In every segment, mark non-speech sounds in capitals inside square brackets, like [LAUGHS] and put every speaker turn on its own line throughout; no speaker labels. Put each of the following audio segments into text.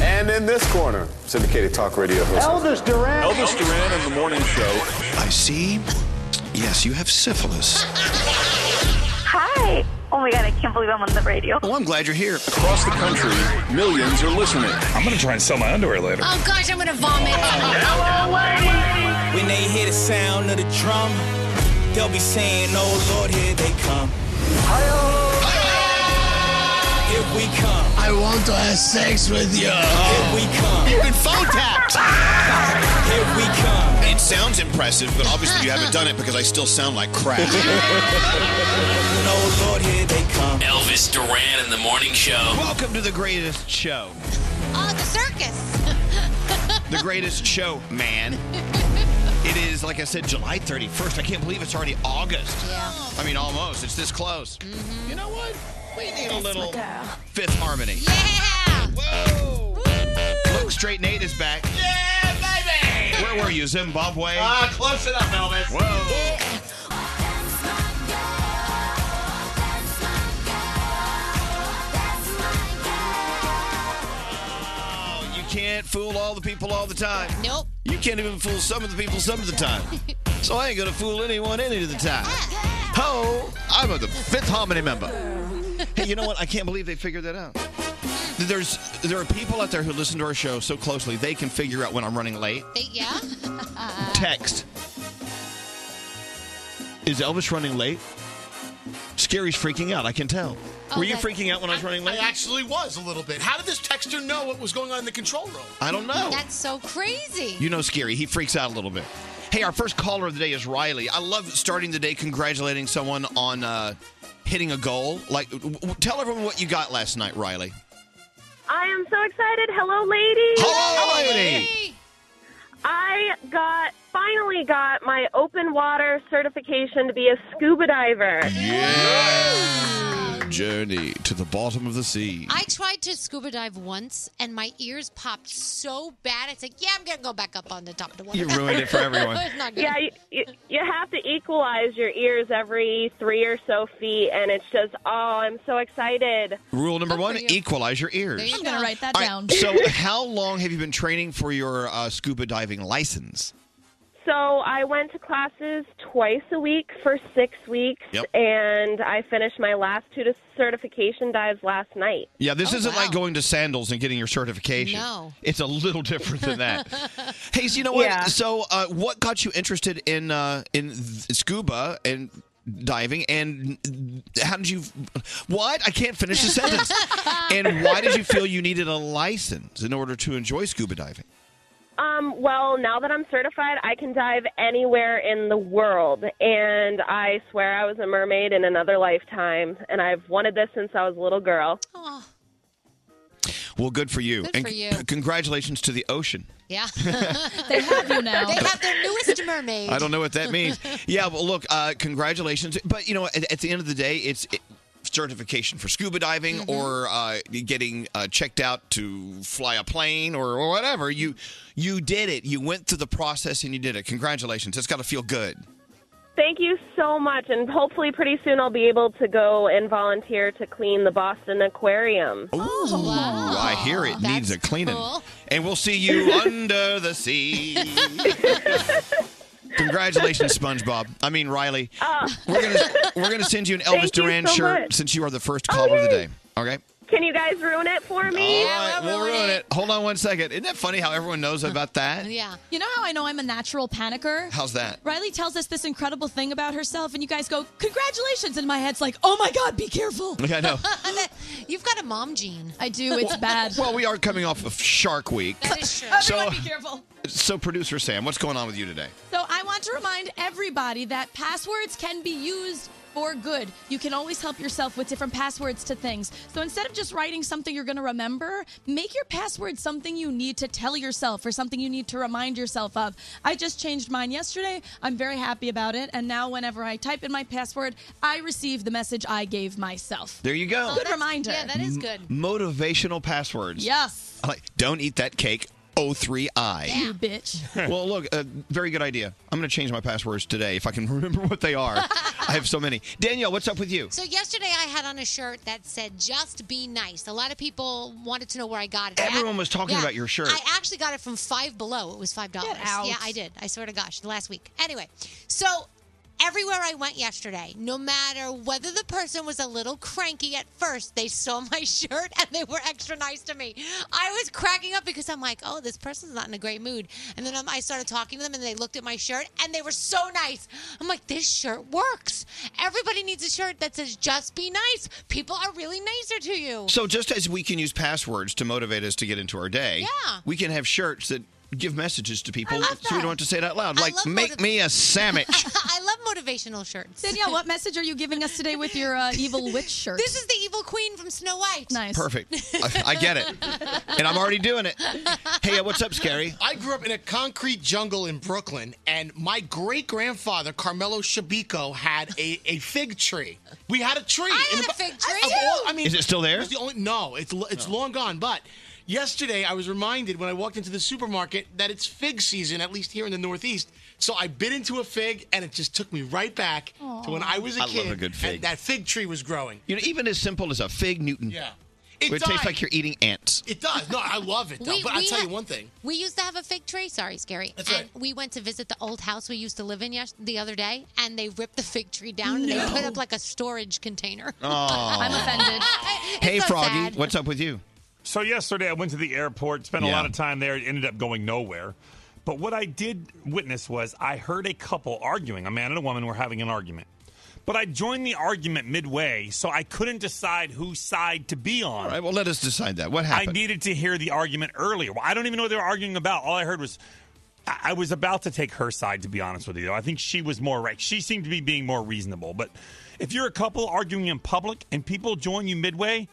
And in this corner, syndicated talk radio host.
Elvis Duran.
Elvis Duran and the Morning Show.
I see. Yes, you have syphilis.
Hi. Oh my god, I can't believe I'm on the radio.
Oh, I'm glad you're here.
Across the country, millions are listening.
I'm gonna try and sell my underwear later.
Oh gosh, I'm gonna vomit.
Oh,
When they hear the sound of the drum, they'll be saying, Oh Lord, here they come. Here we come.
I want to have sex with you.
Here we come.
You've been phone tapped.
Here we come.
It sounds impressive, but obviously you haven't done it because I still sound like
[LAUGHS]
crap.
Oh Lord, here they come.
Elvis Duran in the morning show.
Welcome to the greatest show.
Oh, the circus. [LAUGHS]
The greatest show, man. It is, like I said, July 31st. I can't believe it's already August.
Yeah.
I mean, almost. It's this close. You know what? We need a little Fifth Harmony.
Yeah.
Whoa! Look, Straight Nate is back.
baby!
Where were you, Zimbabwe?
Ah, close enough, Elvis.
Whoa! Oh, you can't fool all the people all the time.
Nope.
You can't even fool some of the people some of the
[LAUGHS]
time. So I ain't gonna fool anyone any of the time.
Ah.
Ho! I'm a the fifth hominy member. Hey, you know what? I can't believe they figured that out. There's there are people out there who listen to our show so closely they can figure out when I'm running late.
They- Yeah. [LAUGHS]
Text. Is Elvis running late? Scary's freaking out. I can tell. [LAUGHS]
Oh,
Were you
that's-
freaking out when I was running
I
late?
actually was a little bit. How did this texter know what was going on in the control room?
I don't know.
That's so crazy.
You know Scary. He freaks out a little bit. Hey, our first caller of the day is Riley. I love starting the day congratulating someone on uh, hitting a goal. Like, w- w- tell everyone what you got last night, Riley.
I am so excited. Hello, ladies.
Hello, lady.
Hey.
I got finally got my open water certification to be a
[LAUGHS]
scuba diver.
Yeah. Journey to the bottom of the sea.
I tried to scuba dive once and my ears popped so bad. It's like, yeah, I'm gonna go back up on the top of the water.
You ruined
[LAUGHS]
it for everyone.
it's not good.
Yeah, you, you, you have to equalize your ears every three or so feet, and it's just oh, I'm so excited.
Rule number one:
you.
equalize your ears.
There you
I'm gonna write that
All right,
down.
so, how long have you been training for your uh, scuba diving license?
So I went to classes twice a week for six weeks,
Yep.
and I finished my last two to certification dives last night.
Yeah, this
Oh,
isn't like
wow.
going to sandals and getting your certification.
No.
It's a little different than [LAUGHS]
[LAUGHS]
that. hey, so you know what?
Yeah.
So, uh, what got you interested in uh, in th- scuba and diving? And how did you. What? I can't finish the [LAUGHS] sentence. and why did you feel you needed a license in order to enjoy scuba diving?
Um, well, now that I'm certified, I can dive anywhere in the world. And I swear I was a mermaid in another lifetime. And I've wanted this since I was a little girl.
Oh,
Well, good for you.
Good
and
for
c-
you.
congratulations to the ocean.
yeah.
[LAUGHS] They have you now.
they have their newest mermaid.
I don't know what that
[LAUGHS]
means. yeah, well, look, uh, congratulations. But you know, at, at the end of the day, it's it, certification for scuba diving
Mm-hmm.
or uh, getting uh, checked out to fly a plane or, or whatever. You you did it. You went through the process and you did it. Congratulations. It's got to feel good.
Thank you so much. And hopefully, pretty soon, I'll be able to go and volunteer to clean the Boston Aquarium.
Ooh,
wow.
I hear it needs a
That's
cleaning.
cool.
And we'll see
[LAUGHS]
you under the sea. Congratulations, SpongeBob. I mean Riley.
Uh,
we're gonna we're gonna send you an Elvis
[LAUGHS] Thank you
Duran
so
shirt
much. Oh,
since you are the first caller of the day. Okay.
Can you guys ruin it for me?
All right,
we'll
we'll
ruin
ruin
it.
it. Hold on one second. Isn't that funny how everyone knows about that?
[LAUGHS] Yeah.
You know how I know I'm a natural panicker?
How's that?
Riley tells us this incredible thing about herself, and you guys go, Congratulations! And my head's like, Oh my God, be careful.
I know.
[LAUGHS] You've got a mom gene.
I do,
[LAUGHS]
it's bad.
Well, we are coming off of Shark Week.
That is true.
Everyone,
so-
be careful.
So, producer Sam, what's going on with you today?
So I want to remind everybody that passwords can be used for good. You can always help yourself with different passwords to things. So instead of just writing something you're going to remember, make your password something you need to tell yourself or something you need to remind yourself of. I just changed mine yesterday. I'm very happy about it. And now whenever I type in my password, I receive the message I gave myself.
There you
Oh,
go.
Good reminder.
Yeah, that is good.
Motivational passwords.
yes.
I like, don't eat that cake. 03i.
You
[LAUGHS]
bitch.
well, look, uh, very good idea. I'm going to change my passwords today if I can [LAUGHS] remember what they
[LAUGHS]
are. I have so many. Danielle, what's up with you?
So yesterday I had on a shirt that said "Just be nice." A lot of people wanted to know where I got it.
Everyone was talking
Yeah.
about your shirt.
I actually got it from Five Below. It was five dollars.
out.
Yeah, I did. I swear to gosh, last week. Anyway, so everywhere I went yesterday, no matter whether the person was a little cranky at first, they saw my [LAUGHS] shirt and they were extra nice to me. I was cracking up because I'm like, oh, this person's not in a great mood. And then um, I started talking to them and they looked at my shirt and they were so nice. I'm like, this shirt works. Everybody needs a shirt that says just be nice. People are really nicer to you.
so, just as we can use passwords to motivate us to get into our day,
Yeah.
we can have shirts that give messages to people
love
so we
that.
don't have to say it out loud.
I
Like,
love
make
motiv-
me a
[LAUGHS]
[LAUGHS]
sandwich.
I love motivational shirts.
Danielle, what message are you giving us today with your uh, evil [LAUGHS] witch shirt?
This is the evil queen from Snow White.
Nice.
Perfect. I, I get it. And I'm already doing it. Hey, uh, what's up, Scary?
I grew up in a concrete jungle in Brooklyn, and my great grandfather, Carmelo Shabico, had a, a fig tree. We had a tree. I
had a fig tree.
Of I mean,
Is it still there?
was the only- no, it's, lo- it's long gone. But yesterday, I was reminded when I walked into the supermarket that it's fig season, at least here in the Northeast. So I bit into a fig, and it just took me right back to when I was a
I
kid.
love a good fig.
And that fig tree was growing.
You know, even as simple as a fig Newton.
Yeah.
It,
It
tastes
died.
like you're eating ants.
It does. No, I love it, though.
We-
but I'll
we
tell
ha-
you one thing.
We used to have a fig tree. Sorry, scary.
That's right.
And we went to visit the old house we used to live in yes- the other day, and they ripped the fig tree down and
No.
they put up like a storage container.
[LAUGHS]
Oh. I'm
[LAUGHS]
offended.
Hey,
so
Froggy,
sad.
what's up with you?
So yesterday I went to the airport, spent a lot of time there, it ended up going nowhere. But what I did witness was I heard a couple arguing. A man and a woman were having an argument. But I joined the argument midway, so I couldn't decide whose side to be on.
All right, well, let us decide that. What happened?
I needed to hear the argument earlier. Well, I don't even know what they were arguing about. All I heard was I I was about to take her side, to be honest with you. I think she was more right. She seemed to be being more reasonable. But if you're a couple arguing in public and people join you midway,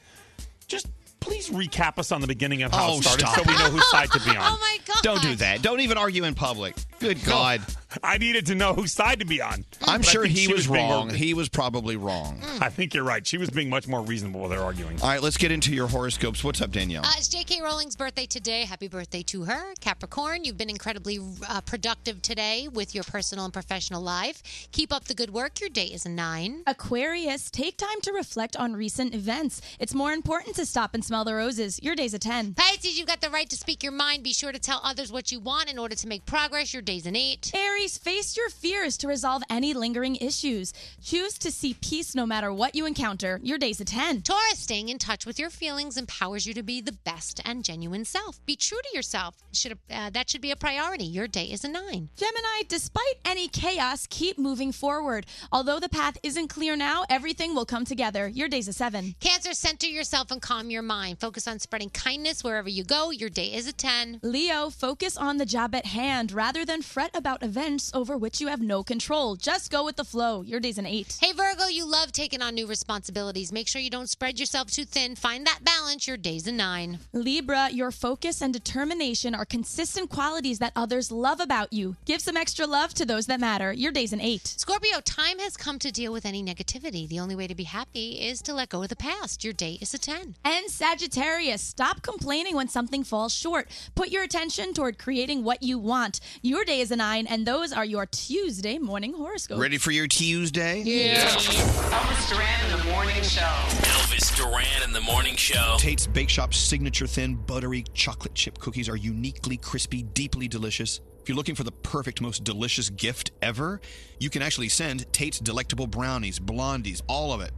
just please recap us on the beginning of how
Oh,
it started
stop.
so we know whose side to
[LAUGHS]
be on.
Oh my god.
Don't do that. Don't even argue in public. Good God.
I needed to know whose side to be on.
I'm
Mm. But I
sure
think
he
she
was
being Mm. more-
wrong. He was probably wrong.
I think you're right. She was being much more reasonable with her arguing.
All right, let's get into your horoscopes. What's up, Danielle?
Uh, it's J.K. Rowling's birthday today. Happy birthday to her. Capricorn, you've been incredibly uh, productive today with your personal and professional life. Keep up the good work. Your day is a nine.
Aquarius, take time to reflect on recent events. It's more important to stop and smell the roses. Your day's a 10.
Pisces, you've got the right to speak your mind. Be sure to tell others what you want in order to make progress. Your day's an eight.
Aries, face your fears to resolve any lingering issues. Choose to see peace no matter what you encounter. Your day's a 10.
Taurus, staying in touch with your feelings empowers you to be the best and genuine self. Be true to yourself. Should uh, that should be a priority. Your day is a nine.
Gemini, despite any chaos, keep moving forward. Although the path isn't clear now, everything will come together. Your day's a 7.
Cancer, center yourself and calm your mind. Focus on spreading kindness wherever you go. Your day is a ten.
Leo, focus on the job at hand rather than fret about events over which you have no control. Just go with the flow. Your day's an 8.
Hey Virgo, you love taking on new responsibilities. Make sure you don't spread yourself too thin. Find that balance. Your day's a nine.
Libra, your focus and determination are consistent qualities that others love about you. Give some extra love to those that matter. Your day's an eight.
Scorpio, time has come to deal with any negativity. The only way to be happy is to let go of the past. Your day is a 10.
And Sagittarius, stop complaining when something falls short. Put your attention toward creating what you want. Your day is a nine, and those are your Tuesday morning horoscopes.
Ready for your Tuesday?
Elvis Duran in the morning show. Elvis Duran in the morning show.
Tate's Bake Shop's signature thin, buttery chocolate chip cookies are uniquely crispy, deeply delicious. If you're looking for the perfect, most delicious gift ever, you can actually send Tate's Delectable Brownies, Blondies, all of it.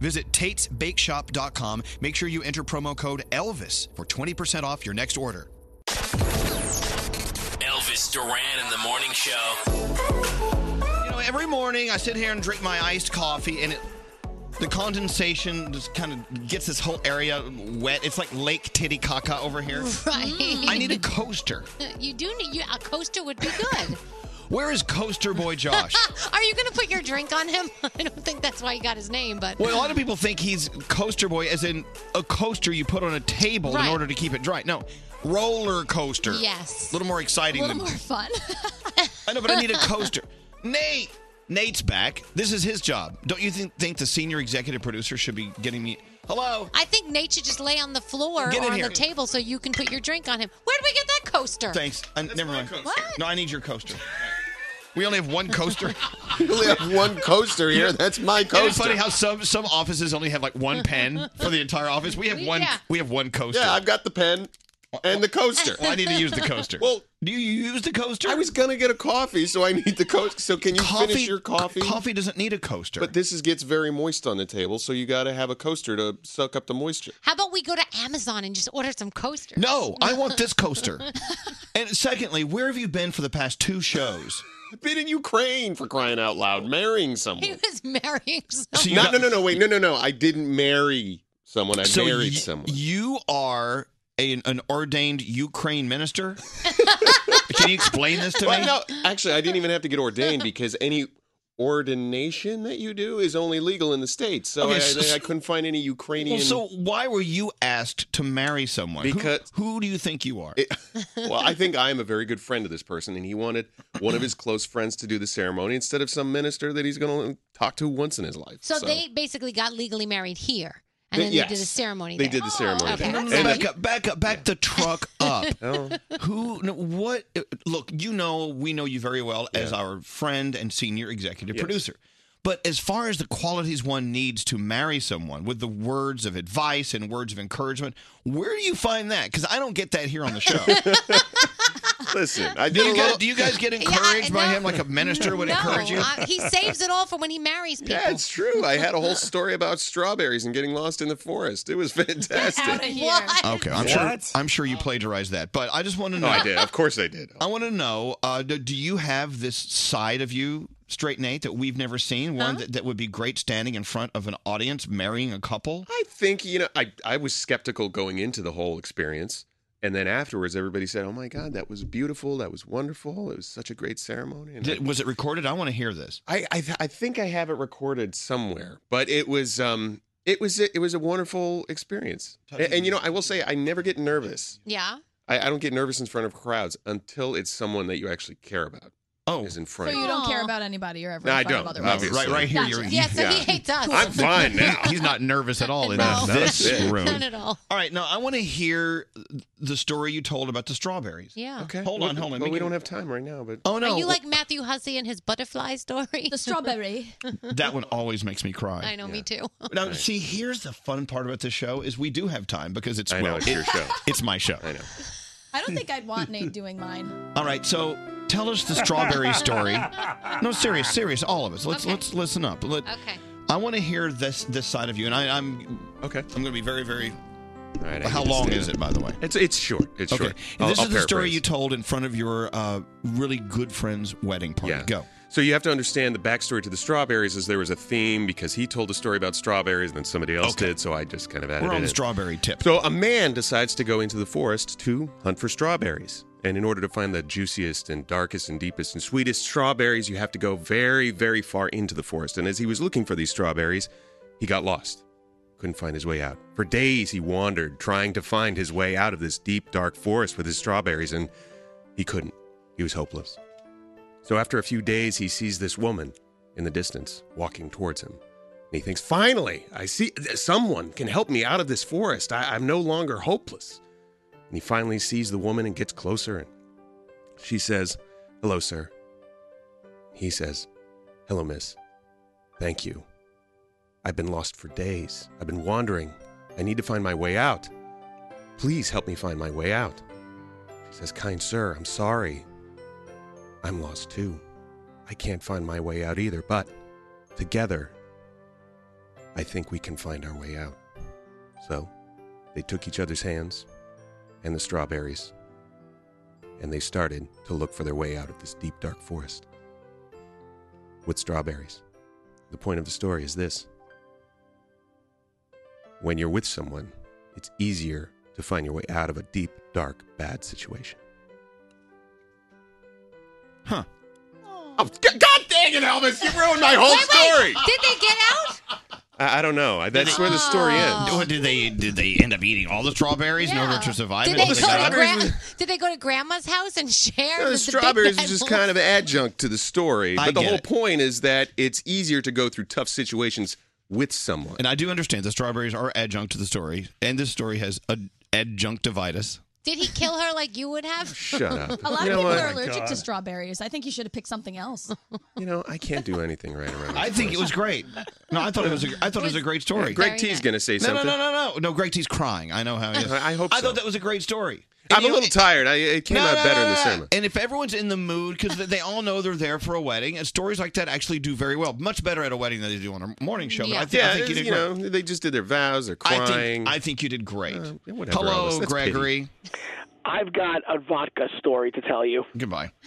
Visit Tate'sBakeShop.com. Make sure you enter promo code ELVIS for 20% off your next order.
Elvis Duran in the morning show.
You know, every morning I sit here and drink my iced coffee, and it the condensation just kind of gets this whole area wet. It's like Lake Titicaca over
[LAUGHS]
here.
[LAUGHS] Right.
I need a coaster.
[LAUGHS] You do need you, a coaster would be good.
Where is Coaster Boy
[LAUGHS]
Josh?
Are you going to put your drink on him? [LAUGHS] I don't think that's why he got his name, but
Well, a lot of people think he's Coaster Boy, as in a coaster you put on a table in
Right.
order to keep it dry. No, roller coaster.
Yes.
A little more exciting
A little
than.
more fun.
I know, but I need a coaster. Nate! Nate's back. This is his job. Don't you think, think the senior executive producer should be getting me Hello.
I think Nate should just lay on the floor
Get
or
in
on
here.
the table so you can put your drink on him. Where'd we get that coaster?
Thanks. Uh, never mind.
coaster. What?
No, I need
[LAUGHS]
your coaster. We only have one coaster.
We
[LAUGHS]
only have one coaster here. That's my
And it's
coaster.
funny how some some offices only have like one pen for the entire office. We have
We-
one.
yeah.
We have one coaster.
Yeah, I've got the pen and the coaster.
Well, I need to use the coaster.
[LAUGHS] Well,
do you use the coaster?
I was gonna get a coffee, so I need the coaster. So can you
Coffee-
finish your coffee?
Coffee doesn't need a coaster.
But this is gets very moist on the table, so you got to have a coaster to suck up the moisture.
How about we go to Amazon and just order some coasters?
No, I want this coaster. and secondly, where have you been for the past two shows?
I've been in Ukraine for crying out loud, marrying
[LAUGHS] He
someone.
was marrying someone.
no, no, no, no, wait, no, no, no. I didn't marry someone. I
So
married
y-
someone.
You are an, an ordained
[LAUGHS]
Ukraine minister. Can you explain this to
Well,
me?
no, actually, I didn't even have to get ordained because any ordination that you do is only legal in the states. So,
Okay,
I,
so-
I, I couldn't find any Ukrainian.
Well, so why were you asked to marry someone? Who-
Because-
who, do you think you are?
well, I think I'm a very good friend of this person, and he wanted one of his close friends to do the ceremony instead of some minister that he's going to talk to once in his life.
So, they basically got legally married here. And
They-
then they did a
yes.
ceremony.
They
there.
did the ceremony.
Okay.
there.
No, no,
And
no,
the-
back up, back up, back
[LAUGHS]
the truck up.
Oh.
Who? No, what? uh, Look, you know, we know you very well as our friend and senior executive producer. But as far as the qualities one needs to marry someone, with the words of advice and words of encouragement, where do you find that? Because I don't get that here on the show.
Listen, [LAUGHS] I
do
did
you,
a
guys,
little-
do you guys get
[LAUGHS] Yeah,
encouraged by
no.
him like a minister would
no,
encourage you?
[LAUGHS] uh, he saves it all for when he marries [LAUGHS] people.
Yeah, it's true. I had a whole story about strawberries and getting lost in the forest. It was fantastic.
[LAUGHS] What?
Okay, I'm
What?
sure. I'm sure you plagiarized that, but I just want to know.
No, I did. Of course, I did.
I want to know. Uh, do, do you have this side of you, straight Nate, that we've never seen? One that, that would be great standing in front of an audience marrying a couple.
I think you know. I I was skeptical going into the whole experience, and then afterwards, everybody said, "Oh my God, that was beautiful. That was wonderful. It was such a great ceremony." And I-
Did- was it recorded? I want to hear this.
I I, th- I think I have it recorded somewhere, but it was um it was it was a wonderful experience. And, and, you know, I will say I never get nervous.
Yeah.
I, I don't get nervous in front of crowds until it's someone that you actually care about.
Oh,
is in
[LAUGHS] So
front. of
you don't care about anybody or ever.
No,
in
I
front of
don't.
other
No,
people.
obviously. Right- right here, Gotcha. you're-
Yeah, so
Yeah.
he hates us.
I'm fine now. [LAUGHS] He's not nervous at all in
No. [LAUGHS]
this room.
Not at all.
All right, now I want to hear the story you told about the strawberries.
Yeah.
Okay.
Hold on,
Well,
hold on.
Well,
Make
we
it-
don't have time right now, but
Oh no,
Are you like Matthew Hussey and his butterfly story?
The strawberry.
[LAUGHS] that one always makes me cry.
[LAUGHS] I know, me too. [LAUGHS]
Now, see, here's the fun part about this show is we do have time because it's
I know,
well,
it's your show.
It's my show. I
know.
I don't think I'd want
[LAUGHS]
Nate doing mine.
All right, so tell us the strawberry
[LAUGHS]
story. No, serious, serious, all of us. Let's let's listen up. Let,
Okay.
I want to hear this this side of you, and I, I'm
okay. I'm
going to be very very.
All right, I
How
need to
long
stand
is
up.
it, by the way?
It's it's short. It's
okay.
short.
And
I'll-
this
I'll
is the story
paraphrase.
you told in front of your uh, really good friend's wedding party.
Yeah.
Go.
So you have to understand the backstory to the strawberries is there was a theme because he told a story about strawberries and then somebody else did, so I just kind of added
We're on
it
the
in.
strawberry tip.
So a man decides to go into the forest to hunt for strawberries. And in order to find the juiciest and darkest and deepest and sweetest strawberries, you have to go very, very far into the forest. And as he was looking for these strawberries, he got lost. Couldn't find his way out. For days he wandered, trying to find his way out of this deep, dark forest with his strawberries, and he couldn't. He was hopeless. So after a few days, he sees this woman in the distance walking towards him. And he thinks, finally, I see someone can help me out of this forest. I, I'm no longer hopeless. And he finally sees the woman and gets closer. And she says, Hello, sir. He says, Hello, miss. Thank you. I've been lost for days. I've been wandering. I need to find my way out. Please help me find my way out. She says, Kind sir, I'm sorry. I'm lost too. I can't find my way out either, but together, I think we can find our way out. So they took each other's hands and the strawberries, and they started to look for their way out of this deep, dark forest with strawberries. The point of the story is this when you're with someone, it's easier to find your way out of a deep, dark, bad situation.
Huh.
Oh, g- God dang it, Elvis! You ruined my whole
Wait,
story.
wait, Did they get out?
I, I don't know. I- That's where the story ends.
Oh, Did they did they end up eating all the strawberries in order to survive? it?
Did they,
Well,
go
they
to
got-
gra- [LAUGHS] did they go to grandma's house and share?
Yeah,
with
the
big
strawberries
bad
is
[LAUGHS]
just
wolf?
kind of adjunct to the story,
I
but the
get
whole
it.
point is that it's easier to go through tough situations with someone.
And I do understand the strawberries are adjunct to the story, and this story has ad- adjunctivitis.
Did he kill her like you would have?
Shut up.
A lot
You know
of people
what?
are
Oh my
allergic to
God.
strawberries. I think you should have picked something else.
[LAUGHS] You know, I can't do anything right around.
I think it was great. No, I thought it was. A, I thought it was a great story.
Yeah, Greg Very T's nice. gonna say
No,
something.
No, no, no, no, no. Greg T's crying. I know how he is.
I hope.
I thought that was a great story.
I'm a little tired. I, it came
No,
out
no,
better
no,
in the
no.
sermon.
And if everyone's in the mood, because they all know they're there for a wedding, and stories like that actually do very well. Much better at a wedding than they do on a morning show. But I, thi- I think you did
you
great.
know, they just did their vows. They're
I think-
crying. Uh,
I think you did great.
whatever,
Hello,
Elvis, that's pity.
Gregory.
I've got a vodka story to tell you.
Goodbye.
[LAUGHS]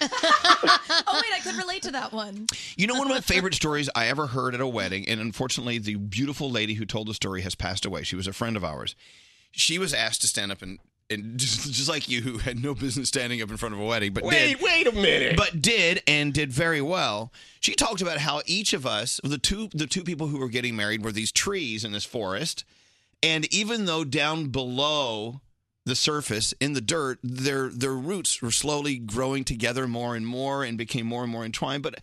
oh wait, I could relate to that one.
You know, one of my favorite stories I ever heard at a wedding, and unfortunately, the beautiful lady who told the story has passed away. She was a friend of ours. She was asked to stand up and. And [LAUGHS] just, just like you, who had no business standing up in front of a wedding, but
Wait,
did,
wait a minute.
but did and did very well. She talked about how each of us, the two, the two people who were getting married, were these trees in this forest, and even though down below the surface in the dirt, their their roots were slowly growing together more and more and became more and more entwined. But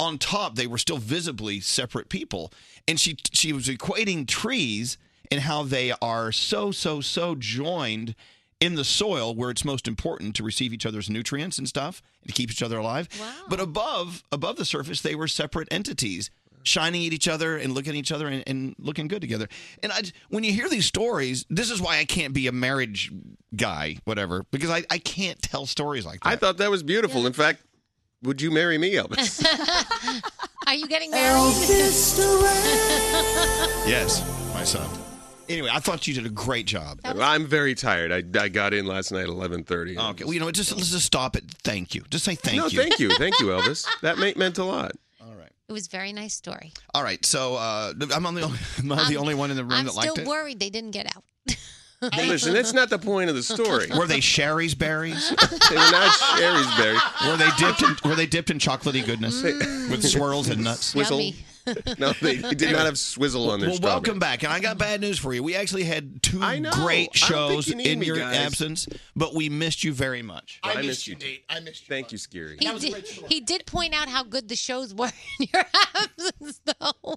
on top, they were still visibly separate people. And she she was equating trees and how they are so so so joined in the soil where it's most important to receive each other's nutrients and stuff and to keep each other alive. But above above the surface, they were separate entities shining at each other and looking at each other and, and looking good together. And I, when you hear these stories, this is why I can't be a marriage guy, whatever, because I, I can't tell stories like that.
I thought that was beautiful. In fact, would you marry me, Elvis?
Are you getting married? [LAUGHS]
yes, my son. Anyway, I thought you did a great job.
I'm very tired. I, I got in last night, eleven thirty.
Okay, well, you know, what, just let's just stop it. Thank you. Just say thank
Oh, no,
you.
thank you, thank you, Elvis. That ma- meant a lot.
It was a very nice story.
[LAUGHS] All right, so uh, I'm on the only, [LAUGHS] am I the only one in the room
I'm
that
still
liked it.
worried they didn't get out.
Listen, that's not the point of the story.
Were they Sherry's berries?
they were not Sherry's berries.
Were they dipped in Were they dipped in chocolatey goodness with swirls and nuts?
Swizzle.
[LAUGHS]
no, they did not have swizzle on their
Well,
strawberry.
welcome back, and I got bad news for you. We actually had two
know. I
great
don't think
shows
you need
in
me,
your
guys.
absence, but we missed you very much.
I I missed missed you, you,
Nate.
I missed you.
Thank you, Scary.
He did, he did point out how good the shows were in your absence, though.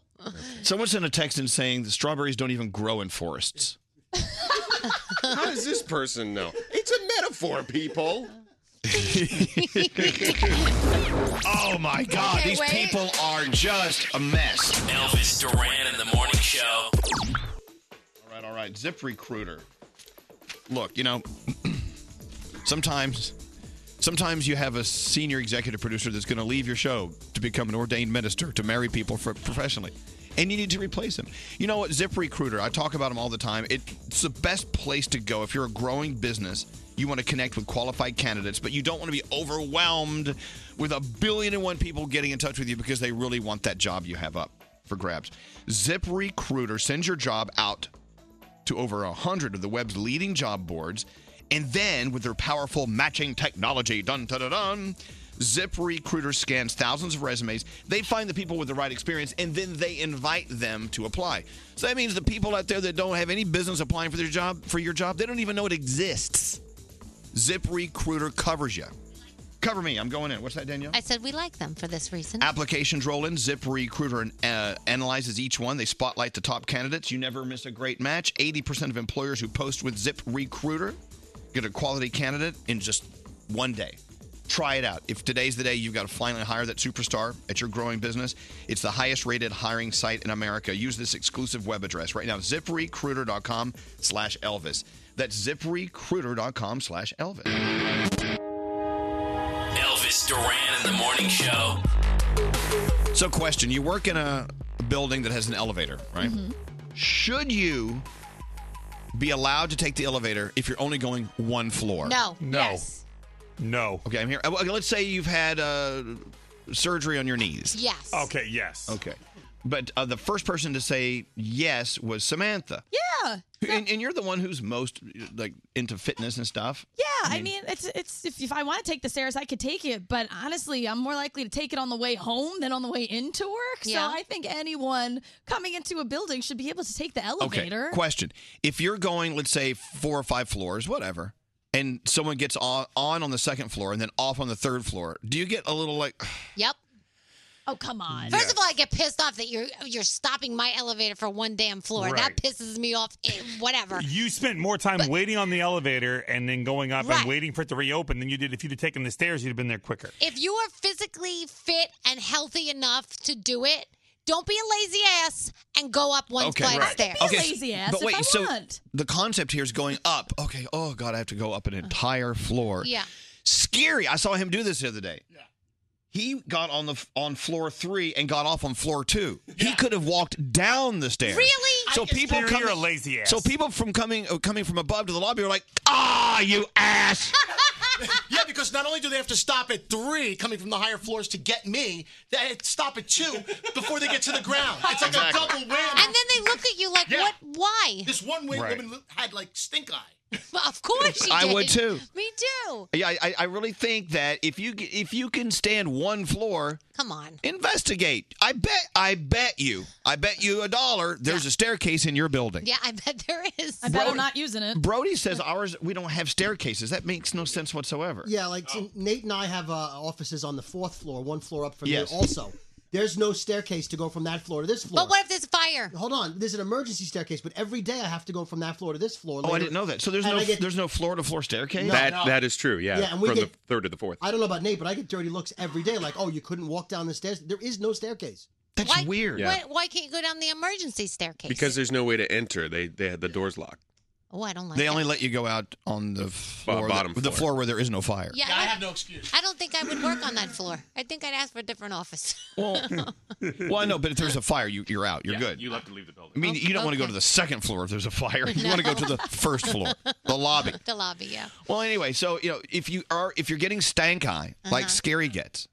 Someone sent a text in saying the strawberries don't even grow in forests.
How does this person know? It's a metaphor,
[LAUGHS]
people.
oh my God,
Okay,
these
wait.
people are just a mess.
Elvis Duran in the morning show.
All right, all right. Zip Recruiter. Look, you know, [CLEARS THROAT] sometimes, sometimes you have a senior executive producer that's going to leave your show to become an ordained minister to marry people for, professionally, and you need to replace him. You know what? Zip Recruiter. I talk about them all the time. It, it's the best place to go if you're a growing business. You want to connect with qualified candidates, but you don't want to be overwhelmed with a billion and one people getting in touch with you because they really want that job you have up for grabs. Zip Recruiter sends your job out to over 100 of the web's leading job boards. And then, with their powerful matching technology, dun dun dun dun, ZipRecruiter scans thousands of resumes. They find the people with the right experience, and then they invite them to apply. So that means the people out there that don't have any business applying for their job, for your job, they don't even know it exists. ZipRecruiter covers you. Cover me. I'm going in. What's that, Danielle?
I said we like them for this reason.
Applications roll in. ZipRecruiter uh, analyzes each one. They spotlight the top candidates. You never miss a great match. 80% of employers who post with ZipRecruiter get a quality candidate in just one day. Try it out. If today's the day you've got to finally hire that superstar at your growing business, it's the highest rated hiring site in America. Use this exclusive web address right now, ziprecruiter.com slash Elvis. That's ziprecruiter.com slash Elvis.
Elvis Duran in the morning show.
So, question: You work in a building that has an elevator, right?
Mm-hmm.
Should you be allowed to take the elevator if you're only going one floor?
No.
No.
No.
Okay, I'm here. Uh, well, okay, Let's say you've had uh, surgery on your knees.
Yes.
Okay, yes.
Okay. But uh, the first person to say yes was Samantha.
Yeah.
And, and you're the one who's most like into fitness and stuff.
Yeah,
Mm.
I mean, it's it's if, if I want to take the stairs, I could take it, but honestly, I'm more likely to take it on the way home than on the way into work.
Yeah.
So I think anyone coming into a building should be able to take the elevator.
Okay. Question: If you're going, let's say four or five floors, whatever, and someone gets [SIGHS] on on on the second floor and then off on the third floor, do you get a little like?
Yep.
Oh, come on.
First of all, I get pissed off that you're you're stopping my elevator for one damn floor. That
Right.
pisses me off. eh, Whatever.
You spent more time waiting on the elevator and then going up
Right.
and waiting for it to reopen than you did if you'd have taken the stairs. You'd have been there quicker.
If you are physically fit and healthy enough to do it, don't be a lazy ass and go up one flight of stairs.
Okay, but wait, so the concept here is going up. Okay, oh god, I have to go up an entire floor.
Yeah.
Scary. I saw him do this the other day. He got on the f- on floor three and got off on floor two. He could have walked down the stairs.
Really?
So
I
people
consider
coming,
you're a lazy ass.
So people from coming uh, coming from above to the lobby are like, ah, you ass.
[LAUGHS] yeah, because not only do they have to stop at three, coming from the higher floors to get me, they have to stop at two before they get to the ground. It's like
Exactly.
a double whammy.
And then they look at you like,
Yeah.
what? Why?
This one way
Right.
woman had like stink eye.
Well, of course you
I
did.
would too.
Me too.
Yeah, I, I really think that if you if you can stand one floor,
come on,
investigate. I bet I bet you I bet you a dollar there's a staircase in your building.
Yeah, I bet there is.
I bet I'm not using it.
Brody says ours we don't have staircases. That makes no sense whatsoever.
Yeah, like see, Nate and I have uh, offices on the fourth floor, one floor up from
Yes.
here. Also, there's no staircase to go from that floor to this floor. But
what if there's a fire?
Hold on, there's an emergency staircase, but every day I have to go from that floor to this floor.
Oh, I
later.
didn't know that. So there's
And
no
I get-
there's no floor to floor staircase.
that that is true. Yeah,
Yeah, and we
from
get-
the third to the fourth.
I don't know about Nate, but I get dirty looks every day. Like, oh, you couldn't walk down the stairs. There is no staircase.
That's
weird.
Why, why can't you go down the emergency staircase?
Because there's no way to enter. They they had the doors locked.
oh, I don't like.
They
that.
only let you go out on the floor,
bottom
the, the
floor.
floor where there is no
[LAUGHS]
fire.
Yeah, I have no excuse. I don't think I would work on that floor. I think I'd ask for a different office.
Well, well, I know, but if there's a fire, you, you're
[LAUGHS]
out. [LAUGHS] You're good.
You have to leave the building.
I mean, you don't want to go
Okay.
to the second floor if there's a
[LAUGHS]
fire. You want to go
No.
to the first floor, the lobby.
[LAUGHS] the lobby, yeah.
Well, anyway, so you know, if you are if you're getting stank eye
Uh-huh.
like Scary gets,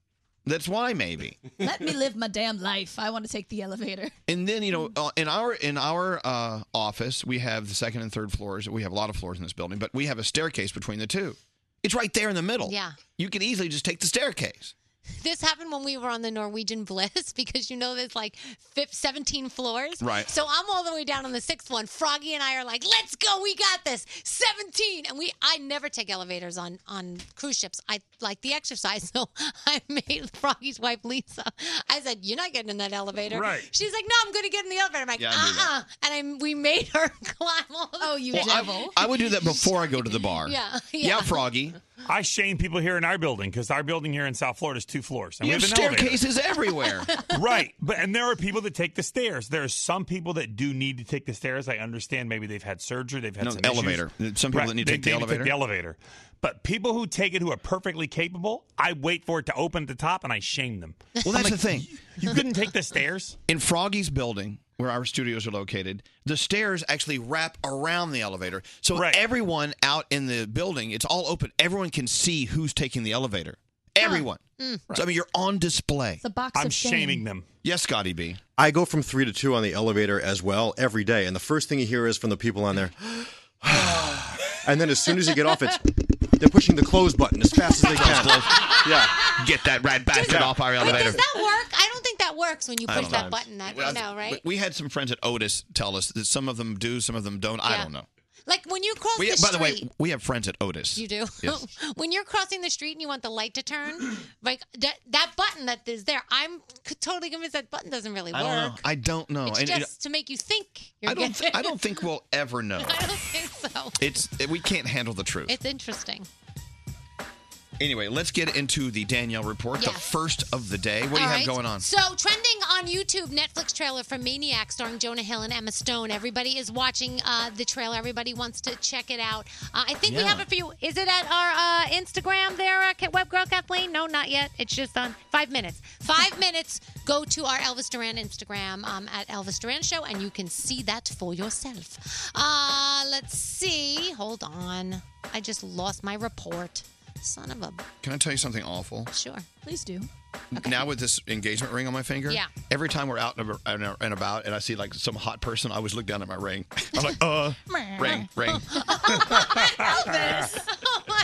that's why maybe.
Let me live my damn life. I want to take the elevator.
And then you know, uh, in our in our uh, office, we have the second and third floors. We have a lot of floors in this building, but we have a staircase between the two. It's right there in the middle.
Yeah.
you can easily just take the staircase.
This happened when we were on the Norwegian [LAUGHS] Bliss because you know there's like fif 17 floors.
Right.
So I'm all the way down on the sixth one. Froggy and I are like, let's go, we got this. 17. And we I never take elevators on on cruise ships. I like the exercise. [LAUGHS] So I made Froggy's wife Lisa. I said, You're not getting in that elevator.
Right.
She's like, No, I'm gonna get in the elevator. I'm like,
Yeah, I do
uh-uh. And I, we made her [LAUGHS] climb all the Oh, you
Well, I- I, would do that before I go to the bar.
Yeah,
[LAUGHS] yeah,
yeah.
Froggy.
I shame people here in our building because our building here in South Florida is two floors. And
You
we have
have
an
staircases everywhere.
[LAUGHS] right. But and there are people that take the stairs. There are some people that do need to take the stairs. I understand maybe they've had surgery, they've had
No,
some
elevator.
issues.
Some people that need to
they-
take the
they need
elevator.
the elevator. But people who take it who are perfectly capable, I wait for it to open at the top and I shame them.
Well, that's the thing.
You couldn't take the stairs.
In Froggy's building, where our studios are located, the stairs actually wrap around the elevator. So everyone out in the building, it's all open. Everyone can see who's taking the elevator. Everyone.
Mm.
So I mean, you're on display. It's
a box of shame.
them.
Yes, Scotty B.
I go from three to two on the elevator as well every day, and the
[LAUGHS]
first thing you hear is from the people on there. and then as soon as you get off, it's they're pushing the close button as fast as they can. Yeah,
get that rat bastard off our
Wait,
elevator.
does that work? I don't think that works when you
I
push
don't know.
that button. That
Well,
no, right?
we- We had some friends at Otis tell us that some of them do, some of them don't. I
Yeah.
don't know.
Like when you cross
We,
the
by
street.
the [LAUGHS] way, we have friends at Otis.
you do.
Yes.
when you're crossing the street and you want the light
[CLEARS THROAT]
to turn, like that that button that is there, I'm c- totally convinced that button doesn't [LAUGHS] really
I don't know.
work.
I don't know.
It's
And, you
just
know,
to make you think. You're
I don't.
getting-
Th- I
[LAUGHS]
don't think we'll ever know.
I don't
[LAUGHS]
think so.
It's we can't handle the truth.
It's interesting.
Anyway, let's get into the Danielle report, the
Yes.
first of the day. What do you
All
have
right.
going on?
So, trending on YouTube, Netflix trailer for Maniac starring Jonah Hill and Emma Stone. Everybody is watching uh, the trailer. Everybody wants to check it out. Uh, I think we
Yeah.
have a few. Is it at our uh, Instagram there, uh, Ca- Web Girl Kathleen? No, not yet. It's just on five minutes.
[LAUGHS]
Five minutes. Go to our Elvis Duran Instagram um, at Elvis Duran Show, and you can see that for yourself. Uh, let's see. Hold on. I just lost my report. Son of a.
Can I tell you something awful?
Sure.
Please do.
Now with this engagement ring on my finger,
Yeah.
Every time we're out and ab- and and about, and I see like some hot person, I always look down at my ring. I'm like,
[LAUGHS]
uh, ring, ring.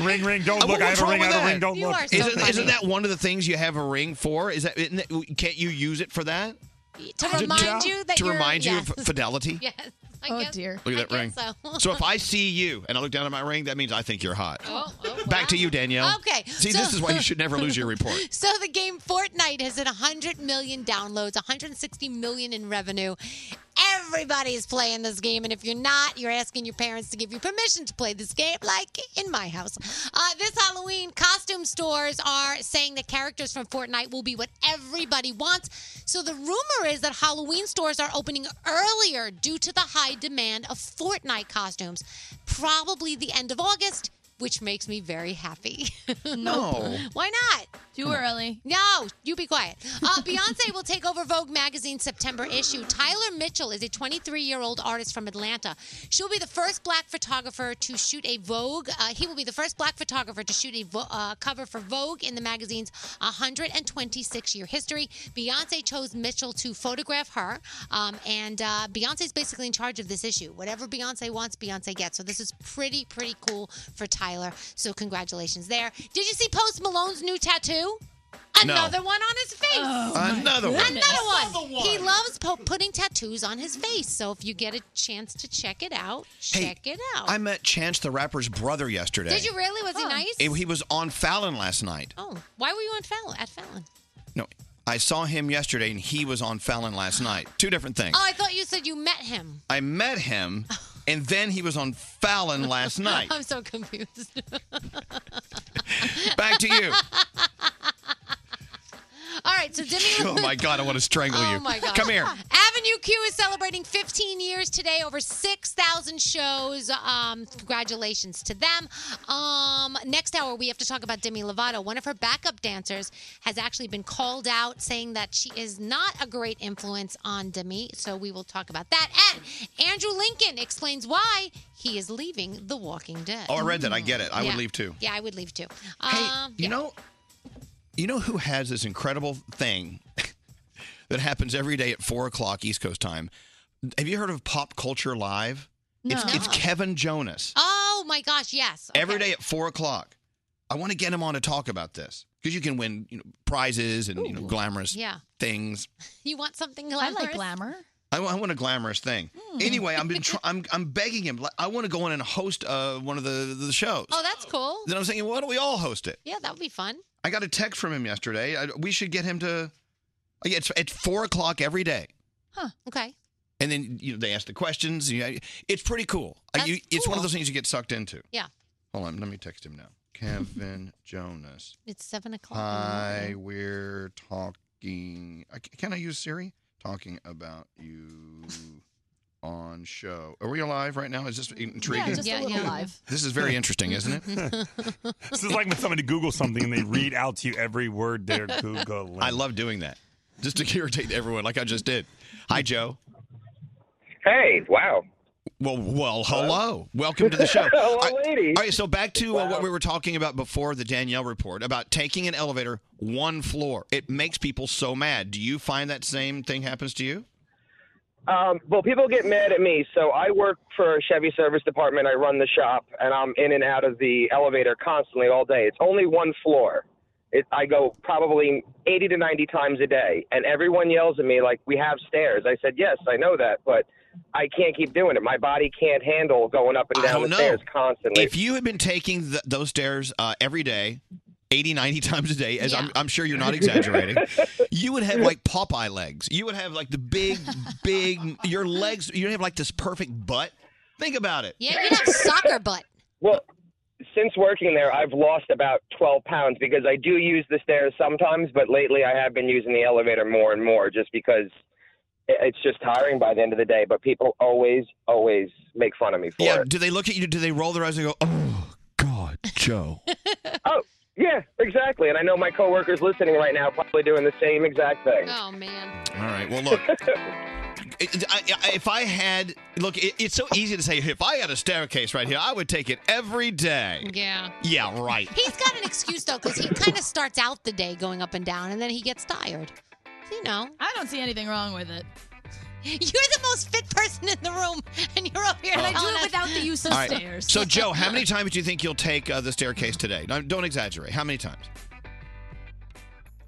Ring, ring, don't
Uh,
look. I
what's
have a
wrong
ring, I have
with
a
that?
ring, don't You look. are so
isn't,
funny.
isn't that one of the things you have a ring for? Is that isn't that- can't you use it for that?
To remind you that
to
you're-
remind you
yes. [LAUGHS]
of fidelity.
Yes. I
oh
guess-
dear.
Look at that
I
ring.
guess So.
So if I see you and I look down at my ring, that means I think you're hot.
Oh, oh,
Back to you, Danielle.
Okay,
See,
so-
this is why you should never
[LAUGHS]
lose your report.
So the game Fortnite has hit 100 million downloads, 160 million in revenue. Everybody's playing this game, and if you're not, you're asking your parents to give you permission to play this game, like in my house. Uh, this Halloween, costume stores are saying that characters from Fortnite will be what everybody wants. So the rumor is that Halloween stores are opening earlier due to the high demand of Fortnite costumes, probably the end of August, which makes me very happy. [LAUGHS]
No.
Why not?
Too early.
No, you be quiet. Uh, Beyonce will take over Vogue magazine's September issue. Tyler Mitchell is a 23-year-old artist from Atlanta. She'll be the first black photographer to shoot a Vogue. Uh, he will be the first black photographer to shoot a vo- uh, cover for Vogue in the magazine's 126-year history. Beyonce chose Mitchell to photograph her, um, and uh, Beyonce's basically in charge of this issue. Whatever Beyonce wants, Beyonce gets. So this is pretty, pretty cool for Tyler. So congratulations there. Did you see Post Malone's new tattoo?
No.
Another one on his face.
Oh my Another one. goodness.
Another one.
Another one.
He loves po- putting tattoos on his face. So if you get a chance to check it out, check it out.
I met Chance the Rapper's brother yesterday.
Did you really? Was he nice?
Eh, He was on Fallon last night.
oh, why were you on Fallon? At Fallon?
No, I saw him yesterday and he was on Fallon last night. Two different things.
Oh, I thought you said you met him.
I met him and then he was on Fallon
[LAUGHS]
last night.
I'm so confused.
Back to
[LAUGHS]
you.
All right, so
[LAUGHS]
Demi.
Oh my God, I want to strangle
Oh
you.
my God.
Come here.
[LAUGHS] Avenue Q is celebrating 15 years today, over 6,000 shows. Um, congratulations to them. Um, next hour, we have to talk about Demi Lovato. One of her backup dancers has actually been called out saying that she is not a great influence on Demi. So we will talk about that. And Andrew Lincoln explains why he is leaving The Walking Dead.
Oh, I read that. I get it. I
Yeah.
would leave too.
Yeah, I would leave too. um,
You know, you know who has this incredible thing [LAUGHS] that happens every day at four o'clock East Coast time. Have you heard of Pop Culture Live? It's,
No.
it's Kevin Jonas.
oh my gosh, yes.
Every day at four o'clock. I want to get him on to talk about this because you can win you know, prizes and you know, glamorous
Yeah.
things.
You want something glamorous? I like
glamour.
I wa- I want a glamorous thing.
Hmm.
Anyway, I've
[LAUGHS]
been try- I'm I'm begging him. like, I want to go in and host uh, one of the the shows.
Oh, that's cool.
Then I'm saying, why don't we all host it?
Yeah, that would be fun.
I got a text from him yesterday. I, we should get him to. oh, Yeah, it's at four o'clock every day,
Huh. Okay.
and then you know, they ask the questions. You know, it's pretty cool. Uh, you- It's one of those things you get sucked into.
Yeah.
Hold on, let me text him now. Kevin Jonas.
It's seven o'clock. in the
Hi,
morning.
we're talking. I c- Can I use Siri? Talking about you on show. Are we alive right now? Is this intriguing?
just a Yeah, little yeah. live.
This is very interesting, isn't
[LAUGHS]
it?
This
[LAUGHS]
is like when somebody Googles something and they read out to you every word they're Googling.
I love doing that. Just to [LAUGHS] irritate
[LAUGHS]
everyone, like I just did. Hi, Joe.
Hey, wow.
Well, well, hello. Welcome to the show.
[LAUGHS] Hello,
I-
lady.
All right, so back to uh, what we were talking about before the Danielle report about taking an elevator one floor. It makes people so mad. Do you find that same thing happens to you?
Um, well, people get mad at me. So I work for a Chevy service department. I run the shop, and I'm in and out of the elevator constantly all day. It's only one floor. It, I go probably 80 to 90 times a day, and everyone yells at me like, "We have stairs." I said, "Yes, I know that, but I can't keep doing it. My body can't handle going up and
I
down
don't
the
know.
stairs constantly."
If you had been taking th those stairs uh, every day, 80, 90 [LAUGHS] times a day, as I'm, I'm sure you're not exaggerating, you would have like Popeye legs. You would have like the big, big, your legs, you'd have like this perfect butt. Think about it.
Yeah, you'd have soccer butt.
Well, since working there, I've lost about 12 pounds because I do use the stairs sometimes, but lately I have been using the elevator more and more just because it- it's just tiring by the end of the day. But people always, always make fun of me for
Yeah,
it.
do they look at you? Do they roll their eyes and go, oh, God, Joe?
Oh, yeah, exactly. And I know my coworkers listening right now probably doing the same exact thing.
Oh
[LAUGHS]
man.
All right. Well, look. It- I, I, if I had, look, it, it's so easy to say, if I had a staircase right here, I would take it every day.
Yeah.
Yeah, right.
He's got an excuse though, because he kind of starts out the day going up and down, and then he gets tired. So, you know.
I don't see anything wrong with it.
[LAUGHS] You're the most fit person in the room, and you're over here.
And I Oh. do
telling
it
us-
without the use
All right. So,
[LAUGHS]
Joe, how many times do you think you'll take uh, the staircase today? No, don't exaggerate. How many times?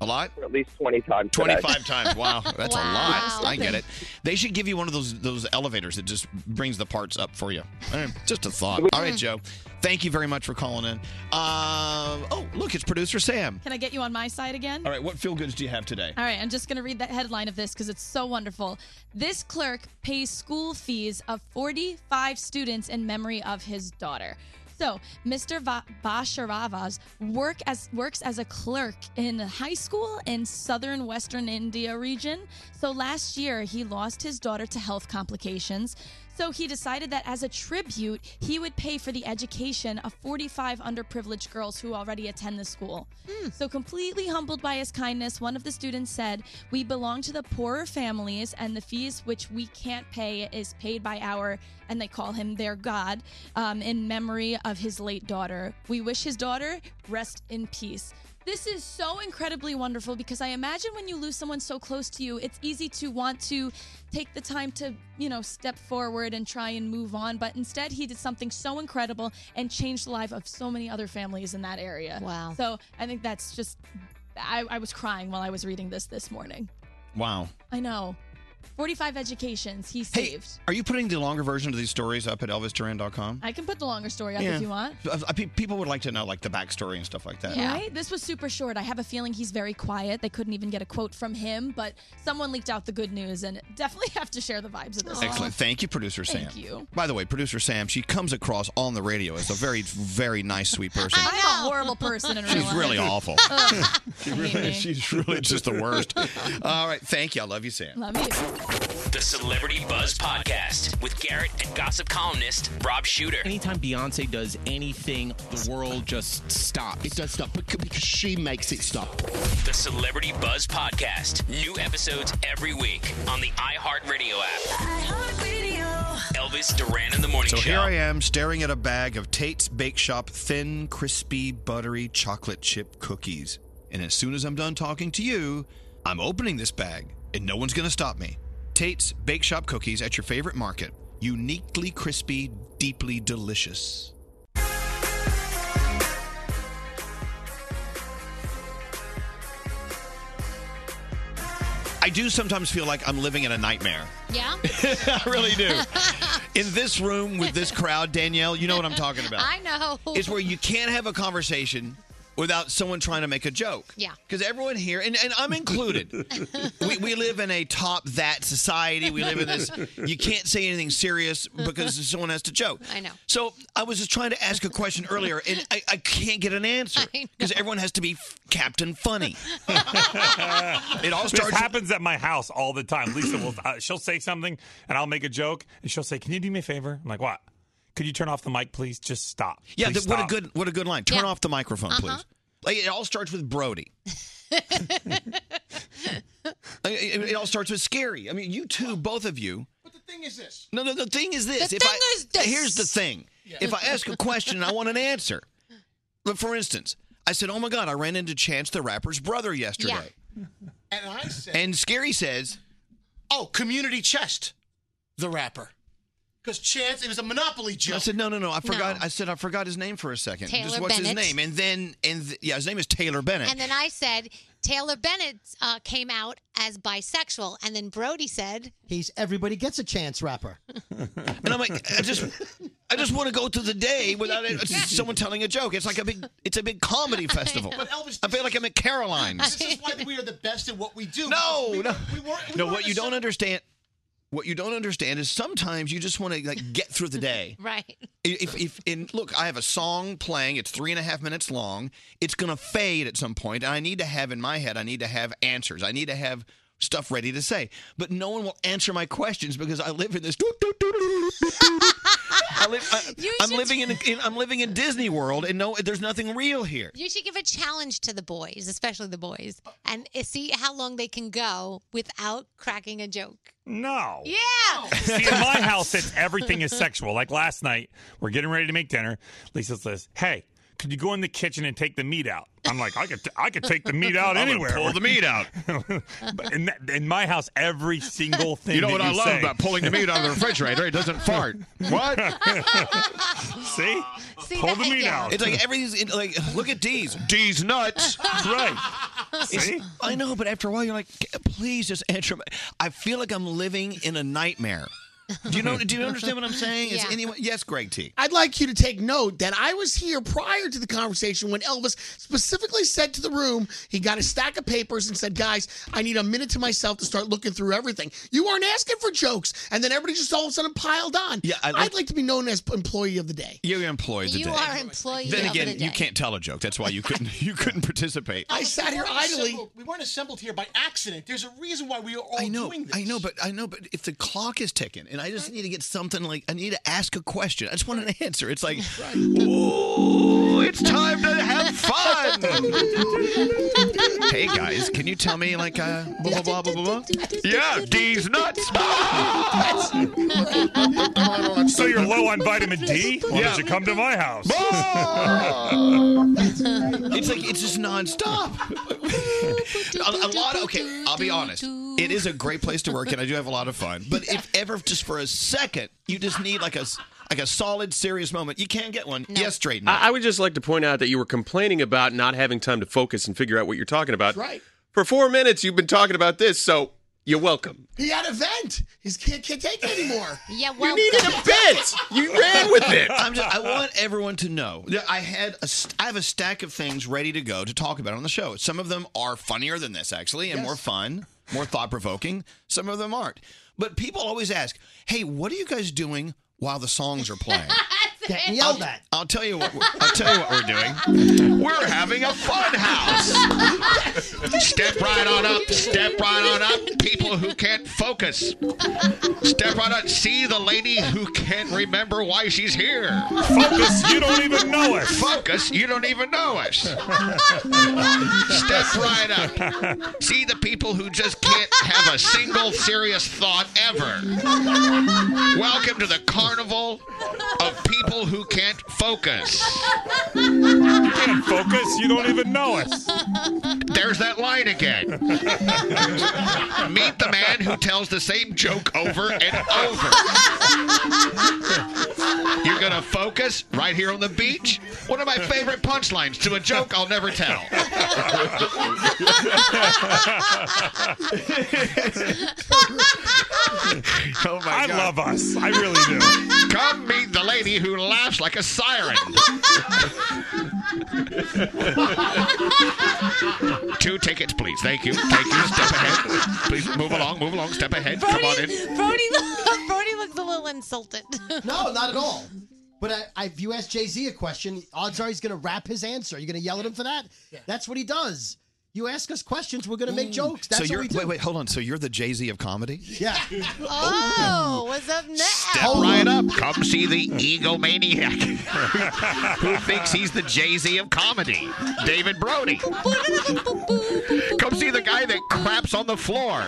A lot?
At least 20 times. today.
25
[LAUGHS]
times. Wow, that's a
Wow.
lot. I get it. They should give you one of those those elevators that just brings the parts up for you. All right, Just a thought. All
Mm.
right, Joe. Thank you very much for calling in. Um, oh, look, it's producer Sam.
Can I get you on my side again?
All right, what feel goods do you have today?
All right, I'm just going to read the headline of this because it's so wonderful. This clerk pays school fees of 45 students in memory of his daughter. So, Mr. Va- Basharavas work as works as a clerk in a high school in southern western India region. So last year he lost his daughter to health complications. So he decided that as a tribute, he would pay for the education of 45 underprivileged girls who already attend the school. So, completely humbled by his kindness, one of the students said, We belong to the poorer families, and the fees which we can't pay is paid by our, and they call him their God, um, in memory of his late daughter. We wish his daughter rest in peace. This is so incredibly wonderful because I imagine when you lose someone so close to you, it's easy to want to take the time to, you know, step forward and try and move on. But instead, he did something so incredible and changed the life of so many other families in that area.
Wow.
So I think that's just, I, I was crying while I was reading this this morning.
Wow.
I know. 45 educations he saved.
Are you putting the longer version of these stories up at elvisduran.com?
I can put the longer story up
Yeah.
if you want.
Uh, uh, pe- People would like to know like the backstory and stuff like that.
Right? This was super short. I have a feeling he's very quiet. They couldn't even get a quote from him, but someone leaked out the good news and [LAUGHS] definitely have to share the vibes of this.
Excellent. Thank you, producer Sam.
Thank you.
By the way, producer Sam, she comes across on the radio as a very, very nice, sweet
[LAUGHS]
person.
I'm a horrible
[LAUGHS]
person in real
She's
life.
really
[LAUGHS]
awful.
Ugh.
She really, she's really just the [LAUGHS] worst. All right, thank you. I love you, Sam.
Love you.
The Celebrity Buzz Podcast with Garrett and gossip columnist Rob Shooter.
Anytime Beyonce does anything, the world just stops. It does stop bec- because she makes it stop.
The Celebrity Buzz Podcast. New episodes every week on the iHeartRadio app. Elvis Duran in the Morning
So
Show.
here I am staring at a bag of Tate's Bake Shop thin, crispy, buttery chocolate chip cookies. And as soon as I'm done talking to you, I'm opening this bag and no one's going to stop me. Tate's Bake Shop cookies at your favorite market. Uniquely crispy, deeply delicious. I do sometimes feel like I'm living in a nightmare.
Yeah?
I really
[LAUGHS]
do. In this room with this crowd, Danielle, [LAUGHS] you know what I'm talking about.
I know.
It's where you can't have a conversation without someone trying to make a joke.
Yeah.
Because everyone here, and, and I'm
[LAUGHS]
included, we, we live in a top that society. We live in this, you can't say anything serious because someone has to joke.
I know.
So I was just trying to ask a question earlier, and I, I can't get an answer because everyone has to be f- Captain
[LAUGHS]
Funny. it all starts-
This happens at my house all the time. Lisa will. Uh, she'll say something, and I'll make a joke, and she'll say, "Can you do me a favor?" I'm like, "What? Could you turn off the mic, please? Just stop."
Yeah,
Please
th- what a
stop."
good what a good line. Turn
Yeah.
off the microphone,
Uh-huh.
please. Like it all starts with Brody. I- it, it all starts with scary. I mean, you two, both of you.
But the thing is this.
No, no. The thing is this.
The
if
thing
I,
is this.
Here's the thing.
Yeah.
If I ask a question, and I want an answer. But for instance, I said, "Oh my God, I ran into Chance the Rapper's brother yesterday,"
And I said,
and Scary says,
oh, community chest, the rapper. Because Chance, it was a Monopoly joke.
I said, no, no, no. I forgot.
No.
I said I forgot his name for a second.
Taylor
Just what's
Bennett.
his name? And then, and th- yeah, his name is Taylor Bennett.
And then I said Taylor Bennett uh, came out as bisexual, and then Brody said,
He's everybody gets a chance [LAUGHS] rapper.
And I'm like, I just, I just want to go through the day without it, someone telling a joke. It's like a big, it's a big comedy festival.
But Elvis-
I feel like I'm at Caroline's.
This
[LAUGHS]
is why we are the best at what we do.
No,
We-
no.
We weren't, we
No,
weren't
what you
a-
don't understand, what you don't understand is sometimes you just want to like get through the day.
[LAUGHS] right.
If, if and look, I have a song playing. It's three and a half minutes long. It's gonna fade at some point, and I need to have in my head. I need to have answers. I need to have stuff ready to say. But no one will answer my questions because I live in this. I live,
You
I, am
should-
living
[LAUGHS]
in, in I'm living in Disney World, and no, there's nothing real here.
You should give a challenge to the boys, especially the boys, and see how long they can go without cracking a joke.
No.
Yeah.
See, in my house, it's everything is sexual. Like last night, we're getting ready to make dinner. Lisa says, "Hey, could you go in the kitchen and take the meat out?" I'm like, "I could, I could take the meat out
[LAUGHS] I'm gonna
anywhere.
pull the meat out."
[LAUGHS] But in, that, in my house, every single thing.
You know
that
what I love
say-
about pulling the meat out of the refrigerator? It doesn't fart. What? [LAUGHS]
See,
See,
pull
that-
the meat
yeah.
out.
It's like everything's in, like. Look at D's. D's nuts.
right.
It's- I know, but after a while, you're like, please just answer. My, I feel like I'm living in a nightmare. Do you know? Do you understand what I'm saying? Is
Yeah.
anyone? Yes, Greg T.
I'd like you to take note that I was here prior to the conversation when Elvis specifically said to the room, he got a stack of papers and said, Guys, I need a minute to myself to start looking through everything. You weren't asking for jokes. And then everybody just all of a sudden piled on. Yeah,
I
I'd like to be known as employee of the day.
You're employed today.
You are employee
Then
of
again,
the day.
you can't tell a joke. That's why you couldn't. [LAUGHS] You couldn't participate.
I sat
here idly.
We weren't assembled here by accident. There's a reason why we are all
I know,
doing this.
I know, but I know, but if the clock is ticking, and I just need to get something like I need to ask a question. I just want an answer. It's like, ooh, it's time to have fun. hey guys, can you tell me like uh, blah blah blah blah blah? blah? yeah, D's nuts.
so you're low on vitamin D? Why don't you come to my house?
it's like it's just nonstop. a, a lot. Of, okay, I'll be honest. It is a great place to work, and I do have a lot of fun. But if ever just for a second, you just need like a s- like a solid, serious moment. You can't get one. Yes, straighten.
I, I would just like to point out that you were complaining about not having time to focus and figure out what you're talking about.
That's right.
For four minutes, you've been talking about this, so you're welcome.
He had a vent. He can't, can't take it anymore.
[LAUGHS] yeah,
well,
needed a
[LAUGHS]
bit. You ran with it.
I'm just, I want everyone to know that I had a st- I have a stack of things ready to go to talk about on the show. Some of them are funnier than this actually, and more fun, more thought provoking. Some of them aren't. But people always ask, "Hey, what are you guys doing while the songs
[LAUGHS]
are playing?"
Getting yelled at.
I'll tell you what. We're, I'll tell you what we're doing. We're having a fun house. step right on up. Step right on up. People who can't focus. Step right up. See the lady who can't remember why she's here.
Focus, you don't even know us.
Focus, you don't even know us. Step right up. See the people who just can't have a single serious thought ever. Welcome to the carnival of people who can't focus.
Can't focus, you don't even know us.
[LAUGHS]
There's that line again. Meet the man who tells the same joke over
[LAUGHS]
and over. You're going to focus right here on the beach? One of my favorite punchlines to a joke I'll never tell. [LAUGHS] [LAUGHS] oh my I love
us. I really do.
Come meet the lady who laughs like a siren. Two tickets, please. Thank you. Thank you. Step ahead. Please move along. Move along. Step ahead. Come on in.
Brody, lo- [LAUGHS] Brody looks a little insulted.
[LAUGHS] No, not at all. But I, I, if you ask Jay Z a question, odds are he's going to rap his answer. You're going to yell at him for that. That's what he does. You ask us questions, we're going to make jokes. That's what we
[LAUGHS]
do.
hold on. So you're the Jay Z of comedy?
Yeah.
oh, what's up now?
Step right up. Come see the egomaniac [LAUGHS] who thinks he's the Jay Z of comedy, David Brody. Come see the guy that craps on the floor.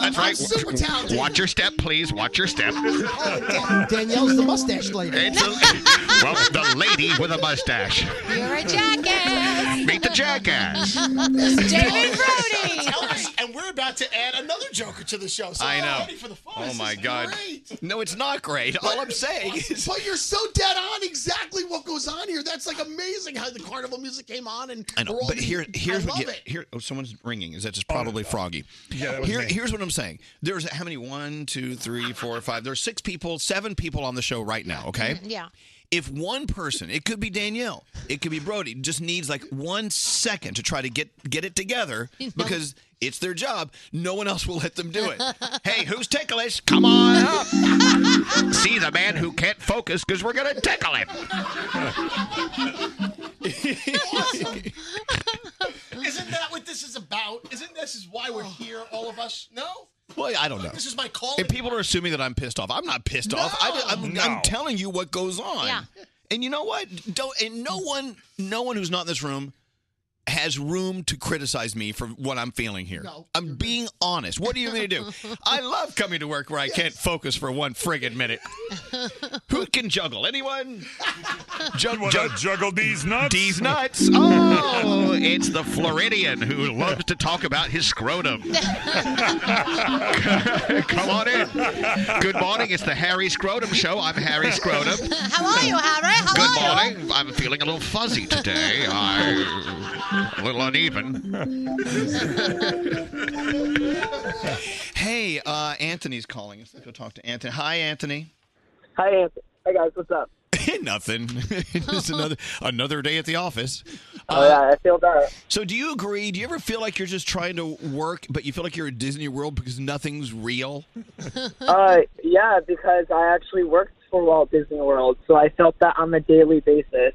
That's right.
I'm super talented.
Watch your step, please. Watch your step.
[LAUGHS] Danielle's the mustache lady.
It's
[LAUGHS]
a, well, the lady with a mustache.
You're a jackass.
Meet the jackass.
David Brody.
Elvis, and we're about to add another Joker to the show. So
I
I'm
know.
Ready for the fun.
Oh
This
my
is
God.
great.
No, it's not great. All I'm
[LAUGHS]
saying is.
But you're so dead on exactly what goes on here. That's like amazing how the carnival music came on and
I know,
we're all
but here, here's
I
what
love
yeah,
it.
here. Oh, someone's ringing. Is that just probably Froggy?
Oh, Yeah, that was
Here,
me.
here's what I'm saying. There's how many? One, two, three, four, five. There's six people, seven people on the show right now. Okay.
Mm-hmm.
Yeah.
If one person, it could be Danielle, it could be Brody, just needs like one second to try to get get it
[LAUGHS]
together because it's their job. No one else will let them do
[LAUGHS]
it. hey, who's ticklish? Come on up. See the man who can't focus because we're gonna tickle him.
[LAUGHS]
Isn't that what this is about? Isn't this is why we're here, all of us? No.
Well, I don't know.
This is my calling.
If people are assuming that I'm pissed off, I'm not pissed off. I, am
No.
I'm telling you what goes on.
Yeah.
And you know what? Don't and no one, no one who's not in this room has room to criticize me for what I'm feeling here. I'm being honest. What do you
[LAUGHS]
mean to do? I love coming to work where I can't focus for one friggin' minute. [LAUGHS] Who can juggle? Anyone? Jug- jug-
juggle these nuts?
These nuts. Oh, it's the
[LAUGHS]
Floridian who loves to talk about his scrotum. [LAUGHS] Come on in. Good morning. It's the Harry Scrotum Show. I'm Harry Scrotum.
How are you, Harry? how
Good
are you?
morning. I'm feeling a little fuzzy
[LAUGHS]
today. I a little uneven. hey, uh, Anthony's calling us. Let's go talk to Anthony. Hi, Anthony.
Hi, Anthony. Hi, guys. What's up?
[LAUGHS] Nothing. Just another another day at the office.
Oh, yeah, I feel that.
So, do you agree? Do you ever feel like you're just trying to work, but you feel like you're at Disney World because nothing's real?
uh, yeah, because I actually worked for Walt Disney World, so I felt that on a daily basis.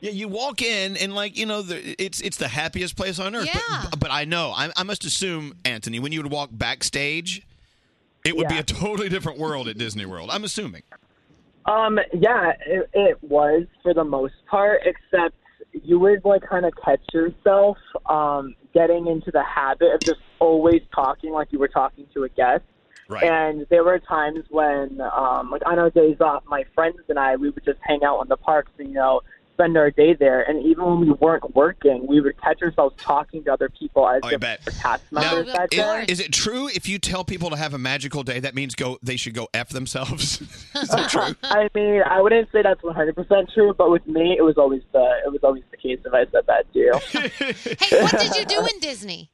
Yeah, you walk in and like you know, the, it's it's the happiest place on earth. But, but I know I, I must assume Anthony, when you would walk backstage, it would be a totally different world at Disney World. I'm
[LAUGHS]
assuming.
Um, yeah, it, it was for the most part, except you would like kind of catch yourself um, getting into the habit of just always talking like you were talking to a guest.
Right.
And there were times when, um, like on our days off, my friends and I, we would just hang out on the parks and you know spend our day there. And even when we weren't working, we would catch ourselves talking to other people as
Oh, I
if
bet.
we were cast members that
i-
day.
is it true if you tell people to have a magical day, that means go they should go f themselves? [LAUGHS]
[LAUGHS]
is that true?
I mean, I wouldn't say that's 100 percent true, but with me, it was always the it was always the case if I said that
[LAUGHS]
to you.
hey, what did you do in Disney?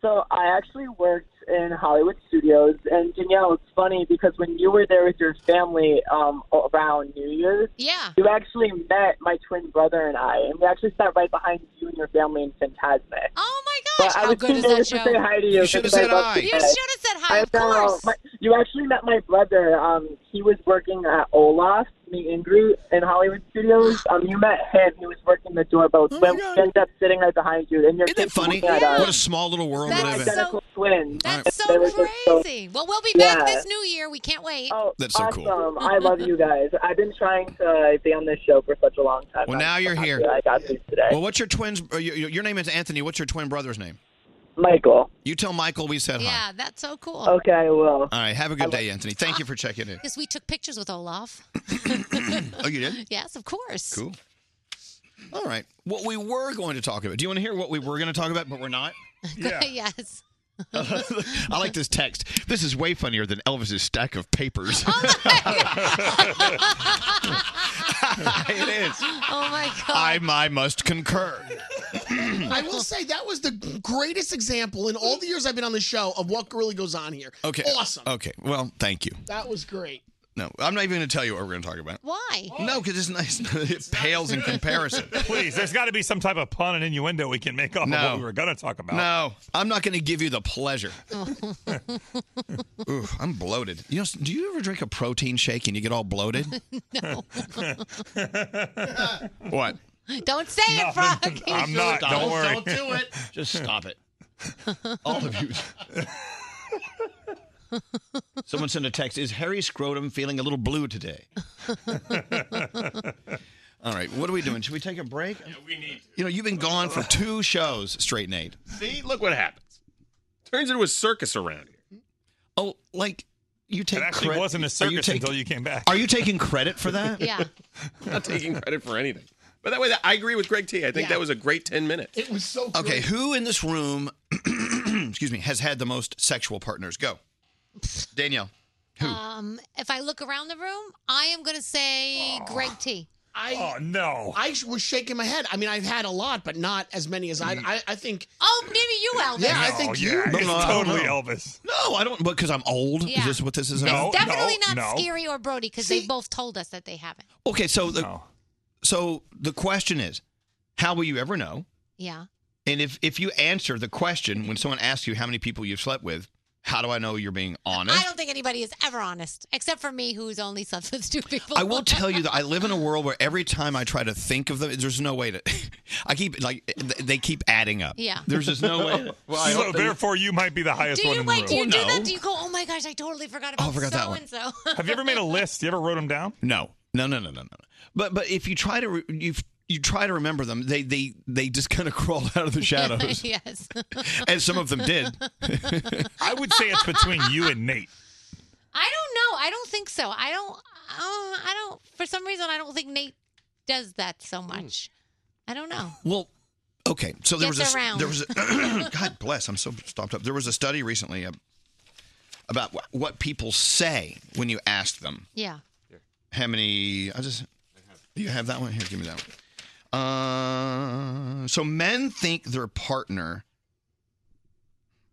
So I actually worked in Hollywood studios, and Danielle, it's funny because when you were there with your family um, around New Year's,
yeah,
you actually met my twin brother and I, and we actually sat right behind you and your family in Fantasmic.
Oh
my gosh! But I
how
was
good
too
is that
nervous to
show?
say hi to you.
You should've
because I
said
love
hi. You
guys.
should've said hi,
I
of
know.
course.
My- you actually met my brother. Um, he was working at Olaf Meet and Greet in Hollywood Studios. Um, you met him. He was working the doorbell. Oh we ended up sitting right behind you, and you're Isn't that
Funny.
At us.
What a small little world we live in.
identical twins.
That's
They were
so
just
crazy. Well, we'll be back
Yeah.
this new year. We can't wait.
Oh,
That's so cool.
Awesome. I love you guys. I've been trying to uh, be on this show for such a long time.
Well, now you're here.
I got these today.
Well, what's your twins? Or your, your name is Anthony. What's your twin brother's name?
Michael.
You tell Michael we said hi.
Yeah, that's so cool.
well. All
right. Have a good day, Anthony. Thank you for checking
[LAUGHS]
in.
Because we took pictures with Olaf.
Oh, you did?
[LAUGHS] Yes, of course.
Cool. All right. What we were going to talk about. Do you want to hear what we were going to talk about, but we're not?
[LAUGHS] yes.
I like this text. This is way funnier than Elvis's stack of papers. [LAUGHS] it is.
[LAUGHS] Oh my god.
I, I must concur.
I will say that was the greatest example in all the years I've been on the show of what really goes on here.
[CLEARS THROAT] Okay.
Awesome.
Okay. Well, thank you.
That was great.
No, I'm not even going to tell you what we're going to talk about.
Why?
No, because it's nice. [LAUGHS] It pales in comparison.
[LAUGHS] Please, there's got to be some type of pun and innuendo we can make off
No.
of what we were going to talk about.
No, I'm not going to give you the pleasure. Ooh, I'm bloated. You know, do you ever drink a protein shake and you get all bloated?
no.
What?
Don't say it, Frog.
Stop it. [LAUGHS] Just stop it. All of you. Someone sent a text. Is Harry Scrotum feeling a little blue [LAUGHS] today? All right, what are we doing? Should we take a break? we need. You know, you've been gone for two shows straight, Nate.
See, look what happens. Turns into a circus around here.
Oh, like you take
It actually
credit-
wasn't a
are you
circus
taking-
until you came back.
Are you taking credit
[LAUGHS]
for that? [LAUGHS]
Not taking credit for anything. But that way, that, I agree with Greg T. I think that was a great 10 minutes.
It was so
Okay, who in this room, [CLEARS THROAT] excuse me, has had the most sexual partners? [LAUGHS] Go, Danielle.
Um, if I look around the room, I am going to say Greg T.
I,
no.
I sh- was shaking my head. I mean, I've had a lot, but not as many as I. I, I think.
Oh, maybe you, Elvis.
Yeah, I think
Oh, yeah,
you.
it's
I don't
totally
know.
Elvis.
No, I don't. Because I'm old.
Yeah.
Is this what this is
It's
about?
definitely not Scary or Brody because they both told us that they haven't.
Okay, so the so the question is, how will you ever know?
Yeah.
And if if you answer the question when someone asks you how many people you've slept with, how do I know you're being honest?
I don't think anybody is ever honest, except for me, who's only slept with two
[LAUGHS]
people.
I will tell you that I live in a world where every time I try to think of them, there's no way to. [LAUGHS] I keep like th- they keep adding up.
Yeah.
There's just
[LAUGHS]
no way.
Well, I hope So that- therefore, you might be the highest
Do
one
you
in the
wait?
room.
Do you do that? Do you go? Oh my gosh, I totally forgot about
Oh, I forgot that
so
one.
and so.
Have
[LAUGHS]
you ever made a list? You ever wrote them down?
No, no, no, no, no, no. But but if you try to re- you you try to remember them, they they they just kind of [LAUGHS] crawl out of the
[LAUGHS]
shadows, [LAUGHS]
yes.
as some of them did.
[LAUGHS]
I would say it's between you and Nate.
I don't know. I don't think so. I don't. Uh, I don't. For some reason, I don't think Nate does that so much. I don't know.
Well, okay. So there
Gets
was a
around.
there was a, [COUGHS] God bless. I'm so stopped up. There was a study recently uh, about wh- what people say when you ask them
Yeah.
how many. I just Do you have that one? Here, give me that one. Uh, so men think their partner.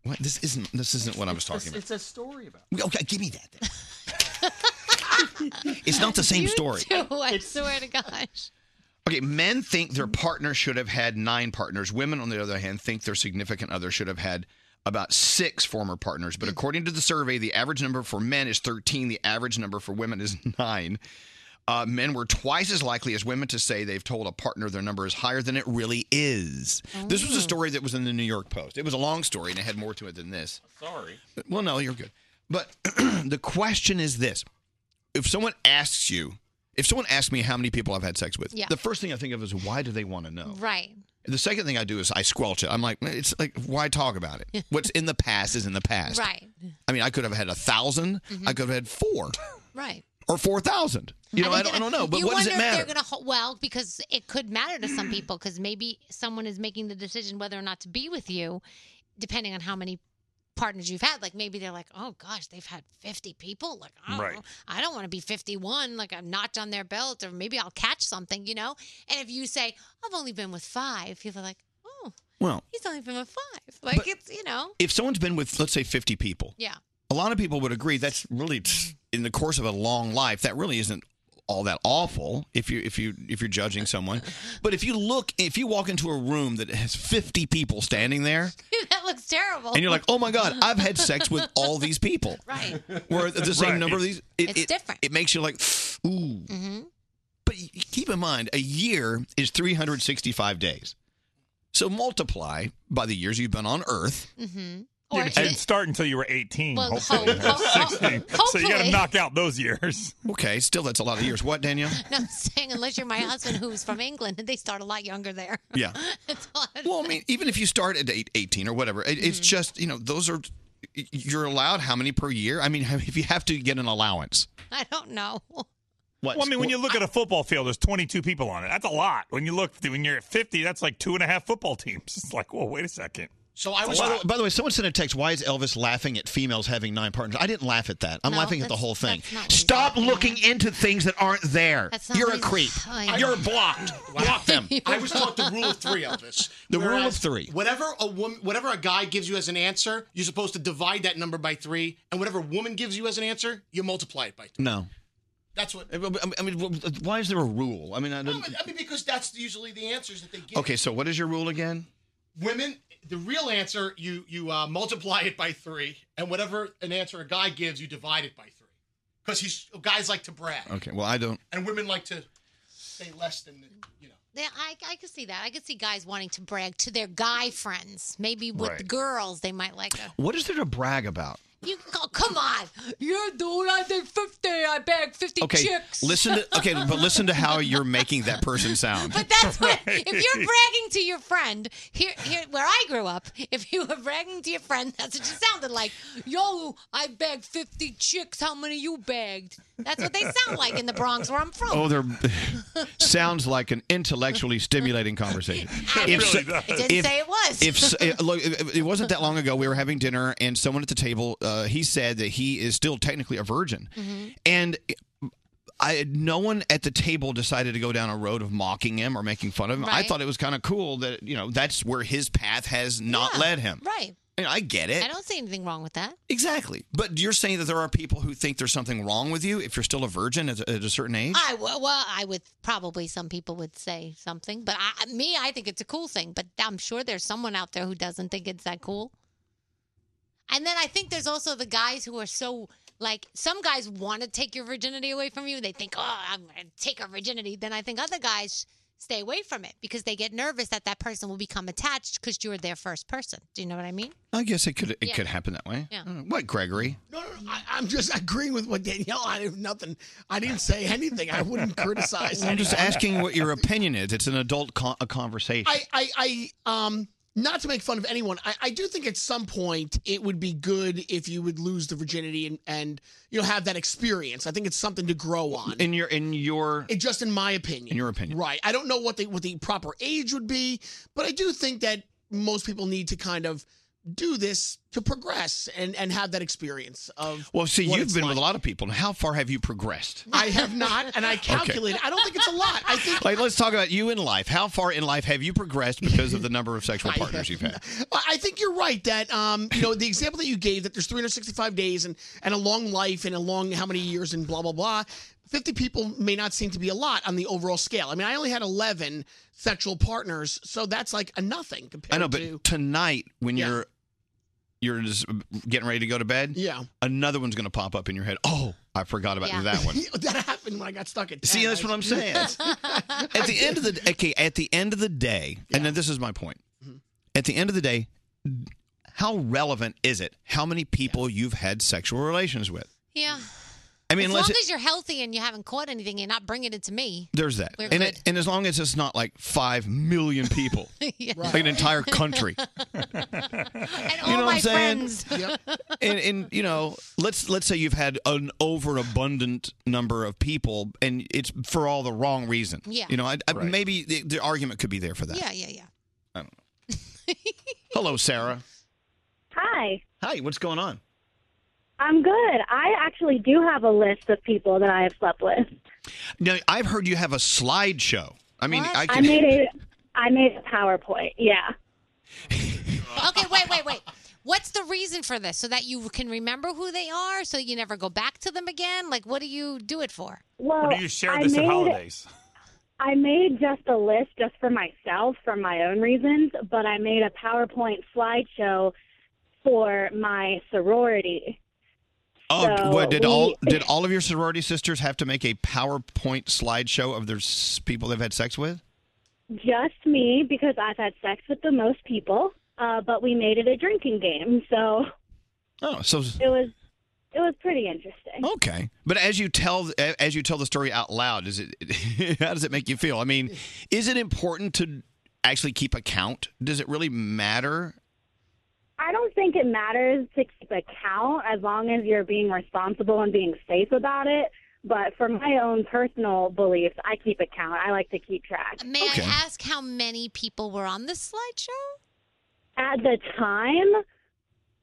What? This isn't. This isn't what I was talking
It's,
about.
it's a story about.
Okay, give me that. Then. it's not the same
[LAUGHS] You
story.
too, I swear
[LAUGHS]
to gosh.
Okay, men think their partner should have had nine partners. Women, on the other hand, think their significant other should have had about six former partners. But according to the survey, the average number for men is 13, the average number for women is [LAUGHS] nine. Uh, men were twice as likely as women to say they've told a partner their number is higher than it really is. This
Oh.
was a story that was in the New York Post. It was a long story and it had more to it than this.
Sorry.
Well, no, you're good. But [CLEARS THROAT] the question is this: If someone asks you, if someone asks me how many people I've had sex with,
Yeah.
the first thing I think of is why do they want to know?
Right.
The second thing I do is I squelch it. I'm like, "Man, it's like why talk about
[LAUGHS]
it? What's in the past is in the past.
Right. Mm-hmm.
I mean, I could have had a 1000 I could have had four
Right.
or four thousand. You know, I don't, I don't know. But
you
what does
wonder
it
If
matter?
they're gonna, ho- well, because it could matter to some people because maybe someone is making the decision whether or not to be with you, depending on how many partners you've had. Like maybe they're like, oh gosh, they've had fifty people. Like I don't
Right.
know. I don't want to be fifty-one. Like I'm not on their belt, or maybe I'll catch something. You know. And if you say I've only been with five, people are like, oh,
Well,
he's only been with five. Like it's you know,
if someone's been with, let's say, 50 people,
yeah. [LAUGHS]
a lot of people would agree that's really in the course of a long life that really isn't all that awful if you if you if you're judging someone but if you look if you walk into a room that has 50 people standing there
that looks terrible.
and you're like oh my
[LAUGHS]
god i've had sex with all these people [LAUGHS]
right.
where the same
Right.
number of these
It's different.
it makes you like ooh
Mm-hmm.
but y- keep in mind a year is 365 days so multiply by the years you've been on earth
Mm-hmm.
Yeah, but you didn't start until you were 18,
Well,
hopefully.
ho- ho-
16. So you got
hopefully.
to knock out those years.
[LAUGHS] Okay, still that's a lot of years. What,
[LAUGHS]
Danielle?
[LAUGHS] No, I'm saying unless you're my husband who's from England, they start a lot younger there. [LAUGHS]
Yeah.
That's all I'm
Well, I mean, even if you start at eight, 18 or whatever, it,
Mm-hmm.
it's just, you know, those are, you're allowed how many per year? I mean, [LAUGHS] if you have to get an allowance.
I don't know.
What?
Well, I mean, when you look at a football field, there's 22 people on it. That's a lot. When you look, when you're at 50, that's like two and a half football teams. [LAUGHS] It's like, whoa, wait a second.
So
By the, by the way, someone sent a text. Why is Elvis laughing at females having nine partners? I didn't laugh at that. I'm
No,
laughing at the
that's-
whole thing.
that's not what he's
Stop looking into things that aren't there.
That's not
You're
what
a
he's-
creep.
Oh, yeah.
You're blocked.
[LAUGHS]
Block them.
I was taught the rule of three, Elvis.
The rule of
Whereas
three.
Whatever a woman, whatever a guy gives you as an answer, you're supposed to divide that number by three, and whatever a woman gives you as an answer, you multiply it by. Three.
No.
That's what.
I mean, why is there a rule? I mean, I don't.
I mean, because that's usually the answers that they give.
Okay, so what is your rule again?
Women, the real answer, you you uh, multiply it by three, and whatever an answer a guy gives, you divide it by three, because he's guys like to brag,
Okay, well, I don't.
and women like to say less than. The,
Yeah, I, I could see that. I could see guys wanting to brag to their guy friends. Maybe with
Right.
the girls, they might like a.
What is there to brag about?
You can call, come on. You dude, I did 50. I bagged 50
Okay,
chicks.
listen to okay, but
[LAUGHS]
listen to how you're making that person sound.
But that's what
[LAUGHS]
if you're bragging to your friend here here where I grew up, if you were bragging to your friend, that's what you sounded like. Yo, I bagged fifty chicks, how many you bagged? That's what they sound like in the Bronx where I'm from.
Oh, they're [LAUGHS] sounds like an intellectually stimulating conversation.
[LAUGHS] It really does. It didn't say it was.
If
[LAUGHS]
s- eh, look, it it wasn't that long ago, we were having dinner, and someone at the table uh, he said that he is still technically a virgin, and. I, no one at the table decided to go down a road of mocking him or making fun of him. I
Right.
thought it was kind of cool that you know that's where his path has not led him.
Right.
And I get it.
I don't see anything wrong with that.
Exactly. But you're saying that there are people who think there's something wrong with you if you're still a virgin at, at a certain age?
I w- well, I would probably some people would say something, but I, me, I think it's a cool thing. But I'm sure there's someone out there who doesn't think it's that cool. And then I think there's also the guys who are so like some guys want to take your virginity away from you. They think, oh, I'm going to take her virginity. Then I think other guys stay away from it because they get nervous that that person will become attached because you were their first person. Do you know what I mean?
I guess it could it
Yeah.
could happen that way.
Yeah.
Uh, What, Gregory?
No, no, no I, I'm just agreeing with what Danielle. I have nothing. I didn't say anything. [LAUGHS] I
[LAUGHS]
wouldn't criticize.
I'm just
anyone.
asking what your opinion is. It's an adult con- a conversation.
I, I, I, um, not to make fun of anyone, I, I do think at some point it would be good if you would lose the virginity and, and you know have that experience. I think it's something to grow on.
in your in your
It, just in my opinion.
in your opinion.
Right. I don't know what the what the proper age would be, but I do think that most people need to kind of do this to progress and and have that experience of
Well, see,
what
you've
it's
been
like.
with a lot of people. Now, how far have you progressed?
I have
[LAUGHS]
not, and I calculated. I don't think it's a lot. I think
Like, let's talk about you in life. How far in life have you progressed because of the number of
[LAUGHS]
sexual partners you've had?
Well, I think you're right that um, you know the example that you gave that there's 365 days and and a long life and a long how many years and blah blah blah. 50 people may not seem to be a lot on the overall scale. I mean, I only had 11 sexual partners, so that's like a nothing compared
I know, but
to
tonight when you're you're just getting ready to go to bed,
Yeah.
another one's going to pop up in your head. Oh, I forgot about that
[LAUGHS]
one.
[LAUGHS] that happened when I got stuck at.
See,
10.
that's what I'm
[LAUGHS]
saying. at the end of the okay, at the end of the day, and then this is my point.
Mm-hmm.
At the end of the day, how relevant is it? How many people you've had sexual relations with?
Yeah.
I mean,
Mm. as
unless
long
it-
as you're healthy and you haven't caught anything, you're not bringing it to me. [LAUGHS]
There's that,
We're
and it, and as long as it's not like five million people,
Yeah.
like an entire country.
[LAUGHS] and
You
all
know what
my
I'm saying?
friends.
and, and you know, let's let's say you've had an overabundant number of people, and it's for all the wrong reason.
Yeah.
You know, I, I, maybe the, the argument could be there for that.
Yeah, yeah, yeah.
I don't know. Hello, Sarah.
Hi.
Hi. What's going on?
I'm good. I actually do have a list of people that I have slept with.
Now, I've heard you have a slideshow. I mean, I can.
made a I made a PowerPoint. Yeah.
Okay, wait, wait, wait. What's the reason for this? So that you can remember who they are, so you never go back to them again? Like, what do you do it for?
Well,
Or do you share
I
this
made,
at holidays?
I made just a list just for myself for my own reasons, but I made a PowerPoint slideshow for my sorority.
Oh,
So
what, did
we-
all did all of your sorority sisters have to make a PowerPoint slideshow of their s- people they've had sex with?
Just me because I've had sex with the most people, uh, but we made it a drinking game, so
Oh, so
it was it was pretty interesting.
Okay, but as you tell as you tell the story out loud, is it [LAUGHS] how does it make you feel? I mean, is it important to actually keep a count? Does it really matter?
I don't think it matters to keep a count as long as you're being responsible and being safe about it. But for my own personal beliefs, I keep a count. I like to keep track.
May I ask how many people were on this slideshow?
At the time,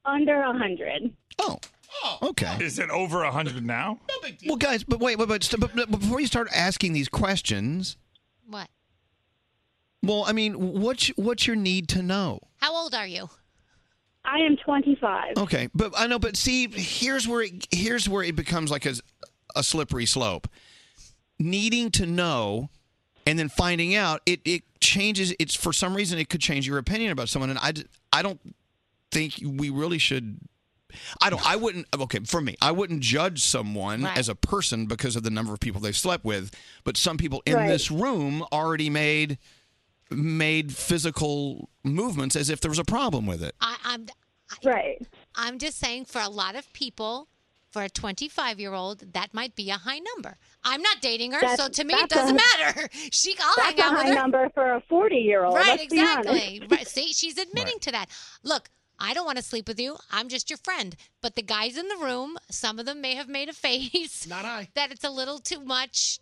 under a hundred.
Okay.
Is it over 100 now?
Well, guys, but wait, wait, but, st- but, but before you start asking these questions,
What?
well, I mean, what's what's your need to know?
How old are you?
I am 25.
Okay, but I know, but see, here's where it, here's where it becomes like a a slippery slope. Needing to know and then finding out it it changes. It's for some reason it could change your opinion about someone, and I d- I don't think we really should. I don't. I wouldn't. Okay, for me, I wouldn't judge someone
Right.
as a person because of the number of people they've slept with. But some people in
Right.
this room already made made physical movements as if there was a problem with it.
I, I'm I,
right.
I'm just saying, for a lot of people, for a 25 year old, that might be a high number. I'm not dating her,
That's-
so to me it
that's a-
doesn't matter. [LAUGHS] She, I'll
That's
hang
a
out with
high
her.
number for a 40 year old.
Right,
let's Be honest.
exactly.
[LAUGHS]
Right. See, she's admitting to that. Look, I don't want to sleep with you. I'm just your friend. But the guys in the room, some of them may have made a [LAUGHS] face. Not I. That it's a little too much.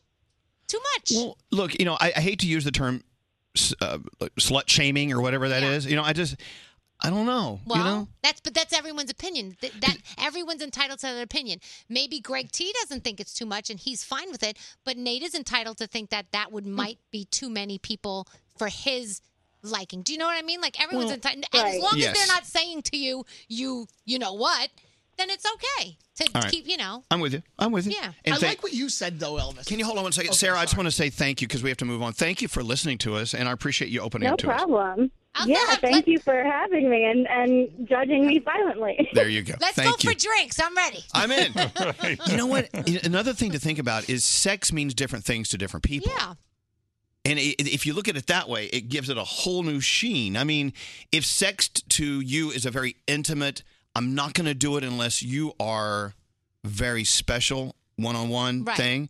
Too much.
Well, look, you know, I, I hate to use the term s- uh, slut shaming or whatever that is. You know, I just, I don't know.
Well,
you know,
that's but that's everyone's opinion. Th- that everyone's entitled to their opinion. Maybe Greg T doesn't think it's too much and he's fine with it, but Nate is entitled to think that that
Hmm.
would might be too many people for his liking. Do you know what I mean? Like everyone's
Well,
entitled.
right.
As long as
Yes.
they're not saying to you, you you know what, then it's okay to
All right.
keep you know.
I'm with you. I'm with you.
Yeah.
And
I
thank-
like
what you said though, Elvis.
Can you hold on one second, Sarah? I just want to say thank you because we have to move on. Thank you for listening to us, and I appreciate you opening
No
up to us.
problem. yeah, thank you for having me and, and judging me silently.
[LAUGHS]
There you go.
Let's
thank
go
you.
for drinks. I'm ready.
I'm
[LAUGHS]
in. [LAUGHS] you know what? Another thing to think about is sex means different things to different people.
Yeah.
And i if you look at it that way, it gives it a whole new sheen. I mean, if sex t- to you is a very intimate, I'm not going to do it unless you are very special one on one
Right.
thing,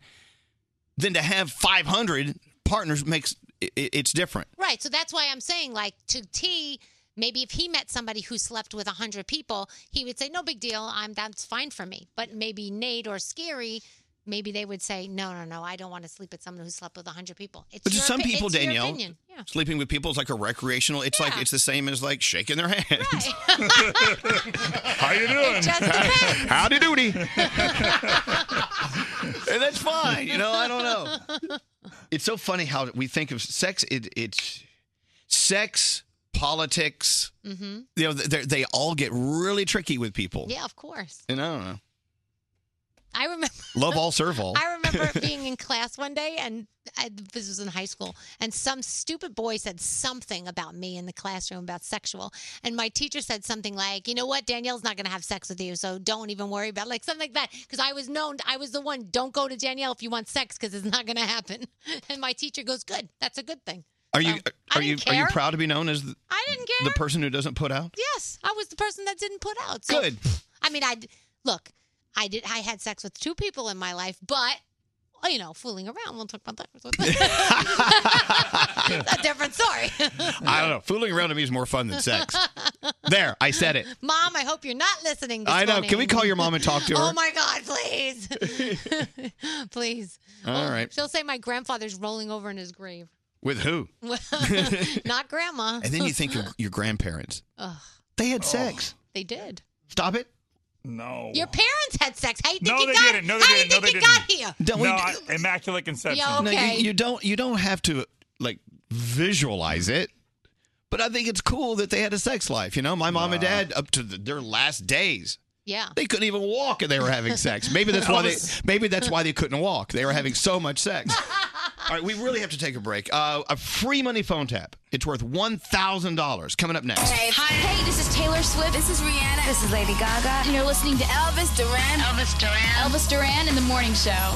then to have 500 partners makes it, it's different.
Right. So that's why I'm saying, like, to T, maybe if he met somebody who slept with 100 people, he would say, no big deal. I'm That's fine for me. But maybe Nate or Scary, maybe they would say, no, no, no. I don't want to sleep with someone who slept with 100 people. It's
But to
your
some
opi-
people,
it's your
Danielle,
opinion.
[LAUGHS] Sleeping with people is like a recreational. It's like it's the same as like shaking their hand.
[LAUGHS]
How you doing? [LAUGHS] Howdy [LAUGHS] doody. and that's fine. You know, I don't know. It's so funny how we think of sex. It, it's sex, politics.
[LAUGHS] Mm-hmm.
You know, they they all get really tricky with people.
Yeah, of course.
And I don't know.
I remember.
Love all, serve all.
I
[LAUGHS]
remember being in class one day, and I, this was in high school, and some stupid boy said something about me in the classroom about sexual, and my teacher said something like, "You know what, Danielle's not going to have sex with you, so don't even worry about it. like something like that." Because I was known, I was the one. Don't go to Danielle if you want sex, because it's not going to happen. [LAUGHS] And my teacher goes, "Good, that's a good thing."
Are
um,
you are you
didn't
are you
care.
proud to be known as the,
I didn't care.
the person who doesn't put out?
Yes, I was the person that didn't put out. So,
Good.
I mean, I d- look, I did. I had sex with two people in my life, but well, you know, fooling around. We'll talk about that. [LAUGHS] a different story.
[LAUGHS] I don't know. Fooling around to me is more fun than
[LAUGHS]
sex. there, I said it.
Mom, I hope you're not listening. This
I know. Can we
morning.
call your mom and talk
[LAUGHS]
to her?
Oh my God, please, please. [LAUGHS]
All right.
She'll say my grandfather's rolling over in his grave. [LAUGHS]
With who?
not grandma.
And then you think of your grandparents.
[LAUGHS] Ugh,
They had sex.
they did.
Stop it. Oh.
No.
Your parents had sex. How do you think
No,
you
they
got?
didn't. No, they
How
didn't. No,
do you
they
think you got here?
No, we-
I- immaculate conception.
Yeah,
No, you-
okay.
you, don't. You don't have to like visualize it. But I think it's cool that they had a sex life. You know, my mom and dad up to the, their last days.
Yeah.
They couldn't even walk, and they were having sex.
[LAUGHS]
Maybe that's why they. [LAUGHS] Maybe that's why they couldn't walk. They were having so much sex.
[LAUGHS]
All right, we really have to take a break. Uh, a free money phone tap. It's worth one thousand dollars. Coming up next.
Hi, hey, this is Taylor Swift. This is Rihanna. This is Lady Gaga. And you're listening to Elvis Duran. Elvis Duran. Elvis Duran in the morning show.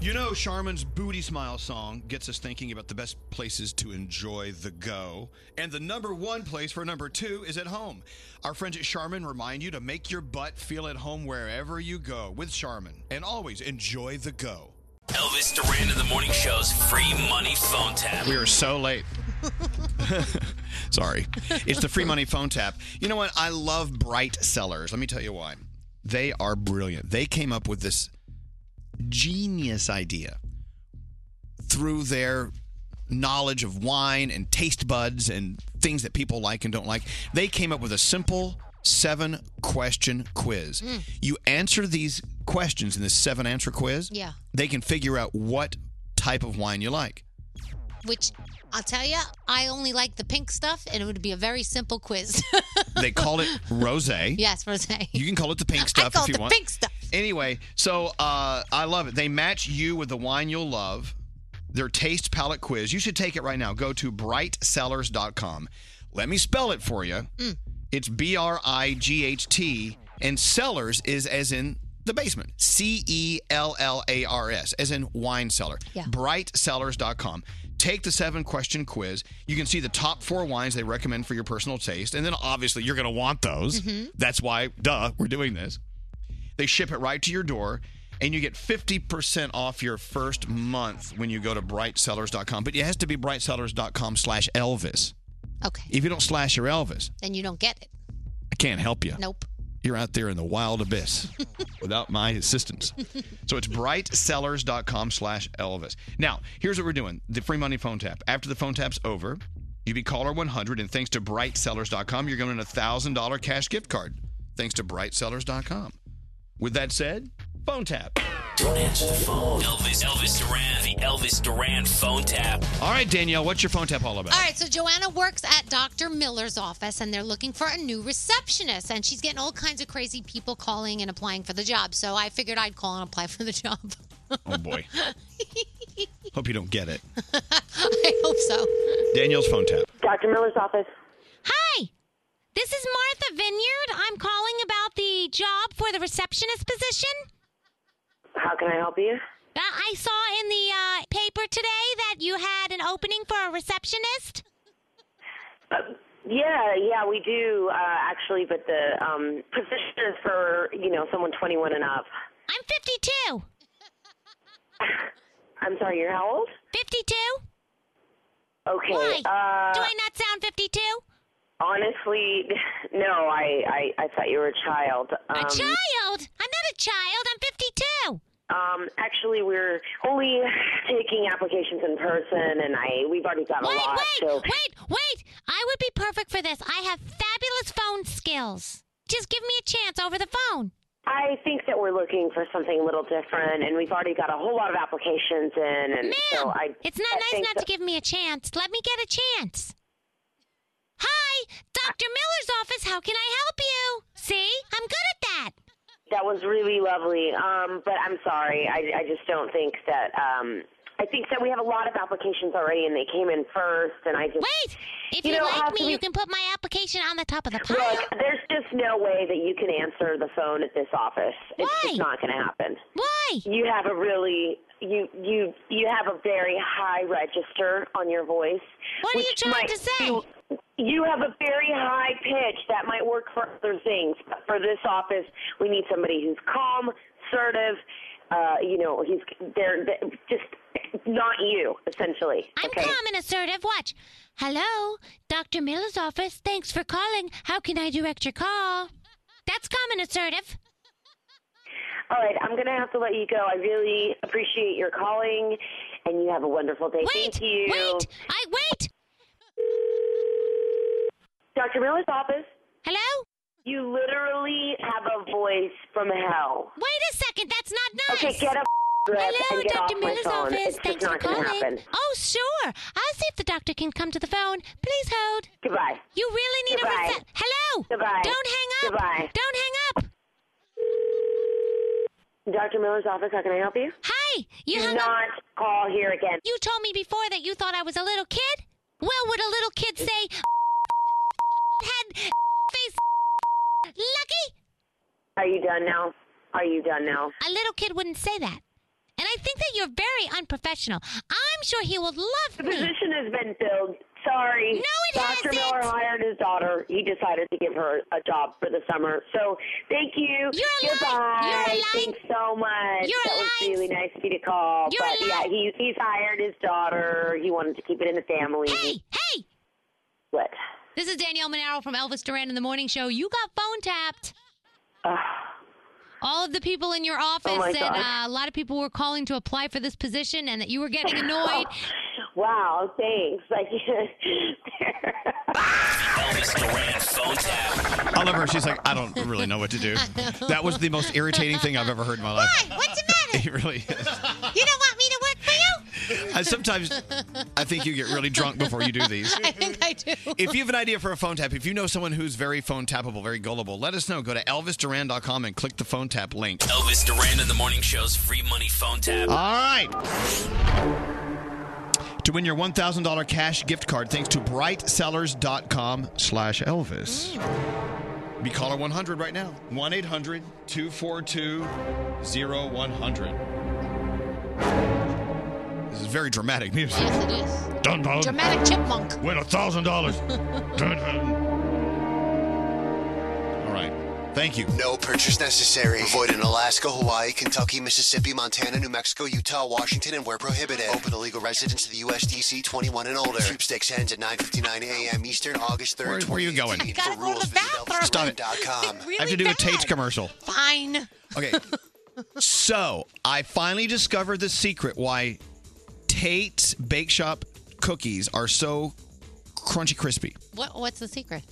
You know, Charmin's Booty Smile song gets us thinking about the best places to enjoy the go. And the number one place for number two is at home. Our friends at Charmin remind you to make your butt feel at home wherever you go with Charmin. And always enjoy the go.
Elvis Duran in the morning show's free money phone tap.
We are so late. [LAUGHS] Sorry. It's the free money phone tap. You know what? I love bright sellers. Let me tell you why. They are brilliant. They came up with this genius idea through their knowledge of wine and taste buds and things that people like and don't like. They came up with a simple seven question quiz. You answer these questions in this seven answer quiz.
Yeah.
They can figure out what type of wine you like.
Which I'll tell you, I only like the pink stuff, and it would be a very simple quiz. [LAUGHS]
They call it rosé.
yes, Rose.
You can call it the pink stuff
call
if
it
you
the
want.
pink stuff.
Anyway, so uh, I love it. They match you with the wine you'll love. Their taste palette quiz. You should take it right now. Go to brightsellers.com. Let me spell it for you. It's B R I G H T, and cellars is as in the basement. C E L L A R S, as in wine cellar.
Yeah.
Brightsellers.com. Take the seven question quiz. You can see the top four wines they recommend for your personal taste. And then obviously you're going to want those.
Mhm.
That's why, duh, we're doing this. They ship it right to your door, and you get 50% off your first month when you go to brightsellers.com. But it has to be brightsellers.com slash Elvis.
Okay.
If you don't slash your Elvis,
Then you don't get it.
I can't help you.
Nope.
You're out there in the wild abyss without my assistance. So it's brightsellers.com slash Elvis. Now, here's what we're doing the free money phone tap. After the phone tap's over, you be caller 100, and thanks to brightsellers.com, you're going to a $1,000 cash gift card. Thanks to brightsellers.com. With that said, phone tap.
Don't answer the phone. Elvis, Elvis Duran, the Elvis Duran phone tap.
All right, Danielle, what's your phone tap all about?
[LAUGHS] All right, so Joanna works at Dr. Miller's office and they're looking for a new receptionist. And she's getting all kinds of crazy people calling and applying for the job. So I figured I'd call and apply for the [LAUGHS] job.
Oh, boy. Hope you don't get it.
I hope so.
Danielle's phone tap.
Dr. Miller's office.
Hi, this is Martha Vineyard. I'm calling about the job for the receptionist position.
How can I help you?
Uh, I saw in the uh, paper today that you had an opening for a receptionist.
Uh, Yeah, yeah, we do uh, actually, but the um, position is for you know someone 21 and up.
I'm 52.
I'm sorry, you're how old?
52?
Okay.
Why?
Uh,
Do I not sound 52?
honestly, [LAUGHS] no. I, I I thought you were a child. Um,
a child? I'm not a child. I'm 52. Um, actually, we're
[LAUGHS]
only taking applications in person, and I we've already got a lot. so
Wait, wait! I would be perfect for this. I have fabulous phone skills. Just give me a chance over the phone.
I think that we're looking for something a little different, and we've already got a whole lot of applications in. And so I,
It's not
I
nice
think
not to give me a chance. Let me get a chance. Hi, Dr. Miller's office. How can I help you? See, I'm good at that.
That was really lovely. Um, but I'm sorry. I, I just don't think that. Um, I think that we have a lot of applications already, and they came in first. And I just
wait. If
you,
you,
know,
have
how can
like me,
we-
you can put my application on the top of the pile.
Look, there's just no way that you can answer the phone at this office. It's just not going to happen.
Why?
You have a really you you you have a very high register on your voice.
What are you
which
trying
might-
to say?
You, you have a very high pitch that might work for other things, but for this office, we need somebody who's calm, assertive. Uh, you know, he's they're, they're just not you essentially.
I'm calm and assertive. Watch. Hello, Dr. Miller's office. Thanks for calling. How can I direct your call? That's calm and assertive.
All right, I'm gonna have to let you go. I really appreciate your calling, and you have a wonderful day. Thank you. Wait,
I wait.
Dr. Miller's office.
Hello.
You literally have a voice from hell.
Wait a second. That's not nice.
Okay, get a grip
Hello,
and get
Dr.
off
Miller's
my phone.
office.
It's just
Thanks
not
for
gonna
calling.
happen.
Oh, sure. I'll see if the doctor can come to the phone. Please hold.
Goodbye.
You really need a reset. Hello.
Goodbye.
Don't hang up.
Goodbye.
Don't hang up.
Dr. Miller's office. How can I help you?
Hi. You
Do
hung
not
up.
call here again.
You told me before that you thought I was a little kid. Well, would a little kid say [LAUGHS] head [LAUGHS] face lucky?
Are you done now? Are you done now?
A little kid wouldn't say that. And I think that you're very unprofessional. I'm sure he would love
The
me.
position has been filled. Sorry.
No, it
Dr.
hasn't.
Miller hired his daughter. He decided to give her a job for the summer. So thank you.
You're
Goodbye. Thanks so much.
You're
that
a
was really nice of you to call.
You're a
but yeah,
lie.
he, he's hired his daughter. He wanted to keep it in the family. Hey,
hey.
What?
This is Danielle Monero from Elvis Duran in the Morning Show. You got phone tapped. All of the people in your office
my
God.
and uh, a lot of people were calling to apply for this position and that you
[LAUGHS]
were getting annoyed.
wow, thanks. Like [LAUGHS]
Elvis Duran phone tap.
I love her. She's like, I don't really know what to
[LAUGHS]
do. That was the most irritating thing I've ever heard in my life.
Why? What's the matter?
[LAUGHS] It really is.
You don't want me to work for you?
I sometimes I think you get really drunk before you do
[LAUGHS]
these.
I think I do.
If you have an idea for a phone tap, if you know someone who's very phone tappable, very gullible, let us know. Go to elvisduran.com and click the phone tap link.
Elvis Duran in the Morning Show's free money phone tap.
All right. To win your $1,000 cash gift card, thanks to brightsellers.com slash Elvis. Be caller 100 right now. 1 800 242 0100. This is very dramatic music.
Yes, it is.
Dun, dun.
[LAUGHS] Dramatic chipmunk.
Win $1,000. Dun, dun. All right. Thank you.
No purchase necessary. Void in Alaska, Hawaii, Kentucky, Mississippi, Montana, New Mexico, Utah, Washington, and where prohibited. Open to legal residents of the U.S. D.C. 21 and older. Sweepstakes ends at 9:59 a.m. Eastern, August 3rd.
Where, where are you going?
For rules,
Stop it. I have to do a Tate's commercial.
Fine.
Okay. so I finally discovered the secret why Tate's Bake Shop cookies are so crunchy crispy.
What, what's the secret?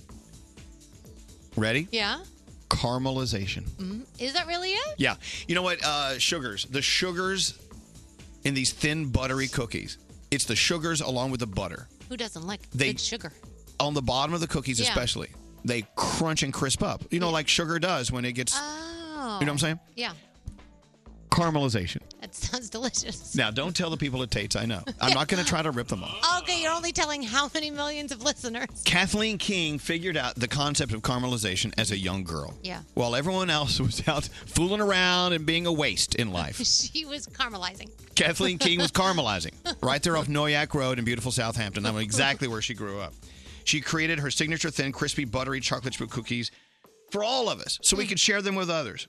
Ready?
Yeah.
Caramelization.
Mm, is that really it?
Yeah. You know what? Uh, sugars. The sugars in these thin, buttery cookies. It's the sugars along with the butter.
Who doesn't like
They-
good sugar?
On the bottom of the cookies,
Yeah.
especially, they crunch and crisp up. You know, like sugar does when it gets
Oh.
You know what I'm saying?
Yeah.
caramelization.
That sounds delicious.
Now, don't tell the people at Tate's I know. I'm not going to try to rip them off.
Okay, you're only telling how many millions of listeners? [LAUGHS]
Kathleen King figured out the concept of caramelization as a young girl.
Yeah.
While everyone else [LAUGHS] was out fooling around and being a waste in life,
she was caramelizing.
Kathleen King
[LAUGHS]
was caramelizing right there off Noyak Road in beautiful Southampton. I'm exactly where she grew up. She created her signature thin, crispy, buttery chocolate chip cookies for all of us so we could share them with others.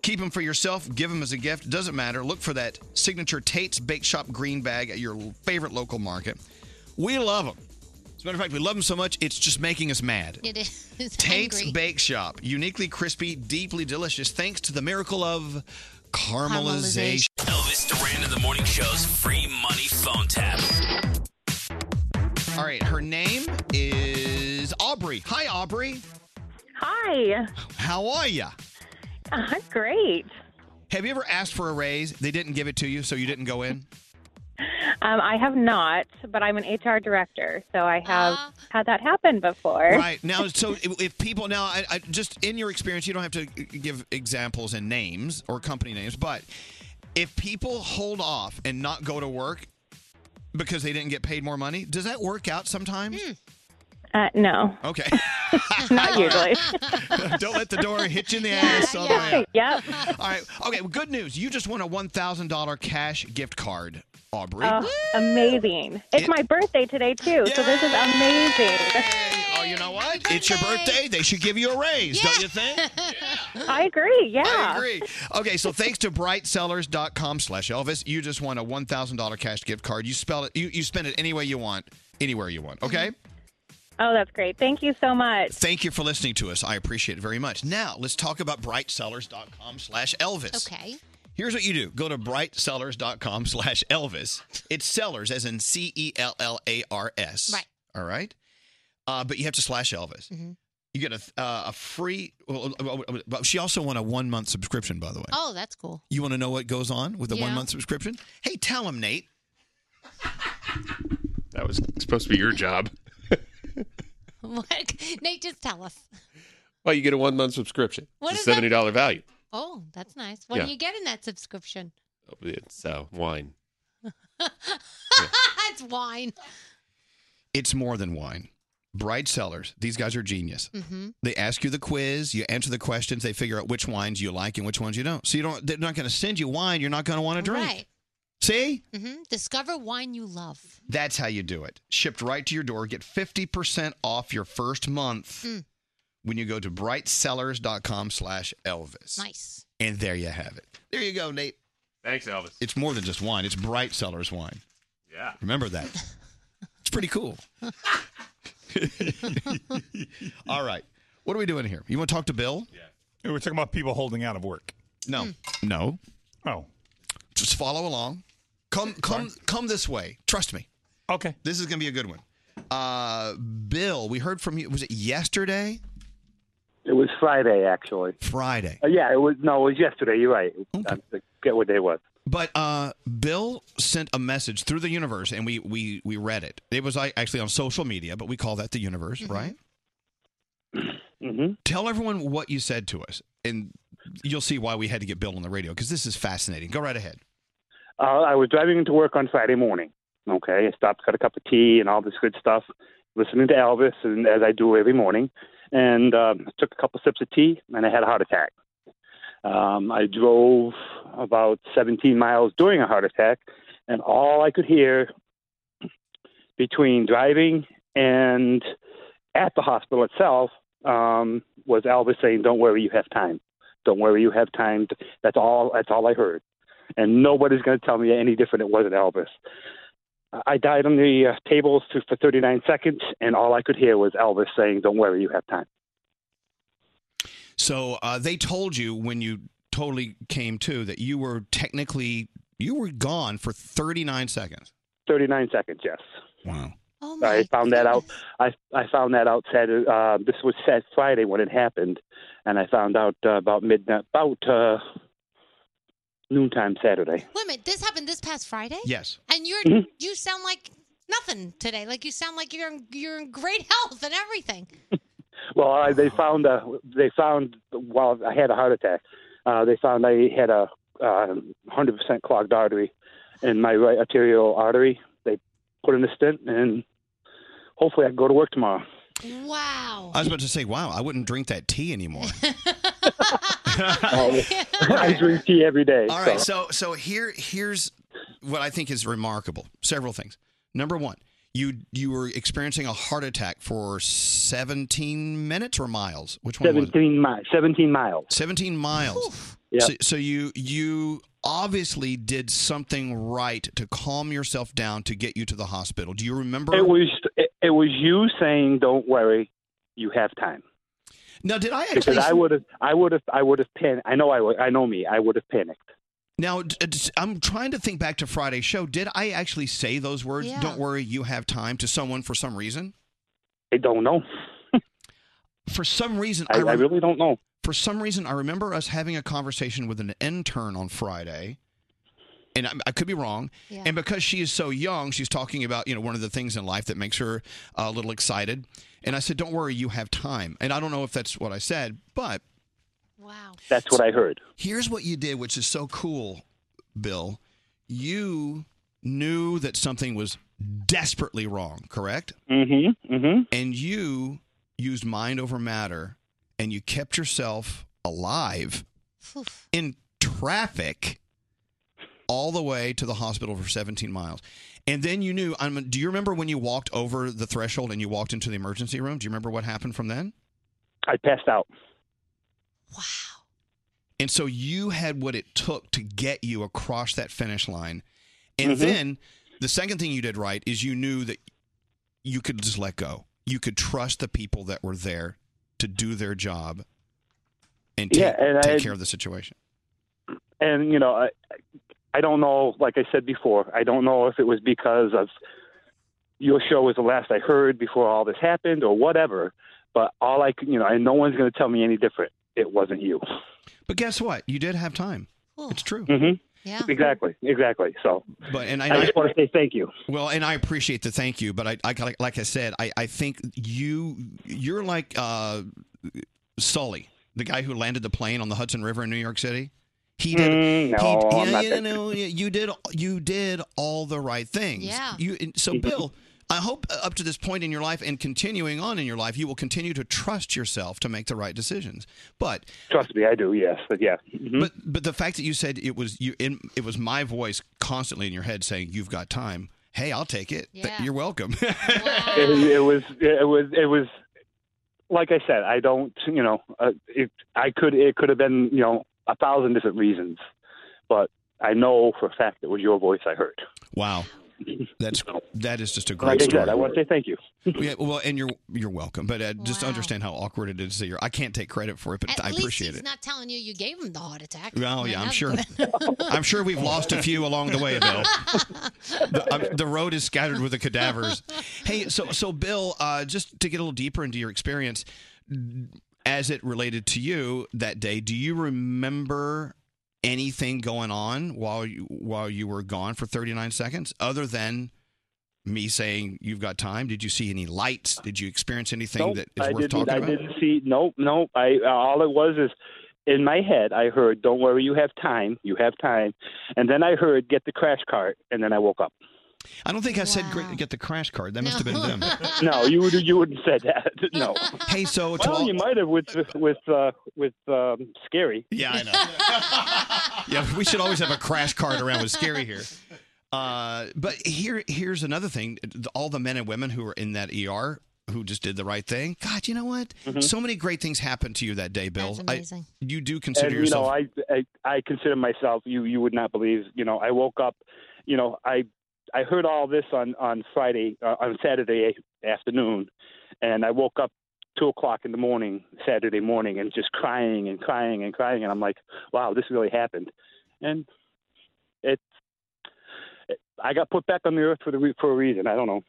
Keep them for yourself, give them as a gift, doesn't matter. Look for that signature Tate's Bake Shop green bag at your favorite local market. We love them. As a matter of fact, we love them so much, it's just making us mad.
It is [LAUGHS]
Tate's
angry.
Bake Shop, uniquely crispy, deeply delicious, thanks to the miracle of Caramelization.
Elvis Duran in the Morning Show's free money phone tap.
All right, her name is Aubrey. Hi, Aubrey.
Hi.
How are you?
I'm great.
Have you ever asked for a raise? They didn't give it to you, so you didn't go in?
Um, I have not, but I'm an HR director, so
Uh,
I have had that happen before.
Right now,
[LAUGHS]
so if if people now, I, I, just in your experience, you don't have to give examples and names or company names, but if people hold off and not go to work because they didn't get paid more money, does that work out sometimes?
Uh,
[LAUGHS]
no,
Okay,
[LAUGHS] not usually.
[LAUGHS] don't let the door hit you in the ass. on the way out. [LAUGHS]
yep.
All right. Okay. Well, good news. You just won a one thousand dollar cash gift card, Aubrey.
Oh, amazing. It's my birthday today, too, so this is amazing.
Oh, you know what? It's your birthday. They should give you a raise, don't you think?
[LAUGHS] I agree, yeah.
I agree. Okay, so thanks to brightsellers.com slash Elvis, you just won a $1,000 cash gift card. You spell it, you, you spend it any way you want, anywhere you want, okay?
Oh, that's great. Thank you so much.
Thank you for listening to us. I appreciate it very much. Now, let's talk about brightsellers.com slash Elvis.
Okay.
Here's what you do. Go to brightsellers.com slash Elvis. It's sellers as in E C-E-L-L-A-R-S.
Right.
All right? Uh, but you have to slash Elvis. You get a, uh, a free. Well, well, well, but she also won a one month subscription, by the way.
Oh, that's cool.
You want to know what goes on with a
Yeah.
one month subscription? Hey, tell him, Nate.
That was supposed to be your job.
[LAUGHS] What? Nate, just tell us.
Well, you get a one month subscription.
What
it's
is
a
that?
$70 value.
Oh, that's nice. What
Yeah.
do you get in that subscription?
It's uh, wine.
[LAUGHS] it's wine.
It's more than wine. Bright sellers. These guys are genius.
Mm-hmm.
They ask you the quiz, you answer the questions, they figure out which wines you like and which ones you don't. So you don't. They're not going to send you wine you're not going to want to drink.
Right.
See,
Mm-hmm. Discover wine you love.
that's how you do it. Shipped right to your door. Get fifty percent off your first month
Mm.
when you go to brightsellers.com/slash Elvis.
Nice.
And there you have it. There you go, Nate.
Thanks, Elvis.
It's more than just wine. It's Bright Sellers wine.
Yeah.
Remember that. it's pretty cool. [LAUGHS] All right. What are we doing here? You want to talk to Bill? Yeah.
We're talking about people holding out of work.
No. No.
Oh.
Just follow along. Come come come this way. Trust me.
Okay.
This is going to be a good one. Uh Bill, we heard from you was it yesterday?
It was Friday, actually.
Friday.
Uh, yeah, it was. No, it was yesterday. You're right. I forget what day it was.
But uh, Bill sent a message through the universe, and we we we read it. It was like, actually on social media, but we call that the universe, right?
Mm-hmm.
Tell everyone what you said to us, and you'll see why we had to get Bill on the radio because this is fascinating. Go right ahead.
Uh, I was driving into work on Friday morning. Okay, I stopped, got a cup of tea, and all this good stuff. Listening to Elvis, and as I do every morning, and um, took a couple sips of tea, and I had a heart attack. Um, I drove about 17 miles during a heart attack, and all I could hear between driving and at the hospital itself um, was Elvis saying, "Don't worry, you have time. Don't worry, you have time." That's all. That's all I heard, and nobody's going to tell me any different. It wasn't Elvis. I died on the uh, tables to, for 39 seconds, and all I could hear was Elvis saying, "Don't worry, you have time."
So uh, they told you when you totally came to that you were technically you were gone for 39 seconds.
39 seconds. Yes.
Wow.
Oh
I found that out. I I found that out Saturday. Uh, this was Sat Friday when it happened, and I found out uh, about midnight, about uh, noontime Saturday.
Wait a minute. This happened this past Friday.
Yes.
And you're
Mhm.
you sound like nothing today. Like you sound like you're in, you're in great [LAUGHS] health and everything.
Well, I, they found uh, they found while I had a heart attack, uh, they found I had a um, hundred percent clogged artery in my right arterial artery. They put in a stent, and hopefully I can go to work tomorrow.
Wow.
I was about to say, wow, I wouldn't drink that tea anymore.
[LAUGHS] I drink tea every day.
All right, so so here here's what I think is remarkable. Several things. Number one, you you were experiencing a heart attack for 17 minutes or miles. Which one was it?
seventeen miles. Seventeen miles.
Seventeen miles.
Yeah.
So, so you you obviously did something right to calm yourself down to get you to the hospital. Do you remember?
It was it, it was you saying, "Don't worry, you have time."
Now, did I
Because
actually-
I would have, I would have, I would have panicked. I know I would, I know me. I would have panicked.
Now, d- d- I'm trying to think back to Friday's show. Did I actually say those words,
Yeah.
don't worry, you have time, to someone for some reason?
I don't know.
[LAUGHS] for some reason,
I, I,
rem-
really don't know.
For some reason, I remember us having a conversation with an intern on Friday. And I, I could be wrong.
Yeah.
And because she is so young, she's talking about you know one of the things in life that makes her uh, a little excited. And I said, "Don't worry, you have time." And I don't know if that's what I said, but
That's what I heard.
Here's what you did, which is so cool, Bill. You knew that something was desperately wrong, correct?
Mm-hmm. Mm-hmm.
And you used mind over matter and you kept yourself alive in traffic all the way to the hospital for 17 miles. And then you knew, I'm, do you remember when you walked over the threshold and you walked into the emergency room? Do you remember what happened from then?
I passed out.
And so you had what it took to get you across that finish line. And
Mhm.
then the second thing you did right is you knew that you could just let go. You could trust the people that were there to do their job and take,
Yeah, and
take
I-
care of the situation.
and you know I, I don't know like i said before i don't know if it was because of your show was the last i heard before all this happened or whatever but all i could you know and no one's going to tell me any different it wasn't you
But guess what? You did have time. It's true.
hmm
Mm-hmm.
yeah
exactly exactly so
But and I,
I just want to say thank you
Well, and I appreciate the thank you, but I, I gotta- like I said, I, I think you you're like uh, Sully, the guy who landed the plane on the Hudson River in New York City. He did.
Mm,
he-
no, I'm
yeah,
not
yeah,
that-
no, yeah, you did. You did all the right things.
Yeah.
You. and So, Bill, I hope uh, up to this point in your life and continuing on in your life, you will continue to trust yourself to make the right decisions. But
trust me i do yes but yeah Mhm.
but but the fact that you said it was you in it was my voice constantly in your head saying you've got time. Hey, I'll take it. Th- You're welcome. [LAUGHS]
it, it was it was it was like i said i don't you know uh, it i could it could have been you know a thousand different reasons but i know for a fact it was your voice i heard
wow. That's that is just a
like
great
i
story.
said i want to say thank you
yeah, well, and you're you're welcome, but uh, just understand how awkward it is. That you're, I can't take credit for it, but
At
I
least
appreciate
he's
it.
not telling you you gave him the heart attack.
Oh yeah, I'm
that's
sure.
good.
[LAUGHS] I'm sure we've lost a few along the way, Bill. The,
[LAUGHS]
um, the road is scattered with the cadavers. Hey, so so Bill, uh, just to get a little deeper into your experience, as it related to you that day, do you remember anything going on while you while you were gone for 39 seconds, other than me saying you've got time? Did you see any lights? Did you experience anything
Nope,
that is
I
worth
didn't,
talking
I
about?
didn't see. Nope, nope. I uh, all it was is in my head. I heard, "Don't worry, you have time. You have time." And then I heard, "Get the crash cart," and then I woke up.
I don't think I said great, get the crash card. That must have been them.
no, you would you wouldn't said that. [LAUGHS] No.
Hey, so
well, you might have with with uh, with um, scary.
Yeah, I know. yeah, we should always have a crash cart around with Scary here. Uh, but here, here's another thing: all the men and women who were in that ER who just did the right thing. God, you know what? So many great things happened to you that day, Bill.
Mm-hmm. That's
I-
amazing.
you do consider
and,
yourself.
You know, I, I I consider myself. You you would not believe. You know, I woke up. You know, I I heard all this on on Friday uh, on Saturday afternoon, and I woke up two o'clock in the morning Saturday morning and just crying and crying and crying, and I'm like, wow, this really happened, and it. it- I got put back on the earth for the re- for a reason. I don't know.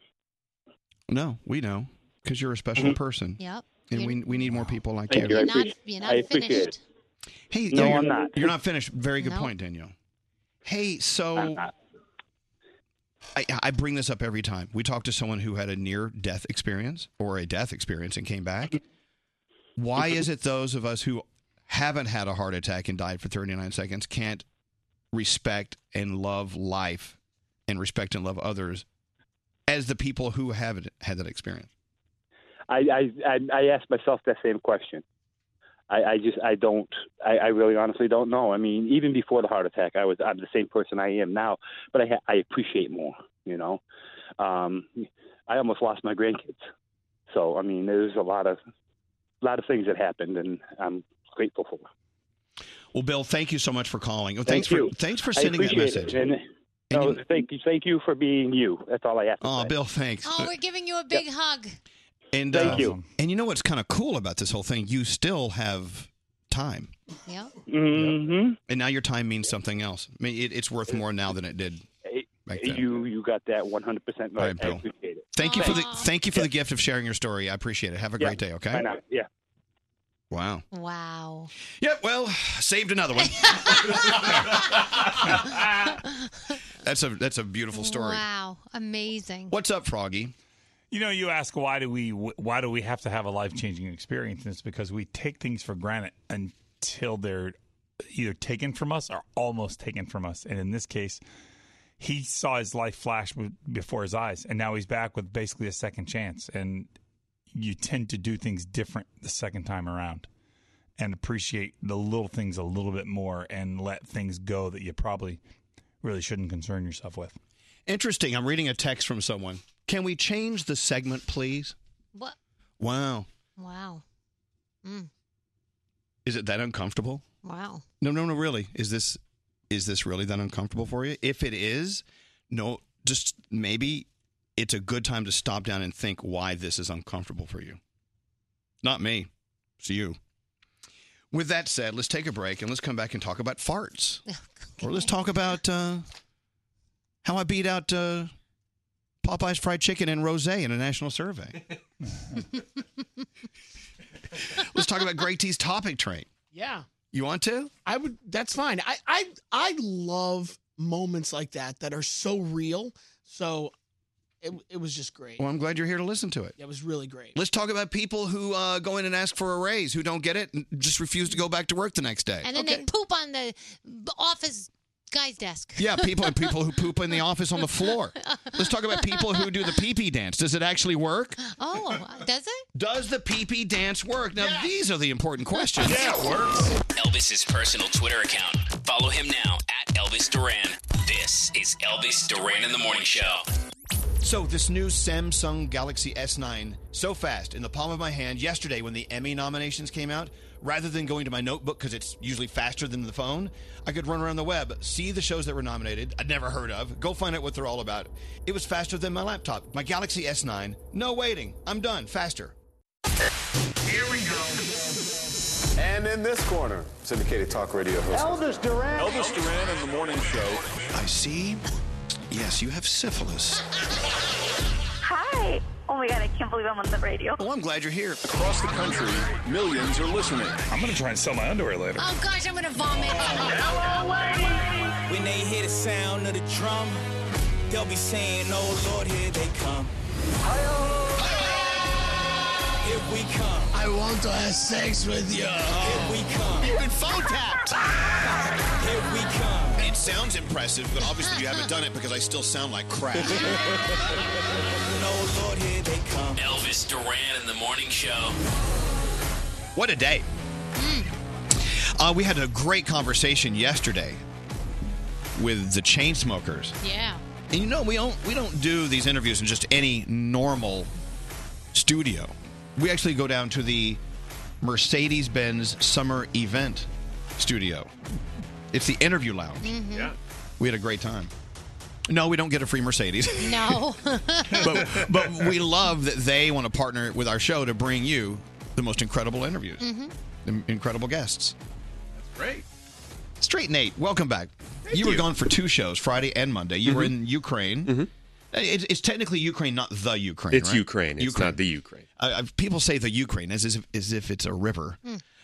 no, we know because you're a special
Mm-hmm.
person.
Yep.
And we, we need more people like
Thank
you.
you. I You're not- appreciate- you're not I appreciate finished. it.
Hey,
No,
yeah, you're,
I'm not.
You're not finished. Very good
No.
point, Danielle. Hey, so I, I bring this up every time. We talk to someone who had a near death experience or a death experience and came back. Why is it those of us who haven't had a heart attack and died for 39 seconds can't respect and love life and respect and love others as the people who have had that experience?
I I I, I ask myself that same question. I, I just I don't I, I really honestly don't know. I mean, even before the heart attack, I was I'm the same person I am now, but I ha- I appreciate more. You know, um, I almost lost my grandkids, so I mean, there's a lot of lot of things that happened, and I'm grateful for.
Well, Bill, thank you so much for calling. Oh,
Thank
thanks
you.
for thanks for
I
sending that
appreciate it,
message.
and- no, thank you, thank you for being you. That's all I have. To
Oh,
say.
Bill, thanks.
[LAUGHS] Oh, we're giving you a big hug.
And
Thank
uh,
you.
And you know what's kind of cool about this whole thing? You still have time.
Yeah.
Mm-hmm. And now your time means something else. I mean, it, it's worth more now than it did back then.
You you got that 100% right.
All right,
I
Bill.
appreciate it.
Thank you for the thank you for the gift of sharing your story. I appreciate it. Have a great day. Okay.
Why not? Yeah.
Wow.
Wow.
Yep. Well, saved another one. that's a that's a [LAUGHS] beautiful story.
Wow. Amazing.
What's up, Froggy?
You know, you ask why do we why do we have to have a life changing experience? And it's because we take things for granted until they're either taken from us or almost taken from us. And in this case, he saw his life flash w- before his eyes, and now he's back with basically a second chance. And you tend to do things different the second time around, and appreciate the little things a little bit more, and let things go that you probably really shouldn't concern yourself with.
Interesting. I'm reading a text from someone. Can we change the segment, please?
What?
Wow.
Wow. Mm.
Is it that uncomfortable?
Wow.
No, no, no, really. Is this is this really that uncomfortable for you? If it is, no, just maybe it's a good time to stop down and think why this is uncomfortable for you. Not me. It's you. With that said, let's take a break and let's come back and talk about farts. Or let's talk about uh, how I beat out uh, Popeye's fried chicken and rosé in a national survey. let's talk about Grey T's topic train.
Yeah.
You want to?
I would. That's fine. I I I love moments like that that are so real. So it it was just great.
Well, I'm glad you're here to listen to it.
It was really great.
Let's talk about people who uh, go in and ask for a raise, who don't get it, and just refuse to go back to work the next day.
And then they poop on the the office guy's desk.
yeah, people and
[LAUGHS]
people who poop in the office on the floor. Let's talk about people who do the pee pee dance. Does it actually work?
Oh, does it?
Does the pee pee dance work? Now, these are the important questions.
Elvis's personal Twitter account. Follow him now at Elvis Duran. This is Elvis Duran in the Morning Show.
So, this new Samsung Galaxy S9, so fast in the palm of my hand yesterday when the Emmy nominations came out, rather than going to my notebook because it's usually faster than the phone, I could run around the web, see the shows that were nominated, I'd never heard of, go find out what they're all about. It was faster than my laptop. My Galaxy S9, no waiting. I'm done, faster.
Here we go. And in this corner, syndicated talk radio host Elvis Duran. Elvis Duran in the morning show.
I see. Yes, you have syphilis. [LAUGHS]
Hi. Oh my god, I can't believe I'm on the radio.
Well, I'm glad you're here.
Across the country, millions are listening.
I'm gonna try and sell my underwear later.
Oh gosh, I'm gonna vomit.
Oh,
When they hear the sound of the drum, they'll be saying, Oh Lord, here they come. Here we come.
I want to have sex with you.
Here we come.
[LAUGHS]
You've been phone tapped.
Here we come.
It sounds impressive, but obviously you haven't done it because I still sound like [LAUGHS] crap.
Oh Lord, here they come.
Elvis Duran in the Morning Show.
What a day. Uh, we had a great conversation yesterday with the chain smokers.
Yeah.
And you know, we don't we don't do these interviews in just any normal studio. We actually go down to the Mercedes-Benz summer event studio. It's the interview lounge.
Yeah.
We had a great time. No, we don't get a free Mercedes.
[LAUGHS]
No.
[LAUGHS] but, but we love that they want to partner with our show to bring you the most incredible interviews,
Mhm.
in- incredible guests.
Great.
Straight Nate, welcome back. you, were gone for two shows, Friday and Monday. You
Mm-hmm.
were in Ukraine. It- it's technically Ukraine, not the Ukraine.
It's
right?
Ukraine. It's not the Ukraine.
I, I, people say the Ukraine as if, as if it's a river.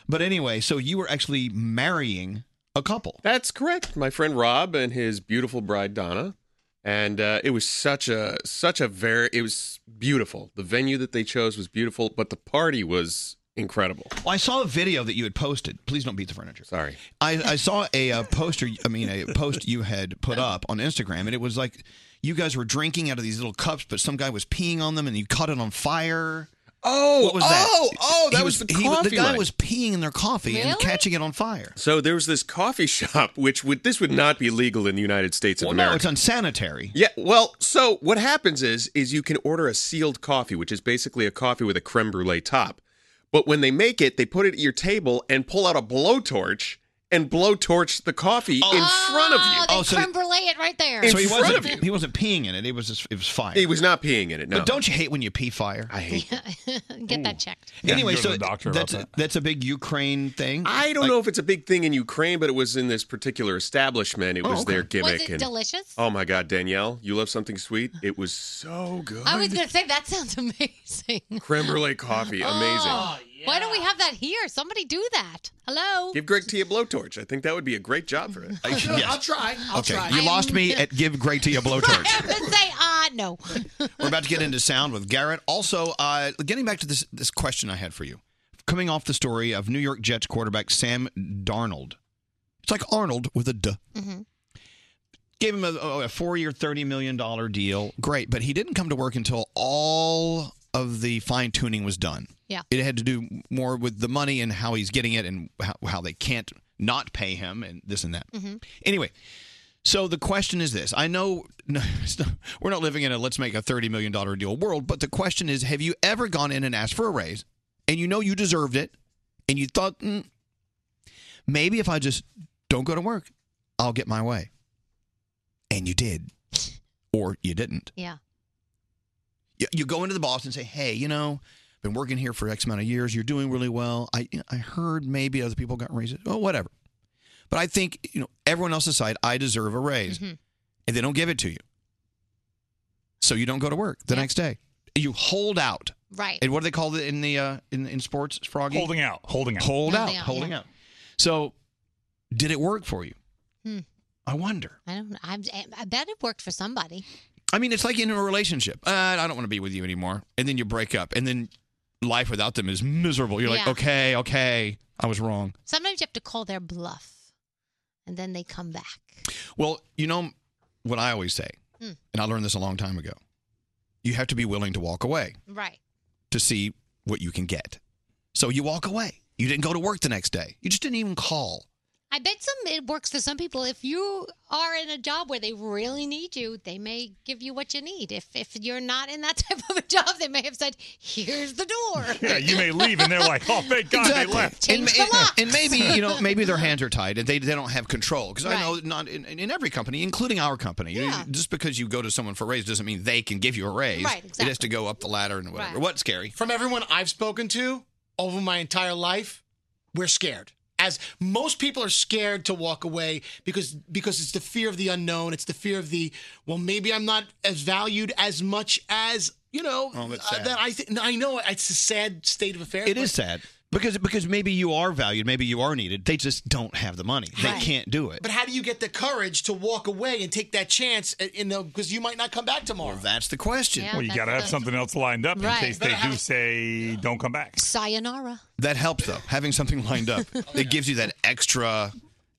But anyway, so you were actually marrying a couple.
That's correct. My friend Rob and his beautiful bride Donna, and uh, it was such a such a very it was beautiful. The venue that they chose was beautiful, but the party was incredible.
Well, I saw a video that you had posted. Please don't beat the furniture.
Sorry.
I, I saw a uh, poster. I mean, a post you had put up on Instagram, and it was like you guys were drinking out of these little cups, but some guy was peeing on them, and you caught it on fire.
Oh,
what was that?
oh, oh, that
He
was the
he
coffee
the guy
one.
was peeing in their coffee and
Really?
catching it on fire.
So there was this coffee [LAUGHS] shop, which would this would not be legal in the United States of
Well,
America.
no, it's unsanitary.
Yeah, well, so what happens is is you can order a sealed coffee, which is basically a coffee with a creme brulee top. But when they make it, they put it at your table and pull out a blowtorch and blowtorched the coffee in front of you.
Oh, they creme brulee it right there.
so he wasn't he wasn't peeing in it. It was just, it was fire.
He was not peeing in it. No.
But don't you hate when you pee fire? I hate.
[LAUGHS] Get that checked.
anyway, so that's a, that's a big Ukraine thing.
I don't know if it's a big thing in Ukraine, but it was in this particular establishment. It
Oh,
was their
okay. Was
gimmick.
it
and,
delicious?
Oh my God, Danielle, you love something sweet? It was so good.
I was going to say, that sounds
[LAUGHS]
amazing.
Creme brulee coffee, amazing.
Oh, Why don't we have that here? Somebody do that. Hello?
Give Greg T a blowtorch. I think that would be a great job
[LAUGHS]
for it.
[LAUGHS]
I'll try. I'll
okay,
try.
you lost me at give Greg T a blowtorch.
I would say, uh, no.
We're about to get into sound with Garrett. Also, uh, getting back to this this question I had for you, coming off the story of New York Jets quarterback Sam Darnold. It's like Arnold with a D.
Mm-hmm.
Gave him a, a four-year, thirty million dollar deal. Great, but he didn't come to work until all of the fine-tuning was done.
Yeah.
it had to do more with the money and how he's getting it, and how, how they can't not pay him, and this and that.
Mm-hmm.
Anyway, so the question is this: I know [LAUGHS] no, it's not- we're not living in a let's make a thirty million dollar deal world, but the question is: Have you ever gone in and asked for a raise, and you know you deserved it, and you thought "Mm, maybe if I just don't go to work, I'll get my way, and you did, or you didn't?
Yeah.
You, you go into the boss and say, "Hey, you know." Been working here for X amount of years. You're doing really well. I I heard maybe other people got raises. Oh, whatever. But I think, you know, everyone else aside, I deserve a raise.
Mm-hmm.
And they don't give it to you. So you don't go to work the next day. You hold out.
Right.
And what do they call it in the uh, in, in sports, Froggy?
Holding out. Holding out.
Hold out.
Holding out,
holding
yeah.
out. So did it work for you?
Hmm.
I wonder.
I don't know. I'm, I bet it worked for somebody.
I mean, it's like in a relationship. Uh, I don't want to be with you anymore. And then you break up. And then life without them is miserable. You're like,
Yeah.
okay, okay, I was wrong.
Sometimes you have to call their bluff, and then they come back.
Well, you know what I always say,
Hmm.
and I learned this a long time ago. You have to be willing to walk away
Right.
to see what you can get. So you walk away. You didn't go to work the next day. You just didn't even call.
I bet some it works for some people. If you are in a job where they really need you, they may give you what you need. If if you're not in that [LAUGHS] type of a job, they may have said, "Here's the door."
[LAUGHS] Yeah, you may leave, and they're like, "Oh, thank God they
Exactly.
left."
And, ma- and maybe you [LAUGHS] know, maybe their hands are tied and they, they don't have control. Because I
Right.
know not in, in every company, including our company, you-
Yeah.
just because you go to someone for a raise doesn't mean they can give you a raise.
Right,
It has to go up the ladder and whatever.
Right.
What's scary?
From everyone I've spoken to over my entire life, we're scared. As most people are scared to walk away because because it's the fear of the unknown. It's the fear of the well, maybe I'm not as valued as much as you know
Oh, that's
uh,
sad.
that I th- I know it's a sad state of affairs.
It is sad because because maybe you are valued, maybe you are needed. They just don't have the money.
Right.
They can't do it.
But how do you get the courage to walk away and take that chance? uh, You know, because you might not come back tomorrow.
that's the question.
Yeah,
well, you
that's
got to have
the-
something else lined up
Right.
in case
Better
they do
have-
say, "Don't come back."
Sayonara.
That helps though. Having something lined up, it gives you that extra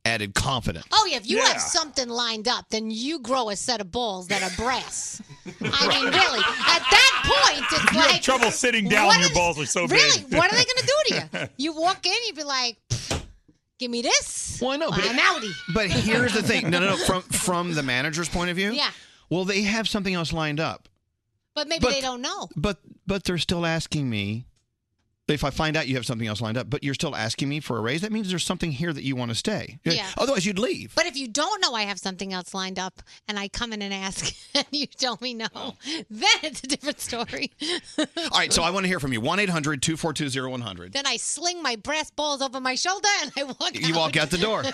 added confidence.
Oh yeah, if you
Yeah.
have something lined up, then you grow a set of balls that are brass. I mean, really, at that point, it's
You
like
have trouble sitting down.
what
Your
is-
balls are so big.
really, what are
[LAUGHS]
they going to do to you? You walk in, you'd be like, "Pfft, "Give me this."
Well, I know, but-
I'm outie.
But here's the thing. No, no, no. From from the manager's point of view.
Yeah.
Well, they have something else lined up,
But maybe
But-
they don't know.
but but they're still asking me. If I find out you have something else lined up, but you're still asking me for a raise, that means there's something here that you want to stay.
Yeah.
Otherwise, you'd
[LAUGHS]
leave.
But if you don't know I have something else lined up and I come in and ask [LAUGHS] and you tell me no,
Oh.
then it's a different story.
All right. So I want to hear from you. 1 800 242 [LAUGHS] 100.
then I sling my brass balls over my shoulder and I walk
You walk out the
[LAUGHS]
door.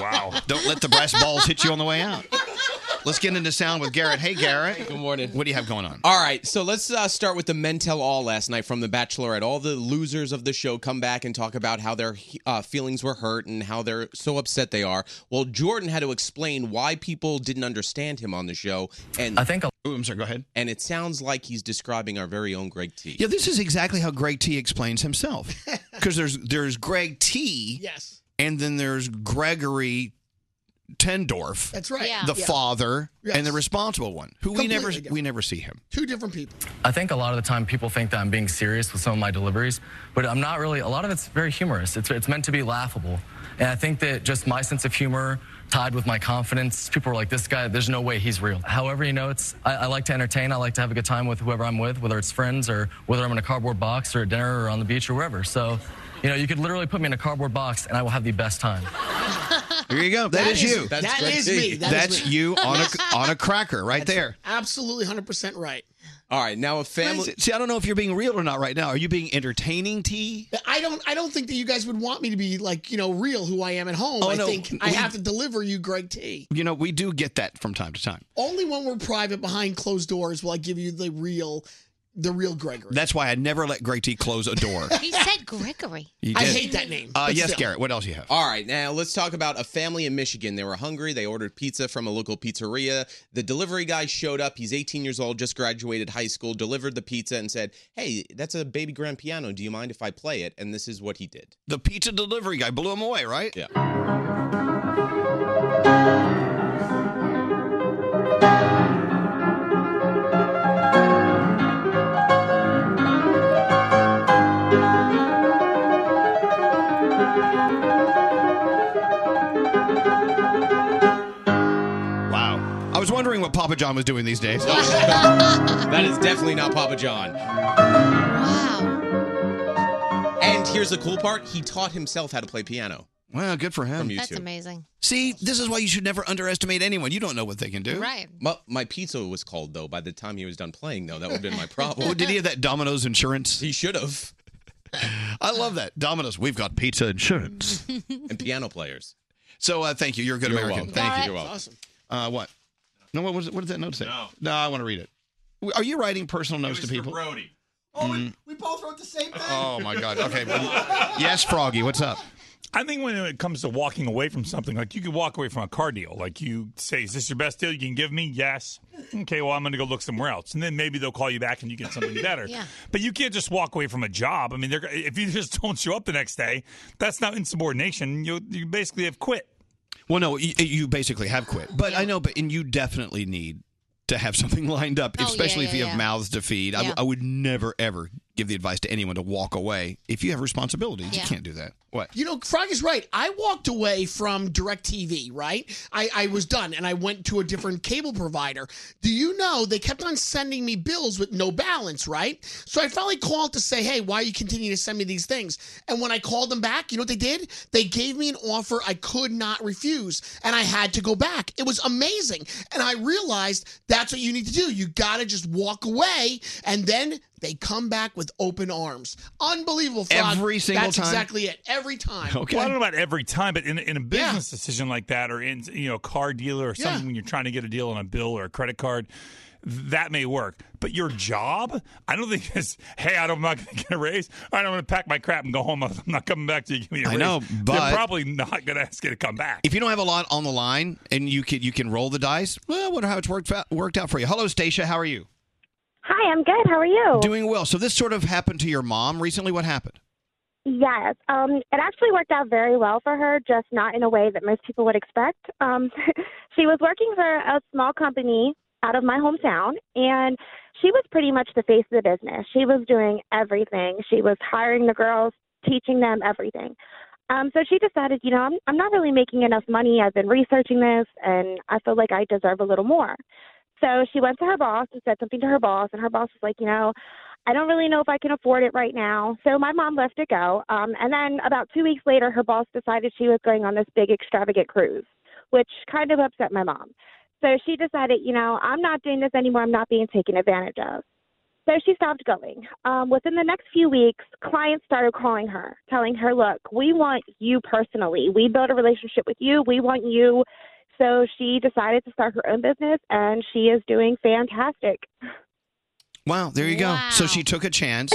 wow.
Don't let the brass balls hit you on the way out. Let's get into sound with Garrett. Hey, Garrett. good morning. What do you have going on?
All right, so let's uh, start with the men tell all last night from The Bachelorette. All the losers of the show come back and talk about how their uh, feelings were hurt and how they're so upset they are. Well, Jordan had to explain why people didn't understand him on the show, and I
think. Ooh, I'm sorry. Go ahead.
And it sounds like he's describing our very own Greg T.
Yeah, this is exactly how Greg T explains himself. Because there's there's Greg T.
Yes.
And then there's Gregory Tendorf.
That's right. Yeah.
The
Yeah.
father
Yes.
and the responsible one, who we never
Completely different.
we never see him.
[LAUGHS] Two different people.
I think a lot of the time people think that I'm being serious with some of my deliveries, but I'm not really. A lot of it's very humorous. It's, it's meant to be laughable. And I think that just my sense of humor tied with my confidence, people are like, this guy, there's no way he's real. However, you know, it's, I, I like to entertain. I like to have a good time with whoever I'm with, whether it's friends or whether I'm in a cardboard box or at dinner or on the beach or wherever. So, you know, you could literally put me in a cardboard box and I will have the best time.
Here you go.
That
that is,
is-
you.
That's that great. is me. That is
That's
me.
you on a on a cracker right there.
Absolutely, hundred percent right.
All right, now a family. See, I don't know if you're being real or not right now. Are you being entertaining, T?
I don't. I don't think that you guys would want me to be like you know real who I am at home.
Oh,
I
no.
think I
We-
have to deliver you, Greg T.
You know, we do get that from time to time.
Only when we're private behind closed doors will I give you the real, the real Gregory.
That's why I never let Greg T close a
[LAUGHS]
door.
He said Gregory.
You
I
did.
hate that name.
Uh,
but
yes,
still.
Garrett. What else you have?
All right, now let's talk about a family in Michigan. They were hungry. They ordered pizza from a local pizzeria. The delivery guy showed up. He's 18 years old, just graduated high school, delivered the pizza and said, Hey, that's a baby grand piano. Do you mind if I play it? And this is what he did.
The pizza delivery guy blew him away, right?
Yeah.
Wow. I was wondering what Papa John was doing these days.
That is definitely not Papa John. Wow. And here's the cool part he taught himself how to play piano.
Wow, good for him.
From YouTube.
That's amazing.
See, this is why you should never underestimate anyone. You don't know what they can do.
Right.
My, my pizza was called though. By the time he was done playing, though, that would have
[LAUGHS]
been my problem.
Well, did he have that Domino's insurance?
He should have.
I love that. Domino's, we've got pizza insurance.
[LAUGHS] and piano players.
So uh, thank you. You're a good
You're
American.
welcome.
Thank
All
you.
right.
You're welcome.
Awesome.
Uh, what? No, what, was, what does that note say? No. I want to read it. W- Are you writing personal notes to people?
Oh,
Mm.
we both wrote the same thing.
Oh, my God. Okay. yes, Froggy, what's up?
I think when it comes to walking away from something, like you could walk away from a car deal. Like you say, is this your best deal you can give me? Yes. Okay, well, I'm going to go look somewhere else. And then maybe they'll call you back and you get
[LAUGHS]
something better.
Yeah.
But you can't just walk away from a job. I mean, they're, if you just [LAUGHS] don't show up the next day, that's not insubordination. You, you basically have quit.
Well, no, you, you basically have quit. But I know, but and you definitely need to have something lined up,
Oh, yeah,
especially if
yeah,
you have
yeah.
mouths to feed. I I,
Yeah.
w- I would never, ever give the advice to anyone to walk away. If you have responsibilities,
Yeah.
you can't do that. What?
You know, Frog is right. I walked away from DirecTV, right? I, I was done and I went to a different cable provider. Do you know they kept on sending me bills with no balance, right? So I finally called to say, hey, why are you continuing to send me these things? And when I called them back, you know what they did? They gave me an offer I could not refuse and I had to go back. It was amazing. And I realized that's what you need to do. You got to just walk away and then. They come back with open arms. Unbelievable, Frog.
Every single
That's
time?
exactly it.
[LAUGHS]
Every time.
Well, I don't know about every time, but in, in a business decision like that, or in you know, a car dealer or something,
Yeah.
when you're trying to get a deal on a bill or a credit card, that may work. But your job, I don't think is. Hey, I don't- I'm not going to get a raise. All right, I'm going to pack my crap and go home. I'm not coming back to you. Give me a
I
raise.
know, but-
they're probably not going to ask you to come back.
If you don't have a lot on the line and you can you can roll the dice, well, I wonder how it's worked out, worked out for you. Hello, Stacia. How are you?
Hi, I'm good. How are you?
Doing well. So this sort of happened to your mom recently. What happened?
Yes. Um, it actually worked out very well for her, just not in a way that most people would expect. Um, [LAUGHS] she was working for a small company out of my hometown, and she was pretty much the face of the business. She was doing everything. She was hiring the girls, teaching them everything. Um, so she decided, you know, I'm, I'm not really making enough money. I've been researching this, and I feel like I deserve a little more. So she went to her boss and said something to her boss, and her boss was like, you know, I don't really know if I can afford it right now. So my mom left it go. Um, and then about two weeks later, her boss decided she was going on this big extravagant cruise, which kind of upset my mom. So she decided, you know, I'm not doing this anymore. I'm not being taken advantage of. So she stopped going. Um, within the next few weeks, clients started calling her, telling her, look, we want you personally. We built a relationship with you. We want you. So she decided to start her own business, and she is doing fantastic.
Wow, there you go. So she took a
[LAUGHS]
chance.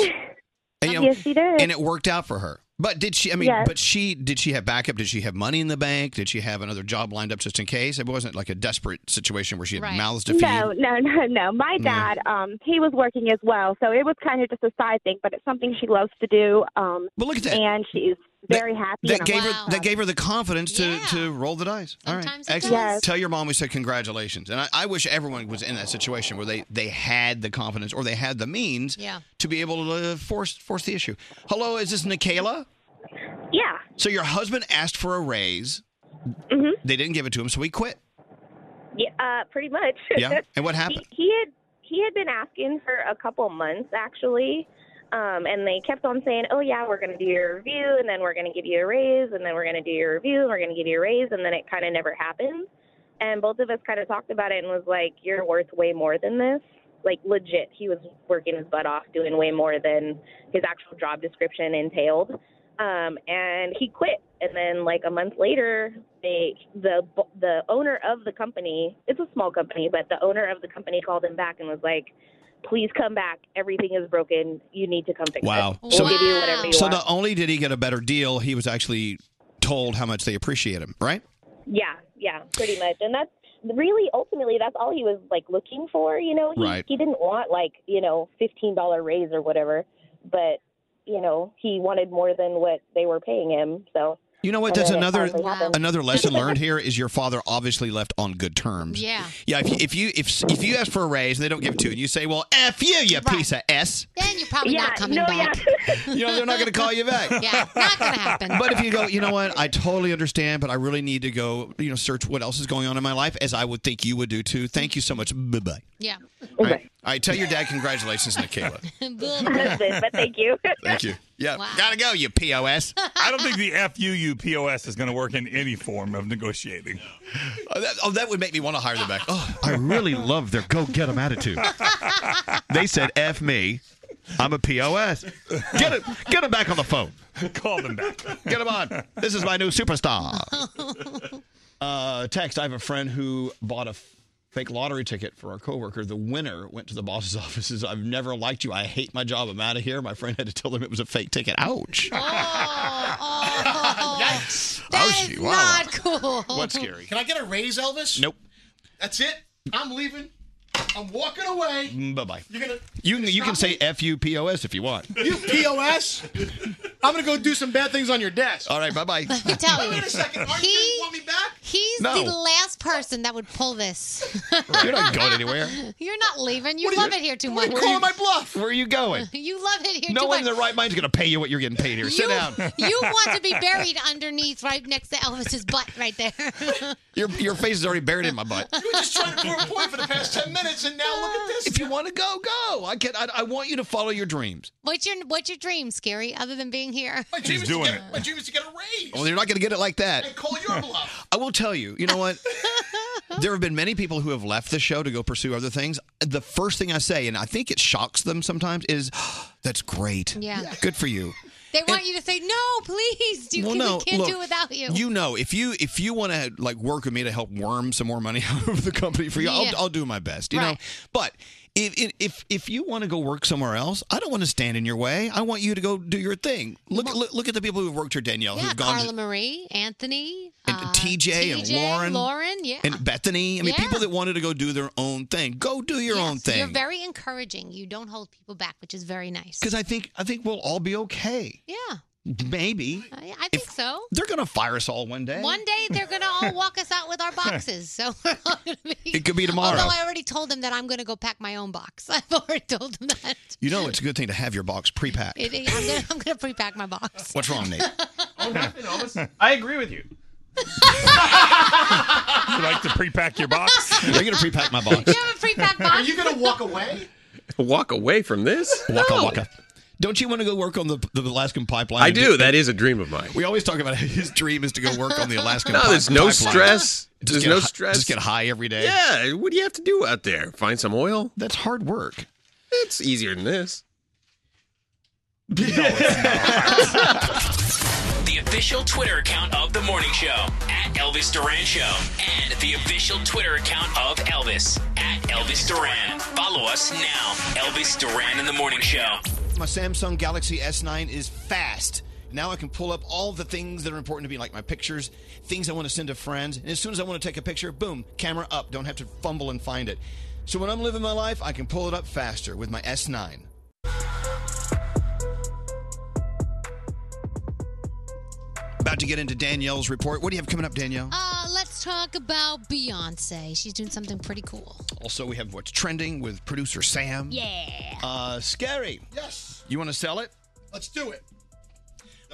And,
Yes, she did.
And it worked out for her. But did she? I mean,
Yes.
but she did she have backup? Did she have money in the bank? Did she have another job lined up just in case? It wasn't like a desperate situation where she had mouths to feed.
No, no, no, no. My
Yeah.
dad, um, he was working as well, so it was kind of just a side thing, but it's something she loves to do. Um,
but look at that.
and she's very happy.
That
and
gave
I'm
her that gave her the confidence to, to roll the dice. All right,
Sometimes it
excellent.
does. Yes.
Tell your mom we said congratulations, and I, I wish everyone was in that situation where they they had the confidence or they had the means
Yeah.
to be able to uh, force force the issue. Hello, is this Nikayla?
Yeah.
So your husband asked for a raise.
Mm-hmm.
They didn't give it to him, so he quit.
Yeah, uh, pretty much. [LAUGHS]
Yeah? And what happened?
he, he had he had been asking for a couple months actually, Um, and they kept on saying, "Oh yeah, we're going to do your review, and then we're going to give you a raise, and then we're going to do your review, and we're going to give you a raise," and then it kind of never happened. And both of us kind of talked about it and was like, "You're worth way more than this." Like legit, he was working his butt off, doing way more than his actual job description entailed. Um, and he quit. And then like a month later, they the the owner of the company, it's a small company, but the owner of the company called him back and was like, "Please come back. Everything is broken. You need to come fix
Wow.
it. We'll give you whatever you
so
want."
not only did he get a better deal, he was actually told how much they appreciate him, right?
Yeah, yeah, pretty much. And that's really ultimately that's all he was like looking for, you know. He
Right.
he didn't want like, you know, fifteen dollar raise or whatever, but you know, he wanted more than what they were paying him. So
You know what?
and
That's
then it
another
finally happened.
another lesson learned here is your father obviously left on good terms.
Yeah.
Yeah. If you, if you if if you ask for a raise and they don't give it to you, and you say, "Well, f you, you piece of s,"
Then you're probably not coming back.
you
[LAUGHS]
know they're not going to call you back.
yeah, not gonna happen.
But if you go, you know what? I totally understand, but I really need to go, you know, search what else is going on in my life, as I would think you would do too. Thank you so much. Bye bye.
yeah.
All [LAUGHS] right. All right. Tell your dad congratulations, Nikayla.
but thank you.
Thank you. Yeah. Gotta go, you POS.
[LAUGHS] I don't think the FUU POS is going to work in any form of negotiating.
Oh, that, oh, that would make me want to hire them back. Oh,
I really love their go get 'em
[LAUGHS]
attitude. They said, F me. I'm a POS. Get it, get 'em back on the phone.
[LAUGHS] Call them back.
Get him on. This is my new superstar. Uh, text. I have a friend who bought a f- fake lottery ticket for our coworker. The winner went to the boss's [LAUGHS] office. and says, I've never liked you. I hate my job. I'm out of here. My friend had to tell them it was a fake ticket. Ouch.
Yikes.
Ouchie, wow.
Oh, Not cool.
What's scary?
Can I get a raise, Elvis?
Nope.
That's it. I'm leaving. I'm walking away.
Bye bye.
You're gonna
Mm, You can you can say F U P O S if you want.
you pos. I'm gonna go do some bad things on your desk.
All right. Bye bye.
You tell
[LAUGHS]
me.
Wait a second. Aren't
he,
you gonna want me back?
He's
No.
the last person that would pull this.
You're not going anywhere.
[LAUGHS] You're not leaving. You
What are
love
you-
it here too
what
much.
are you calling my bluff? Where are you going?
[LAUGHS] You love it here
No
too
one in
much.
their right mind's going to pay you what you're getting paid here. Sit down.
you want
[LAUGHS]
to be buried underneath, right next to Elvis's butt, right there. [LAUGHS]
Your your face is already buried in my butt.
You were just trying to prove a point for the past ten minutes, and now look at this.
If you want to go, go. I can. I, I want you to follow your dreams.
what's your What's your dream, Scary? Other than being here, my
dream He's is to doing get- it.
My dream is to get a raise.
Well, you're not going to get it like that.
Call your bluff.
[LAUGHS] I will tell you, you know
[LAUGHS]
what? there have been many people who have left the show to go pursue other things. The first thing I say, and I think it shocks them sometimes, is [GASPS] that's great.
Yeah. Yeah.
Good for you.
They want you to say no, please. You
well,
can,
no,
we can't
look,
do it without you.
You know, if you if you want to like work with me to help worm some more money [LAUGHS] out of the company for you,
Yeah.
I'll, I'll do my best. You know,
Right.
but if if- if if you want to go work somewhere else, I don't want to stand in your way. I want you to go do your thing. Look look, look at the people who've worked here, Danielle,
yeah,
who've gone
Carla Marie, Anthony,
and TJ, and
TJ,
Lauren,
Uh, Lauren, yeah.
and Bethany. I mean,
Yeah.
people that wanted to go do their own thing, go do your own
Yes, You're
thing.
very encouraging. You don't hold people back, which is very nice.
Because I think I think we'll all be okay.
Yeah,
Maybe
I, I think so.
they're gonna fire us all one day.
One day they're gonna all walk us out with our boxes, so we're all gonna be.
[LAUGHS] It could be tomorrow.
Although I already told them that I'm gonna go pack my own box. [LAUGHS] I've already told them that.
You know, it's a good thing to have your box pre-packed.
It, I'm gonna, I'm gonna pre-pack my box.
What's wrong,
[LAUGHS]
Nate?
Oh,
I agree
[LAUGHS]
with you.
You like to pre-pack your box?
[LAUGHS] They're going to pre-pack my box.
pre-packed
box. Are you gonna walk away?
[LAUGHS] Walk away from this?
Waka waka. Don't you want to go work on the, the Alaskan pipeline?
I do. That is a dream of mine.
We always talk about [LAUGHS] his dream is to go work on the Alaskan
No,
pipeline.
there's no stress.
Just
There's
get
no
hi-
stress.
Just get high every day.
Yeah, what do you have to do out there? Find some oil?
That's hard work.
It's easier than this.
The official Twitter account of the morning show at Elvis Duran Show, and the official Twitter account of Elvis at Elvis Duran. Follow us now, Elvis Duran in the morning show.
My Samsung Galaxy S9 is fast. Now I can pull up all the things that are important to me, like my pictures, things I want to send to friends. And as soon as I want to take a picture, boom, camera up. Don't have to fumble and find it. So when I'm living my life, I can pull it up faster with my S9. About to get into Danielle's report. What do you have coming up, Danielle?
Uh, let's talk about Beyonce. She's doing something pretty cool.
Also, we have what's trending with producer Sam.
Yeah.
Uh, scary.
Yes.
You want to sell it?
Let's do it.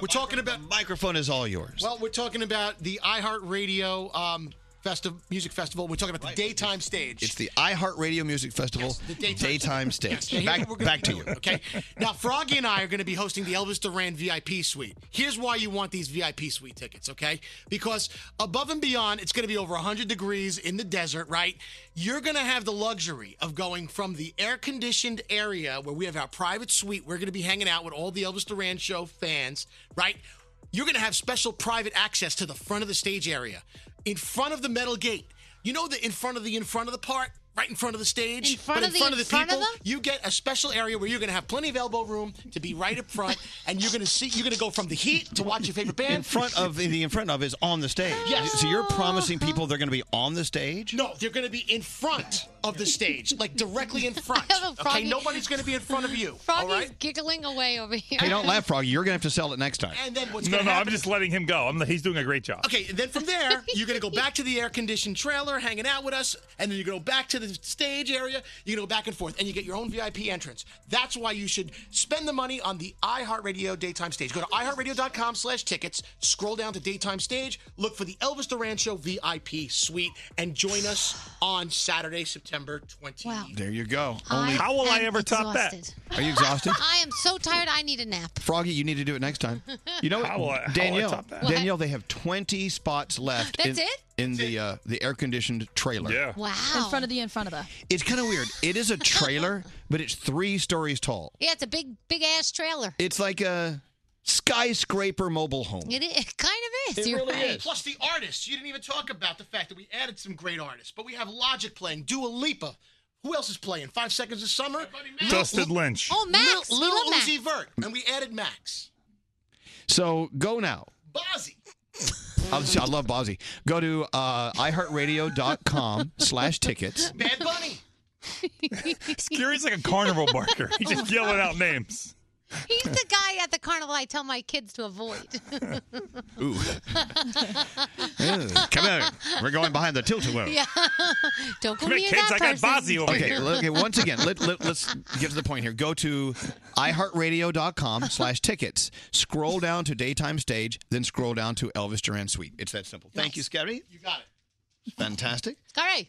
We're talking about.
Microphone is all yours.
Well, we're talking about the iHeartRadio um, Festi- Music Festival. We're talking about the daytime stage.
It's the iHeartRadio Music Festival
daytime-
daytime stage.
Now, here's
Back,
what we're gonna
back
be
to you.
doing, Okay. Now, Froggy and I are going to be hosting the Elvis Duran VIP suite. Here's why you want these VIP suite tickets, okay? Because above and beyond, it's going to be over 100 degrees in the desert, right? You're going to have the luxury of going from the air conditioned area where we have our private suite. We're going to be hanging out with all the Elvis Duran show fans, right? You're going to have special private access to the front of the stage area, in front of the metal gate. You know the in front of the in front of the part, right in front of the stage,
In front
but
of the- in
the
front of
people.
them?
You get a special area where you're going to have plenty of elbow room to be right up front, and you're going to see. You're going to go from the heat to watch your favorite band
In front of the in front of is on the stage.
Yes.
So you're promising people they're going to be on the stage?
No, they're going to be in front of the stage, like directly in front. Okay,
froggy-
nobody's going to be in front of you.
Froggy's giggling away
[LAUGHS]
over here.
Hey, don't laugh, Froggy. You're going to have to sell it next time.
And then what's
no,
going
no,
to
I'm
happen?
just letting him go. I'm, he's doing a great job.
Okay, and then from there, you're going to go back to the air conditioned trailer, hanging out with us, and then you go back to the stage area. You go back and forth, and you get your own VIP entrance. That's why you should spend the money on the iHeartRadio daytime stage. Go to iHeartRadio.com/tickets. Scroll down to daytime stage. Look for the Elvis Duran Show VIP suite, and join us on Saturday, September 20th.
There you go.
I
How will I
am
ever top
exhausted.
that? Are you exhausted? [LAUGHS]
I am so tired. I need a nap.
Froggy, you need to do it next time. You know what,
How will I- how will I
Danielle?
top that?
Danielle, they have 20 spots left. in,
That's it?
In the uh, the air conditioned trailer. Yeah.
Wow.
In front of the in front of the.
It's kind of weird. It is a
[LAUGHS]
trailer, but it's three stories tall.
Yeah, it's a big, big ass trailer.
It's like a skyscraper mobile home.
It, i- it kind of is.
It
You're
really
right.
is. Plus the artists. You didn't even talk about the fact that we added some great artists, but we have Logic playing, Dua Lipa. Who else is playing? Five Seconds of Summer. Lil-
Dustin Lynch.
Oh, Max.
Lil,
We
Lil
love Max.
Uzi Vert, and we added Max.
So go now.
Bozzy.
I was- I love Bozzy. Go to uh,
[LAUGHS]
iHeartRadio.com slash tickets.
Bad Bunny.
Scary's like a
[LAUGHS]
carnival barker. He's just yelling out names.
He's the guy at the carnival I tell my kids to avoid.
Ooh. Come on. We're going behind the tilt-a-whirl.
[LAUGHS] yeah. Don't go
Come here,
near
kids,
that
I got
person.
Bozzy
[LAUGHS]
over
okay,
here.
look, okay, once again, let,
[LAUGHS]
let, us get to the point here. Go to iHeartRadio.com slash tickets. Scroll down to daytime stage, then scroll down to Elvis Duran Suite. It's that simple. Thank you, Scary.
You got it.
[LAUGHS]
Fantastic.
All right.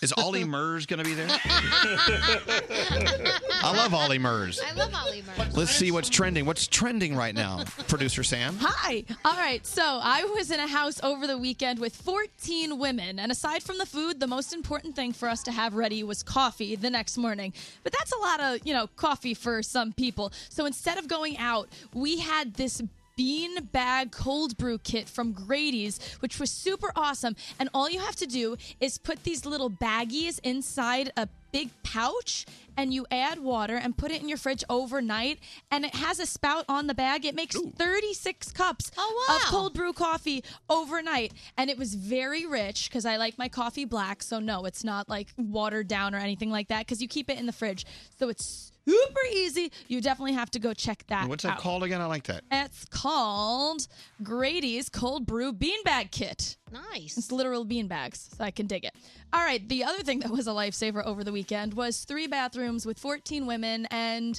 Is Ollie Murs going to be there?
[LAUGHS]
I love Ollie Murs.
I love Ollie Murray.
Let's see what's trending. What's trending right now, producer Sam?
Hi. All right. So I was in a house over the weekend with 14 women. And aside from the food, the most important thing for us to have ready was coffee the next morning. But that's a lot of, you know, coffee for some people. So instead of going out, we had this bean bag cold brew kit from Grady's, which was super awesome. And all you have to do is put these little baggies inside a big pouch and you add water and put it in your fridge overnight and it has a spout on the bag it makes 36 cups of cold brew coffee overnight and it was very rich because i like my coffee black so no it's not like watered down or anything like that because you keep it in the fridge so it's super easy you definitely have to go check that
What's
out
that called again? I like that.
it's called Grady's Cold Brew Beanbag Kit.
Nice.
It's literal beanbags, so I can dig it. All right, the other thing that was a lifesaver over the weekend was three bathrooms with 14 women and.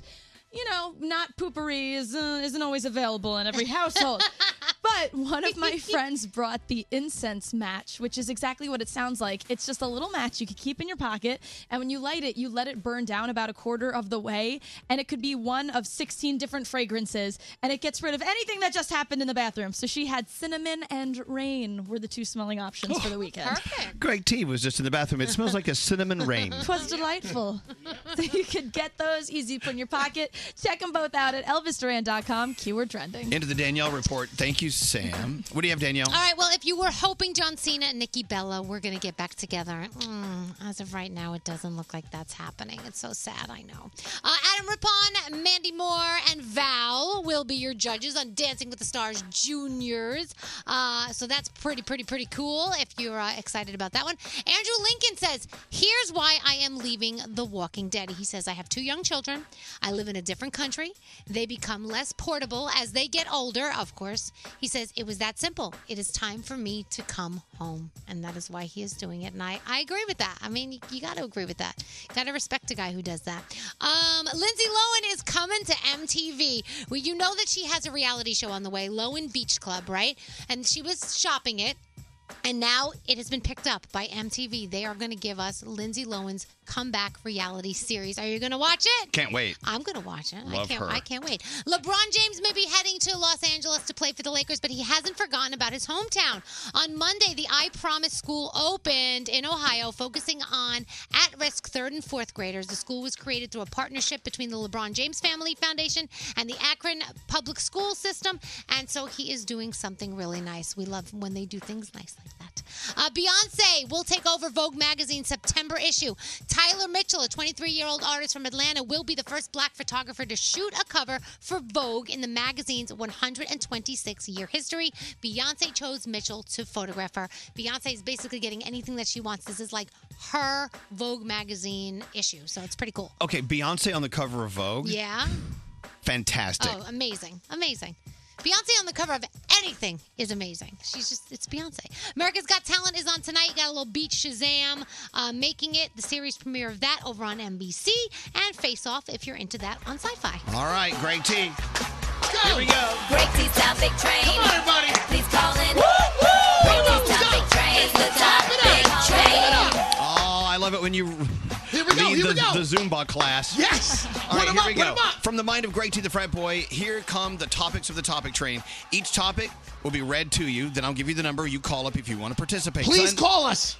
You know, not poopery is, uh, isn't always available in every household. but one of my friends brought the incense match, which is exactly what it sounds like. It's just a little match you could keep in your pocket. And when you light it, you let it burn down about a quarter of the way. And it could be one of 16 different fragrances. And it gets rid of anything that just happened in the bathroom. So she had cinnamon and rain were the two smelling options for the weekend.
Greg T was just in the bathroom. It smells like a cinnamon rain.
It was delightful. [LAUGHS] So you could get those easy put in your pocket. Check them both out at elvisduran.com, keyword trending.
Into the Danielle report. Thank you, Sam. What do you have, Danielle?
All right. Well, if you were hoping John Cena and Nikki Bella were going to get back together, mm, as of right now, it doesn't look like that's happening. It's so sad. I know. Uh, Adam Rippon, Mandy Moore, and Val will be your judges on Dancing with the Stars Juniors. Uh, so that's pretty, pretty, pretty cool. If you're uh, excited about that one, Andrew Lincoln says, "Here's why I am leaving The Walking Dead." He says, "I have two young children. I live in a different country. They become less portable as they get older, of course. He says, It was that simple. It is time for me to come home. And that is why he is doing it. And I, I agree with that. I mean, you, you got to agree with that. Got to respect a guy who does that. Um, Lindsay Lohan is coming to MTV. Well, you know that she has a reality show on the way, Lohan Beach Club, right? And she was shopping it And now it has been picked up by MTV. They are going to give us Lindsay Lohan's comeback reality series. Are you going to watch it?
Can't wait.
I'm going to watch it. I
Love
can't
her.
I can't wait. LeBron James may be heading to Los Angeles to play for the Lakers, but he hasn't forgotten about his hometown. On Monday, the I Promise School opened in Ohio, focusing on at-risk 3rd and 4th graders. The school was created through a partnership between the LeBron James Family Foundation and the Akron Public School System, and so he is doing something really nice. We love when they do things nice like that. Uh, Beyonce will take over Vogue magazine's September issue. Tyler Mitchell, a 23-year-old artist from Atlanta, will be the first black photographer to shoot a cover for Vogue in the magazine's 126-year history. Beyonce chose Mitchell to photograph her. Beyonce is basically getting anything that she wants. This is like her Vogue magazine issue, so it's pretty cool.
Okay, Beyonce on the cover of Vogue.
Yeah.
Fantastic.
Oh, amazing. Amazing. Beyonce on the cover of anything is amazing. She's just, it's Beyonce. America's Got Talent is on tonight. You got a little Beach Shazam uh, making it, the series premiere of that over on NBC, and Face Off if you're into that on sci fi.
All right, Greg T.
Here we go.
Break these topic train.
Come on, everybody.
Please call in. Woo, woo. Break these topic train. It's the topic train.
Oh, I love it when you
here we go,
lead
here we
the,
go.
the Zumba class.
Yes.
All right,
Put 'em
here
up,
we
put
go.
'em up.
From the mind of Greg T, the frat boy, here come the topics of the topic train. Each topic will be read to you. Then I'll give you the number. You call up if you want to participate.
Please
Son-
call us.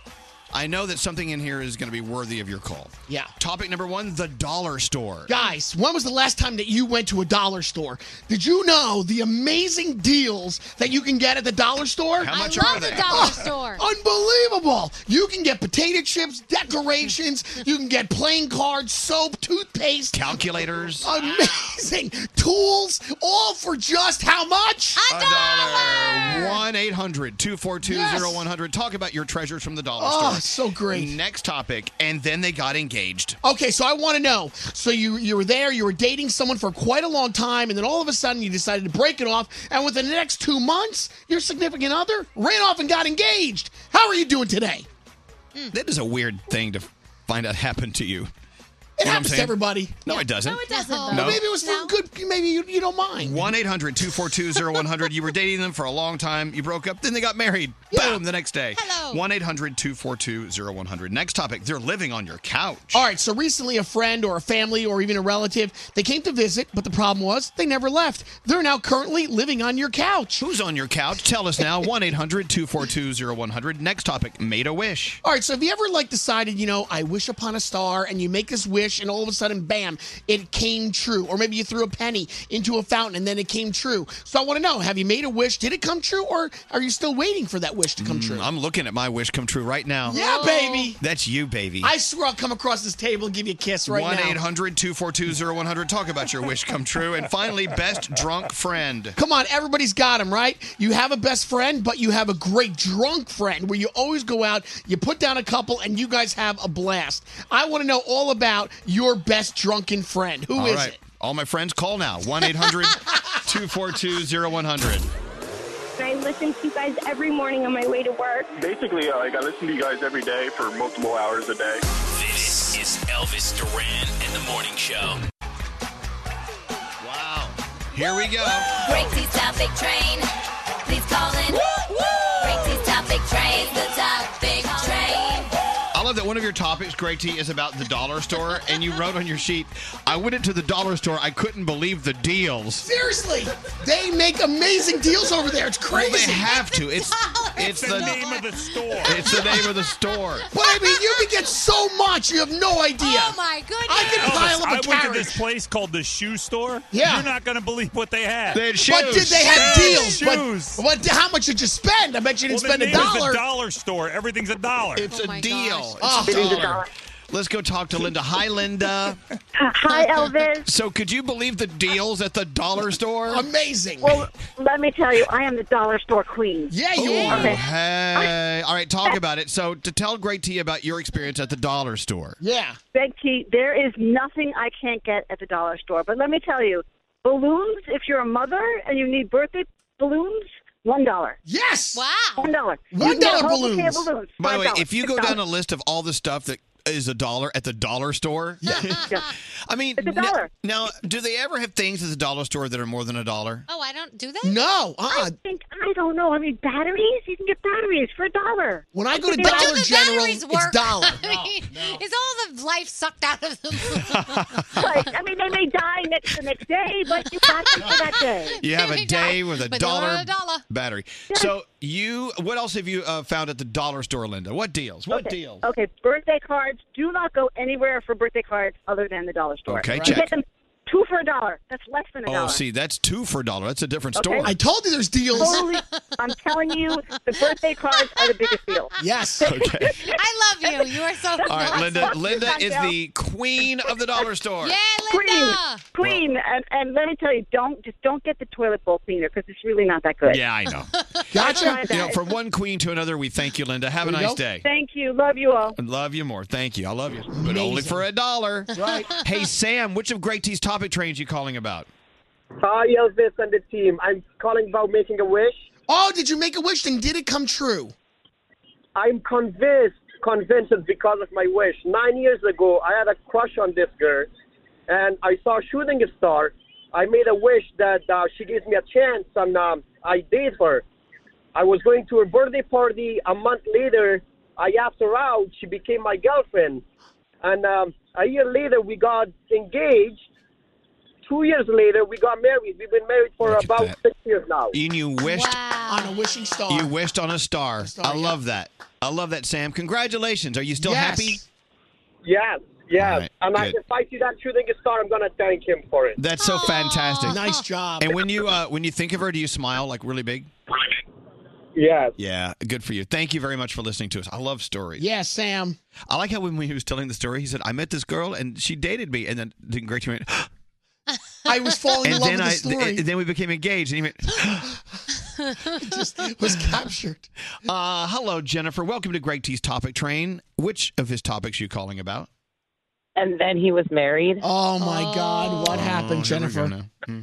I know that something in here is going to be worthy of your call.
Yeah.
Topic number one: the dollar store.
Guys, when was the last time that you went to a dollar store? Did you know the amazing deals that you can get at the dollar store? Oh,
How I much are love the they? dollar
store.
Unbelievable. You can get potato chips, decorations, you can get playing cards, soap, toothpaste,
calculators.
Amazing tools, all for just how much?
A dollar. One 800 242 0100. Talk about your treasures from the dollar
Oh,
store.
so great.
Next topic, and then they got engaged.
Okay, so I want to know. So you you were there, you were dating someone for quite a long time, and then all of a sudden you decided to break it off, and within the next two months, your significant other ran off and got engaged. How are you doing today?
That is a weird thing to find out happened to you.
Hmm. It happens to everybody.
No, it doesn't.
Well,
No.
Maybe it was for good. Maybe you, you don't mind.
1 800 242 0100. You were dating them for a long time. You broke up. Then they got married. Boom, the next day.
Hello.
1 800 242 0100. Next topic they're living on your couch.
All right, so recently a friend or a family or even a relative, they came to visit, but the problem was they never left. They're now currently living on your couch.
Who's on your couch? Tell us now. 1 800 242 0100. Next topic made a wish.
All right, so have you ever like decided, you know, I wish upon a star and you make this wish and all of a sudden bam, it came true. Or maybe you threw a penny into a fountain and then it came true. So I want to know, have you made a wish? Did it come true or are you still waiting for that wish to come true?
Mm, I'm looking at my wish come true right now.
Yeah, baby.
That's you, baby.
I swear I'll come across this table and give you a kiss right
1
now.
800 242 0100. Talk about your wish come true. And finally, best drunk friend.
Come on, everybody's got him, right? You have a best friend, but you have a great drunk friend where you always go out, you put down a couple, and you guys have a blast. I want to know all about your best drunken friend. Who is
All right.
it?
All my friends, call now. 1 800 242 0100.
I listen to you guys every morning on my way to work.
Basically, uh, like I listen to you guys every day for multiple hours a day.
This is Elvis Duran and the Morning Show.
Wow. Here we go.
Break these topic train. Please call in. Break these topic train. The topic train.
I love that one of your topics, Greg T, is about the dollar store. And you wrote on your sheet, I went into the dollar store. I couldn't believe the deals.
Seriously, they make amazing deals over there. It's
Well,
crazy.
they have to. [LAUGHS] It's it's the,
of the store.
It's the name of the store.
[LAUGHS] But I mean, you can get so much. Oh, You have no idea.
Oh my goodness.
I could pile up
I
a
went
carriage.
to this place called the shoe store.
Yeah.
You're not going to believe what they had.
But did they have
They had
deals? But-
Shoes.
But, how much did you spend? I bet you
well,
didn't
the
spend a
name is
dollar.
The dollar store. Everything's a dollar.
It's a deal.
Oh.
It's
It is
a
a
dollar.
dollar.
Let's go talk to Linda. Hi, Linda.
Hi, Elvis.
So, could you believe the deals at the dollar store?
Amazing.
Well, let me tell you, I am the dollar store queen.
Yeah, you
Ooh,
are.
Hey. All right, talk about it. So, to tell Great T about your experience at the dollar store.
Yeah.
Big T, there is nothing I can't get at the dollar store. But let me tell you, balloons, if you're a mother and you need birthday balloons, one dollar.
Yes.
Wow.
One dollar.
One
You can get a
dollar
whole bouquet of
balloons.
By the way,
$5,
if you go
$6.
down a list of all the stuff that is a dollar at the dollar
[LAUGHS]
store? [LAUGHS] I mean,
It's a dollar.
Now, do they ever have things at the dollar store that are more than a dollar?
Oh, I don't do that.
No, uh-uh. I
think I don't know. I mean, batteries. You can get batteries for a dollar.
When I go to
But do
Dollar
the
General,
batteries
it's
[LAUGHS]
work?
dollar.
I mean, Is all the life sucked out
[LAUGHS]
of them?
like, I mean, they may die next the next day, but you got them for that day.
[LAUGHS] You
[LAUGHS]
have a day with a
but
dollar,
not a dollar.
battery. So you, what else have you uh, found at the dollar store, Linda? What deals? What
okay.
deals?
Okay, birthday cards. Do not go anywhere for birthday cards other than the dollar store.
Okay,
You
check.
get them two for a dollar. That's less than a
Oh,
dollar.
see, that's two for a dollar. That's a different
Okay?
store.
[LAUGHS]
told you there's deals.
Holy, I'm telling you, the birthday cards are the biggest deal.
Yes.
[LAUGHS] Okay.
I love you. You are so.
All
[LAUGHS]
right, Linda. Linda is the queen of the dollar store.
Queen, queen, and, and let me tell you, don't just don't get the toilet bowl cleaner because it's really not that good.
Yeah, I
[LAUGHS]
know.
Gotcha.
You know, from one queen to another, we thank you, Linda. Have a
There you
nice
go.
day.
Thank you. Love you all.
And Love you more. Thank you. I love you. But only
Amazing.
for a dollar. Right. hey, Sam, which of Great T's topic trains you calling about?
Hi, Elvis and the team. I'm calling about making a wish.
Oh, did you make a wish and did it come true?
I'm convinced, convinced it's because of my wish. Nine years ago, I had a crush on this girl, and I saw Shooting Star. I made a wish that uh, she gives me a chance, and um, I date her. I was going to her birthday party. A month later, I asked her out. She became my girlfriend, and um, a year later, we got engaged. Two years later, we got married. We've been married for about six years now.
And you wished
On a wishing star.
you wished on a star. I love that. I love that, Sam. Congratulations. Are you still
Yes.
happy?
Yes, yes.
right,
and I,
good.
if I see that shooting star, I'm gonna thank him for it.
That's so fantastic.
Nice job.
And when you uh, when you think of her, do you smile like really big?
Yes.
Yeah. Good for you. Thank you very much for listening to us. I love stories.
Yeah, Sam.
I like how when he was telling the story, he said, "I met this girl and she dated me," and then didn't great went,
I was [GASPS] [LAUGHS] falling
and
in love
then
with
I,
the story.
and then we became engaged. And he
[GASPS]
went,
It just was captured.
uh, "Hello, Jennifer. Welcome to Greg T's Topic Train. Which of his topics are you calling about?"
and then he was married.
Oh my God, what happened,
Oh,
Jennifer?
Hmm.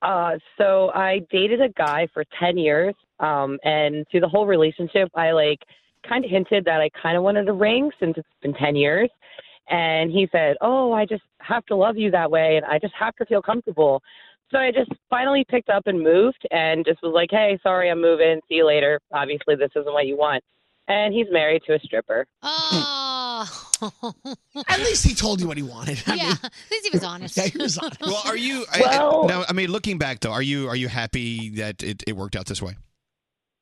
Uh, so I dated a guy for ten years, um, and through the whole relationship, I like kind of hinted that I kind of wanted a ring since it's been ten years, and he said, "Oh, I just have to love you that way, and I just have to feel comfortable." So I just finally picked up and moved, and just was like, "Hey, sorry, I'm moving. See you later. Obviously, this isn't what you want." And he's married to a stripper.
Oh.
At least he told you what he wanted. I mean,
At least he was
[LAUGHS]
honest.
yeah, he was
[LAUGHS]
honest.
Well, are you? I- I, now, I mean, looking back though, are you are you happy that it, it worked out this way?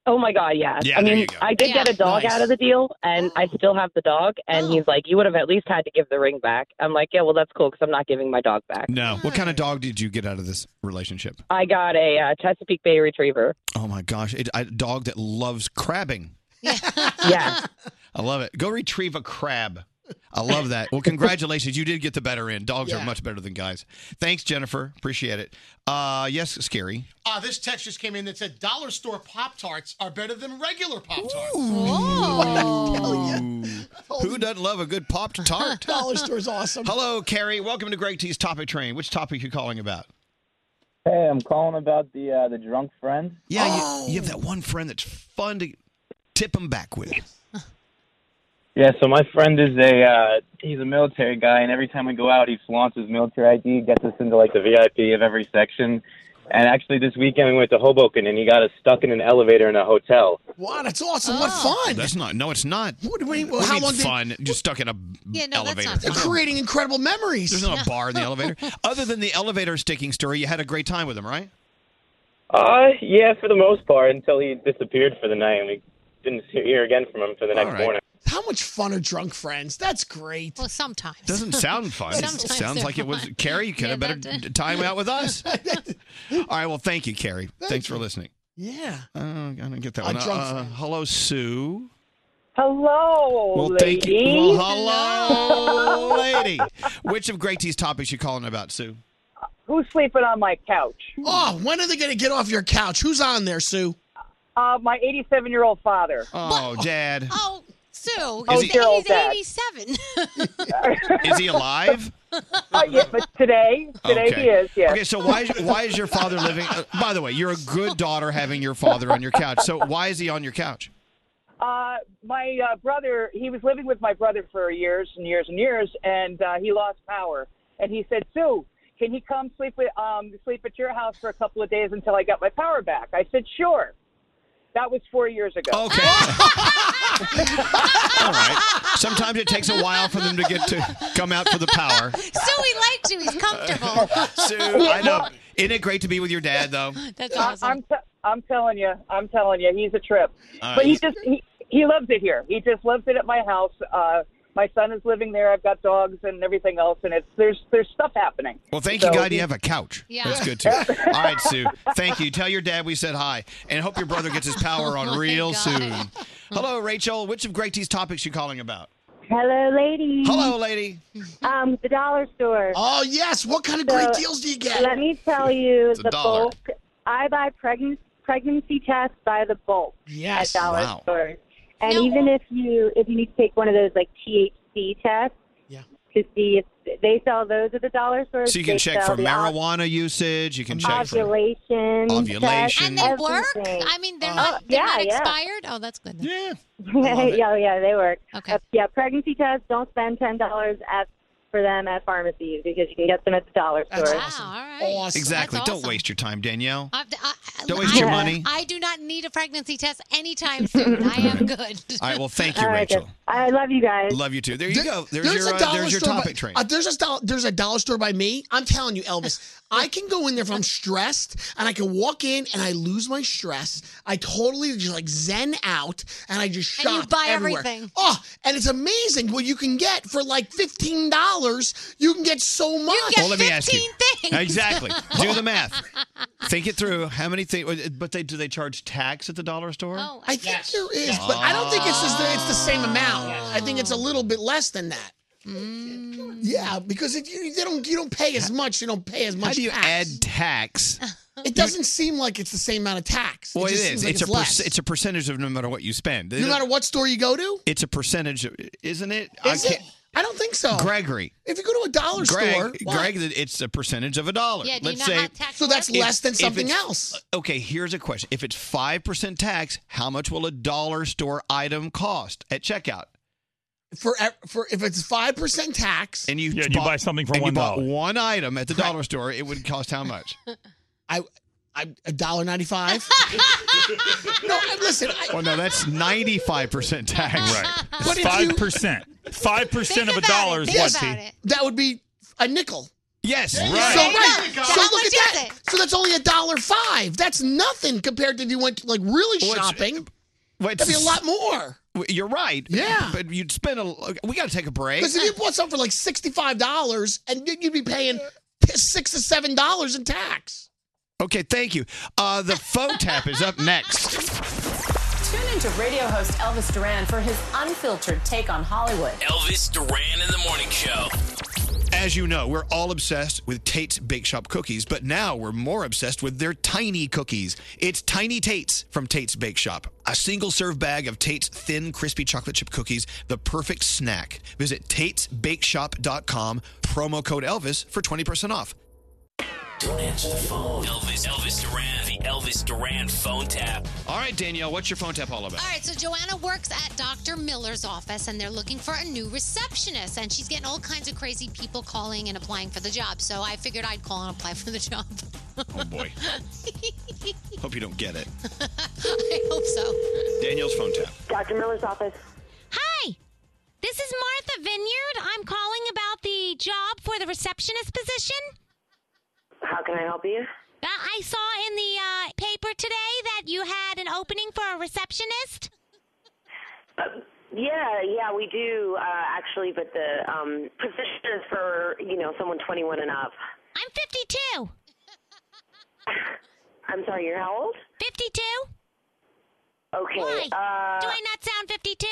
Oh my god, yes.
Yeah,
I
there
mean,
you go.
I did get a dog
Nice. Oh.
out of the deal, and I still have the dog. And he's like, "You would have at least had to give the ring back." I'm like, "Yeah, well, that's cool because I'm not giving my dog back."
No. What kind of dog did you get out of this relationship?
I got a uh, Chesapeake Bay
[LAUGHS]
Retriever.
Oh my gosh, it, a dog that loves crabbing.
yeah.
I love it. Go retrieve a crab. I love that. Well, congratulations. You did get the better end. Dogs
Yeah.
are much better than guys. Thanks, Jennifer. Appreciate it. Uh, yes, scary.
Ah, this text just came in that said dollar store Pop Tarts are better than regular Pop Tarts.
[LAUGHS]
Who doesn't love a good popped tart?
[LAUGHS] Dollar store's awesome.
Hello, Carrie. Welcome to Greg T's Topic Train. Which topic are you calling about?
Hey, I'm calling about the uh, the drunk friend.
Yeah, you, you have that one friend that's fun to tip him back with.
Yeah, so my friend is a uh, he's a military guy, and every time we go out, he flaunts his military ID, gets us into like the VIP of every section. And actually, this weekend we went to Hoboken, and he got us stuck in an elevator in a hotel.
Wow, that's awesome. What fun.
That's not. No, it's not.
What do we,
Oh. What
well,
do you
how
mean
long did-
fun? Just stuck in a
Yeah, no, that's
elevator.
not They're fun. creating incredible memories.
There's not a bar
[LAUGHS]
in the elevator. Other than the elevator sticking story, you had a great time with him, right?
Uh, yeah, for the most part, until he disappeared for the night, and we didn't see- hear again from him for the next morning.
How much fun are drunk friends? That's great. Well, [LAUGHS]
sometimes.
Doesn't sound fun. It
Sometimes
sounds
they're
like it was
fun.
Carrie. You could
Yeah,
have better
that
d- time out with us.
[LAUGHS]
All right. Well, thank you, Carrie. Thanks for listening.
Yeah.
I don't, I don't get that
A
one.
drunk
Uh,
friend.
hello, Sue.
Hello,
Well,
lady.
thank you. Well,
[LAUGHS]
hello, lady. Which of Great T's topics you calling about, Sue?
Who's sleeping on my couch?
Oh, when are they going to get off your couch? Who's on there, Sue?
Uh, my 87 year old father.
Oh, Dad.
Oh, Sue.
Oh,
he's,
dear old
he's
dad.
87.
Is he
[LAUGHS]
alive?
Uh, yeah, but today, today
okay.
he is. Yes.
Okay. So why is, why is your father living? Uh, by the way, you're a good daughter having your father on your couch. So why is he on your couch?
Uh, my uh, brother, he was living with my brother for years and years and years, and uh, he lost power. And he said, Sue, can he come sleep with um, sleep at your house for a couple of days until I got my power back? I said, sure. That was four years ago.
Okay.
[LAUGHS]
All right. Sometimes it takes a while for them to get to come out for the power.
Sue, we liked you. He's comfortable.
[LAUGHS]
Sue, I know. Isn't it great to be with your dad though?
That's
awesome. I'm, t- I'm telling you, I'm telling you, he's a trip.
All
but he
right.
just he, he loves it here. He just loves it at my house. Uh, my son is living there. I've got dogs and everything else, and it's there's there's stuff happening.
Well, thank you,
So
God.
he-
You have a couch.
Yeah.
That's good too. All right, Sue. Thank you. Tell your dad we said hi, and hope your brother gets his power on real soon. Hello, Rachel. Which of Gracie's topics you calling about?
Hello, lady.
Hello,
[LAUGHS]
lady.
Um, the dollar store.
Oh yes, what kind of great deals do you get?
Let me tell you
It's a
the
dollar.
bulk. I buy pregnancy pregnancy tests by the bulk
Yes.
at dollar
Wow.
stores. And even if you if you need to take one of those like THC tests to see if they sell those at the dollar store,
So you can
they
check for
sell the ov-
marijuana usage. You can check for
ovulation, tests,
ovulation.
And they work?
everything.
I mean,
Uh,
they're
Oh,
not, they're
yeah,
not
yeah.
expired? Oh, that's good. Then.
Yeah.
[LAUGHS] yeah, oh, yeah, they work. Okay. yeah, pregnancy tests. Don't spend ten dollars at for them at pharmacies because you can get them at the dollar store.
Exactly. Don't waste your time, Danielle.
I, I,
Don't waste your
I-
money.
[LAUGHS] I do not need a pregnancy test anytime soon. I
[LAUGHS]
am good.
All right. Well, thank you, Rachel.
I love you guys.
Love you too. There you go. There's, your, uh,
dollar
there's your
store
topic
by,
train.
uh, there's a dollar, there's a dollar store by me. I'm telling
[LAUGHS]
you, Elvis, I can go in there if I'm stressed, and I can walk in and I lose my stress. I totally just like zen out, and I just
And you
shop
buy
everywhere.
everything.
Oh, and it's amazing what you can get for like fifteen dollars. You can get so much.
well, let me ask you. Exactly. Do the math. Think it through. How many things? But they do they charge tax at the dollar store? Oh,
I think there is, but I don't think it's just the, it's the same amount. I think it's a little bit less than that.
Mm.
Yeah, because if you they don't you don't pay as much, you don't pay as much.
How do you
tax.
add tax?
[LAUGHS] It doesn't seem like it's the same amount of tax.
Well, it
just
is.
seems like
it's, a
less.
perc- it's a percentage of no matter what you spend.
no matter what store you go to,
It's a percentage, of- isn't it?
is it? I don't think so.
Gregory.
If you go to a dollar
Greg,
store, why?
Greg, it's a percentage of a dollar.
Yeah, do you
Let's
not
say
have tax So that's left? less than something
it's- uh,
else.
Okay, here's a question: If it's five percent tax, how much will a dollar store item cost at checkout?
for for if it's five percent tax,
And you
Yeah, and
bought,
you buy something for
and you bought [LAUGHS]
[LAUGHS]
$1.
one item at the dollar store, it would cost how much?
I I a dollar
[LAUGHS]
ninety five. no, I- listen. I,
Well, no, that's ninety-five percent tax.
Right.
But if you-
Five percent. Five percent of a dollar is what? T?
That would be a nickel.
Yes,
There you
So
go.
right.
There you go.
So
How
look
much
at that. So that's only a dollar five. That's nothing compared to if you went like really
Well, it's-
shopping.
Wait,
That'd be a lot more.
You're right.
Yeah.
but you'd spend a. uh, We got to take a break.
Because if you bought something for like sixty-five dollars, and you'd be paying six to seven dollars in tax.
Okay, thank you. Uh, the phone tap is up next.
Tune in to radio host Elvis Duran for his unfiltered take on Hollywood.
Elvis Duran in the morning show.
As you know, we're all obsessed with Tate's Bake Shop cookies, but now we're more obsessed with their tiny cookies. It's Tiny Tate's from Tate's Bake Shop, a single serve bag of Tate's thin, crispy chocolate chip cookies, the perfect snack. Visit Tate'sBakeShop.com, promo code Elvis for 20% off.
Don't answer the phone. Elvis, Elvis Duran, the Elvis Duran phone tap.
All right, Danielle, what's your phone tap all about?
All right, so Joanna works at Dr. Miller's office and they're looking for a new receptionist. And she's getting all kinds of crazy people calling and applying for the job. So I figured I'd call and apply for the job. [LAUGHS]
Oh, boy. Hope you don't get it.
I hope so.
Danielle's phone tap.
Dr. Miller's office.
Hi, this is Martha Vineyard. I'm calling about the job for the receptionist position.
How can I help you?
Uh, I saw in the uh, paper today that you had an opening for a receptionist.
Yeah, yeah, we do uh, actually, but the um, position is for you know someone 21 and up.
I'm 52.
I'm sorry, you're how old?
52?
Okay.
Why?
Uh,
Do I not sound 52?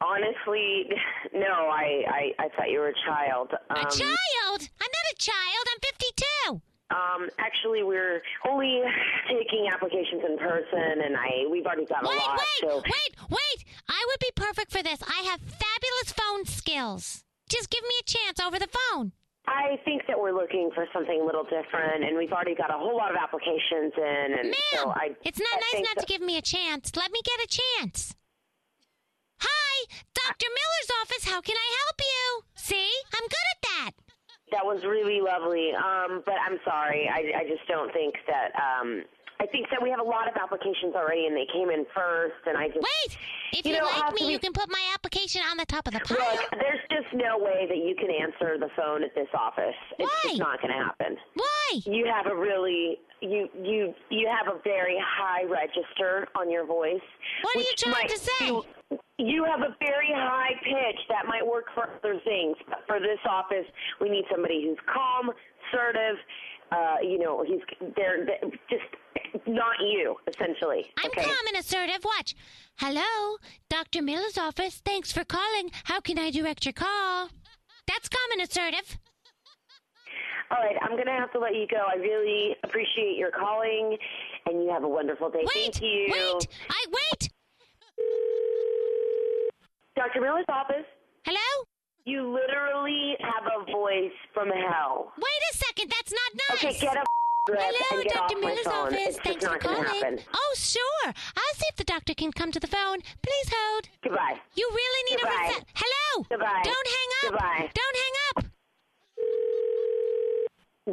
honestly, [LAUGHS] no, I, I I thought you were a child. Um,
a child? I'm not a child. I'm 52.
Um, actually, we're only [LAUGHS] taking applications in person, and I we've already got a
Wait,
lot.
wait,
so
wait, wait. I would be perfect for this. I have fabulous phone skills. Just give me a chance over the phone.
I think that we're looking for something a little different, and we've already got a whole lot of applications in, and so I. uh,
It's not nice not to give me a chance. Let me get a chance.
Dr. Miller's office. How can I help you? See, I'm good at that.
That was really lovely. Um, but I'm sorry. I, I just don't think that. Um, I think that we have a lot of applications already, and they came in first, and I just
wait. If you,
know, how
like
can
me,
we-
you can put my application on the top of the pile.
Look, there's just no way that you can answer the phone at this office. It's just not going to happen.
Why?
You have a really you you you have a very high register on your voice.
What are you
which
trying
might-
to say?
You, you have a very high pitch that might work for other things, but for this office, we need somebody who's calm, assertive. Uh, you know, he's they're, they're just not you, essentially.
I'm calm and assertive. Watch. Hello, Dr. Miller's office. Thanks for calling. How can I direct your call? That's calm and assertive.
All right, I'm gonna have to let you go. I really appreciate your calling, and you have a wonderful day. Thank you. Wait,
I wait.
Dr. Miller's office.
Hello.
You literally have a voice from hell.
Wait a second. That's not nice.
Okay, get a grip
Hello,
and get
Dr.
off
Miller's
my phone.
office.
It's just
Thanks
not
for
gonna
calling.
happen.
Oh, sure. I'll see if the doctor can come to the phone. Please hold.
Goodbye.
You really need a reset. Hello. Goodbye. Don't hang up. Goodbye. Don't hang up.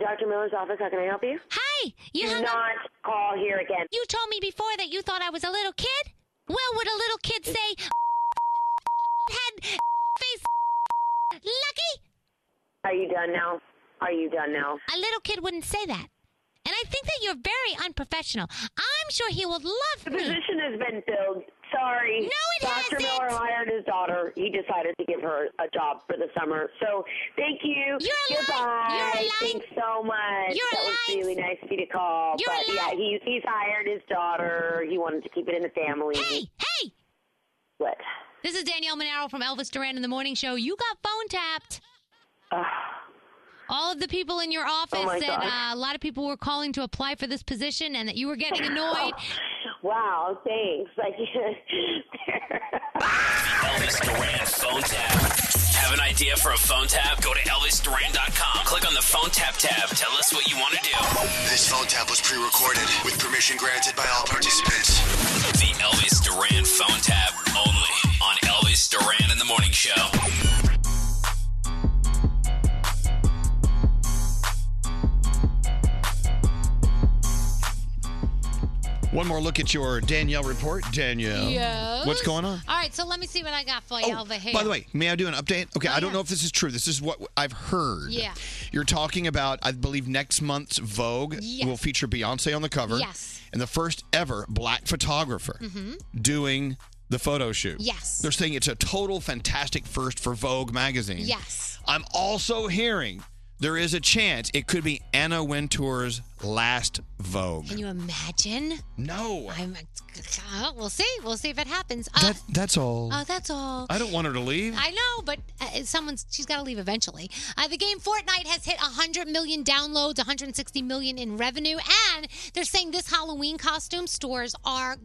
Dr. Miller's office. How can I help you?
Hi. You
Do
hung
not
up.
call here again.
You told me before that you thought I was a little kid. Well, would a little kid say [LAUGHS] head [LAUGHS] face lucky?
Are you done now? Are you done now?
A little kid wouldn't say that. And I think that you're very unprofessional. I'm sure he would love
The
me.
position has been filled. Sorry.
No, it
Dr.
hasn't.
Miller hired his daughter. He decided to give her a job for the summer. So thank you.
You're
Goodbye. Thanks so much.
You're
that
a
was really nice of you to call.
You're a
but yeah, he's he's hired his daughter. He wanted to keep it in the family. Hey,
hey.
What?
This is Danielle Monero from Elvis Duran in the Morning Show. You got phone tapped. All of the people in your office
Oh my
and
gosh.
uh, a lot of people were calling to apply for this position and that you were getting
[LAUGHS]
annoyed.
[LAUGHS] Wow, thanks. [LAUGHS] Like
Elvis Duran phone tap. Have an idea for a phone tap? Go to ElvisDuran.com. Click on the phone tap tab. Tell us what you want to do.
This phone tap was pre-recorded with permission granted by all participants.
The Elvis Duran phone tap only on Elvis Duran in the Morning Show.
One more look at your Danielle report. Danielle.
Yes.
What's going on? Oh,
All right, so let me see what I got for you over here.
By the way, may I do an update? Okay, I don't know if this is true. This is what I've heard.
Oh, Yeah.
You're talking about, I believe, next month's Vogue
Yes.
will feature Beyonce on the cover.
Yes.
And the first ever black photographer
Mhm.
doing the photo shoot.
Yes.
They're saying it's a total fantastic first for Vogue magazine.
Yes.
I'm also hearing there is a chance it could be Anna Wintour's last Vogue.
Can you imagine?
No.
I'm, uh, we'll see. We'll see if it happens. Uh,
That, that's all.
oh, that's all.
I don't want her to leave.
I know, but uh, someone's she's got to leave eventually. Uh, the game Fortnite has hit 100 million downloads, 160 million in revenue, and they're saying this Halloween costume stores are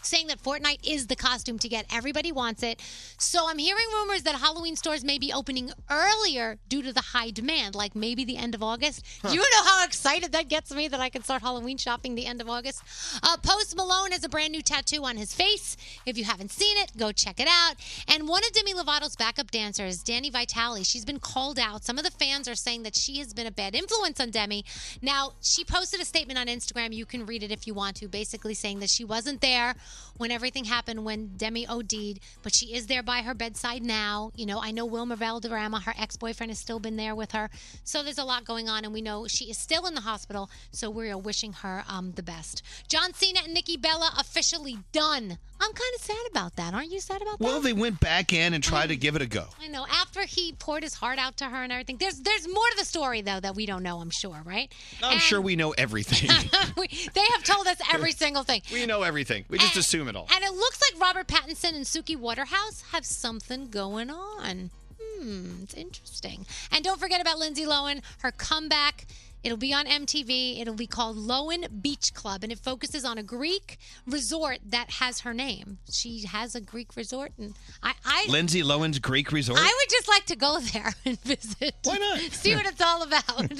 saying that Fortnite is the costume to get. Everybody wants it. So I'm hearing rumors that Halloween stores may be opening earlier due to the high demand, like maybe the end of August.
Huh.
You know how excited that gets me that I can start Halloween shopping the end of August. Uh, Post Malone has a brand new tattoo on his face. If you haven't seen it, go check it out. And one of Demi Lovato's backup dancers, Danny Vitale, she's been called out. Some of the fans are saying that she has been a bad influence on Demi. Now, she posted a statement on Instagram. You can read it if you want to, basically saying that she wasn't there when everything happened when Demi OD'd, but she is there by her bedside now. You know, I know Wilmer Valderrama, her ex boyfriend, has still been there with her. So there's a lot going on, and we know she is still in the hospital. So we are wishing her um, the best. John Cena and Nikki Bella officially done. I'm kind of sad about that. Aren't you sad about that?
Well, they went back in and tried to give it a go.
I know. After he poured his heart out to her and everything, there's there's more to the story though that we don't know. I'm sure, right?
I'm sure we know everything.
[LAUGHS] we, they have told us
[LAUGHS]
every single thing.
we know everything. We just assume it all.
And it looks like Robert Pattinson and Suki Waterhouse have something going on. Hmm, it's interesting. And don't forget about Lindsay Lohan, her comeback. It'll be on MTV. It'll be called Lohan Beach Club, and it focuses on a Greek resort that has her name. She has a Greek resort, and I, I
Lindsay Lohan's Greek Resort. [LAUGHS]
I would just like to go there [LAUGHS] and visit. Why not? See what it's all about.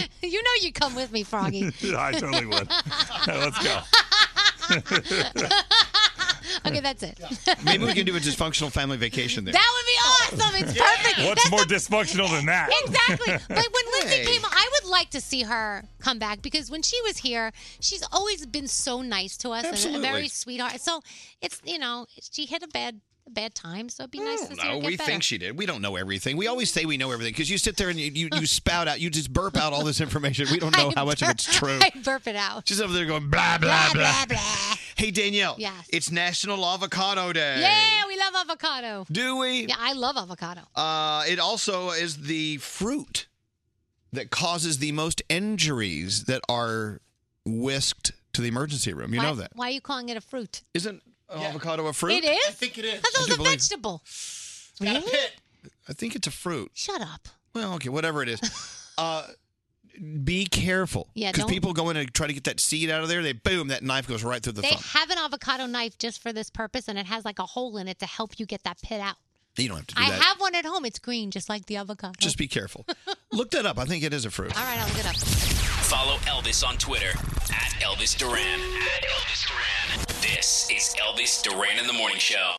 [LAUGHS] you know, you come with me, [LAUGHS] Froggy.
[LAUGHS]
[LAUGHS]
I totally would. Let's go.
Okay, that's it.
Maybe we can do a dysfunctional family vacation there.
That would be awesome. It's perfect.
What's more dysfunctional than that?
Exactly. But when Lindsay
Hey.
came, I would like to see her come back because when she was here, she's always been so nice to us and
Absolutely.
a very sweetheart. So it's you know she had a bad a bad time, so it'd be nice to see her
Oh, No,
get
we
better. [LAUGHS]
think she did. We don't know everything. We always say we know everything because you sit there and you, you, you spout out, you just burp out all this information. We don't know
[LAUGHS] I
how much of it's true.
I burp it out.
She's over there going blah blah blah blah. Hey Danielle,
Yes.
it's National Avocado Day.
Yeah, we love avocado.
Do we?
Yeah, I love avocado.
Uh, it also is the fruit that causes the most injuries that are whisked to the emergency room. You
why,
know that
Why are you calling it a fruit?
isn't an avocado a fruit?
It is.
it is.
I thought it
do
was a
believe-
vegetable.
I think it's a fruit.
Shut up.
Well, okay, whatever it is. Uh, be careful.
Yeah,
Because
don't-
people go in and try to get that seed out of there. They boom, that knife goes right through the
they
thumb.
have an avocado knife just for this purpose, and it has like a hole in it to help you get that pit out.
You don't have to do
I
that.
have one at home. It's green, just like the avocado.
Just be
[LAUGHS]
careful. Look that up. I think it is a fruit.
All right, I'll look it up.
Follow Elvis on Twitter at Elvis Duran. At Elvis Duran. This is Elvis Duran in the Morning Show.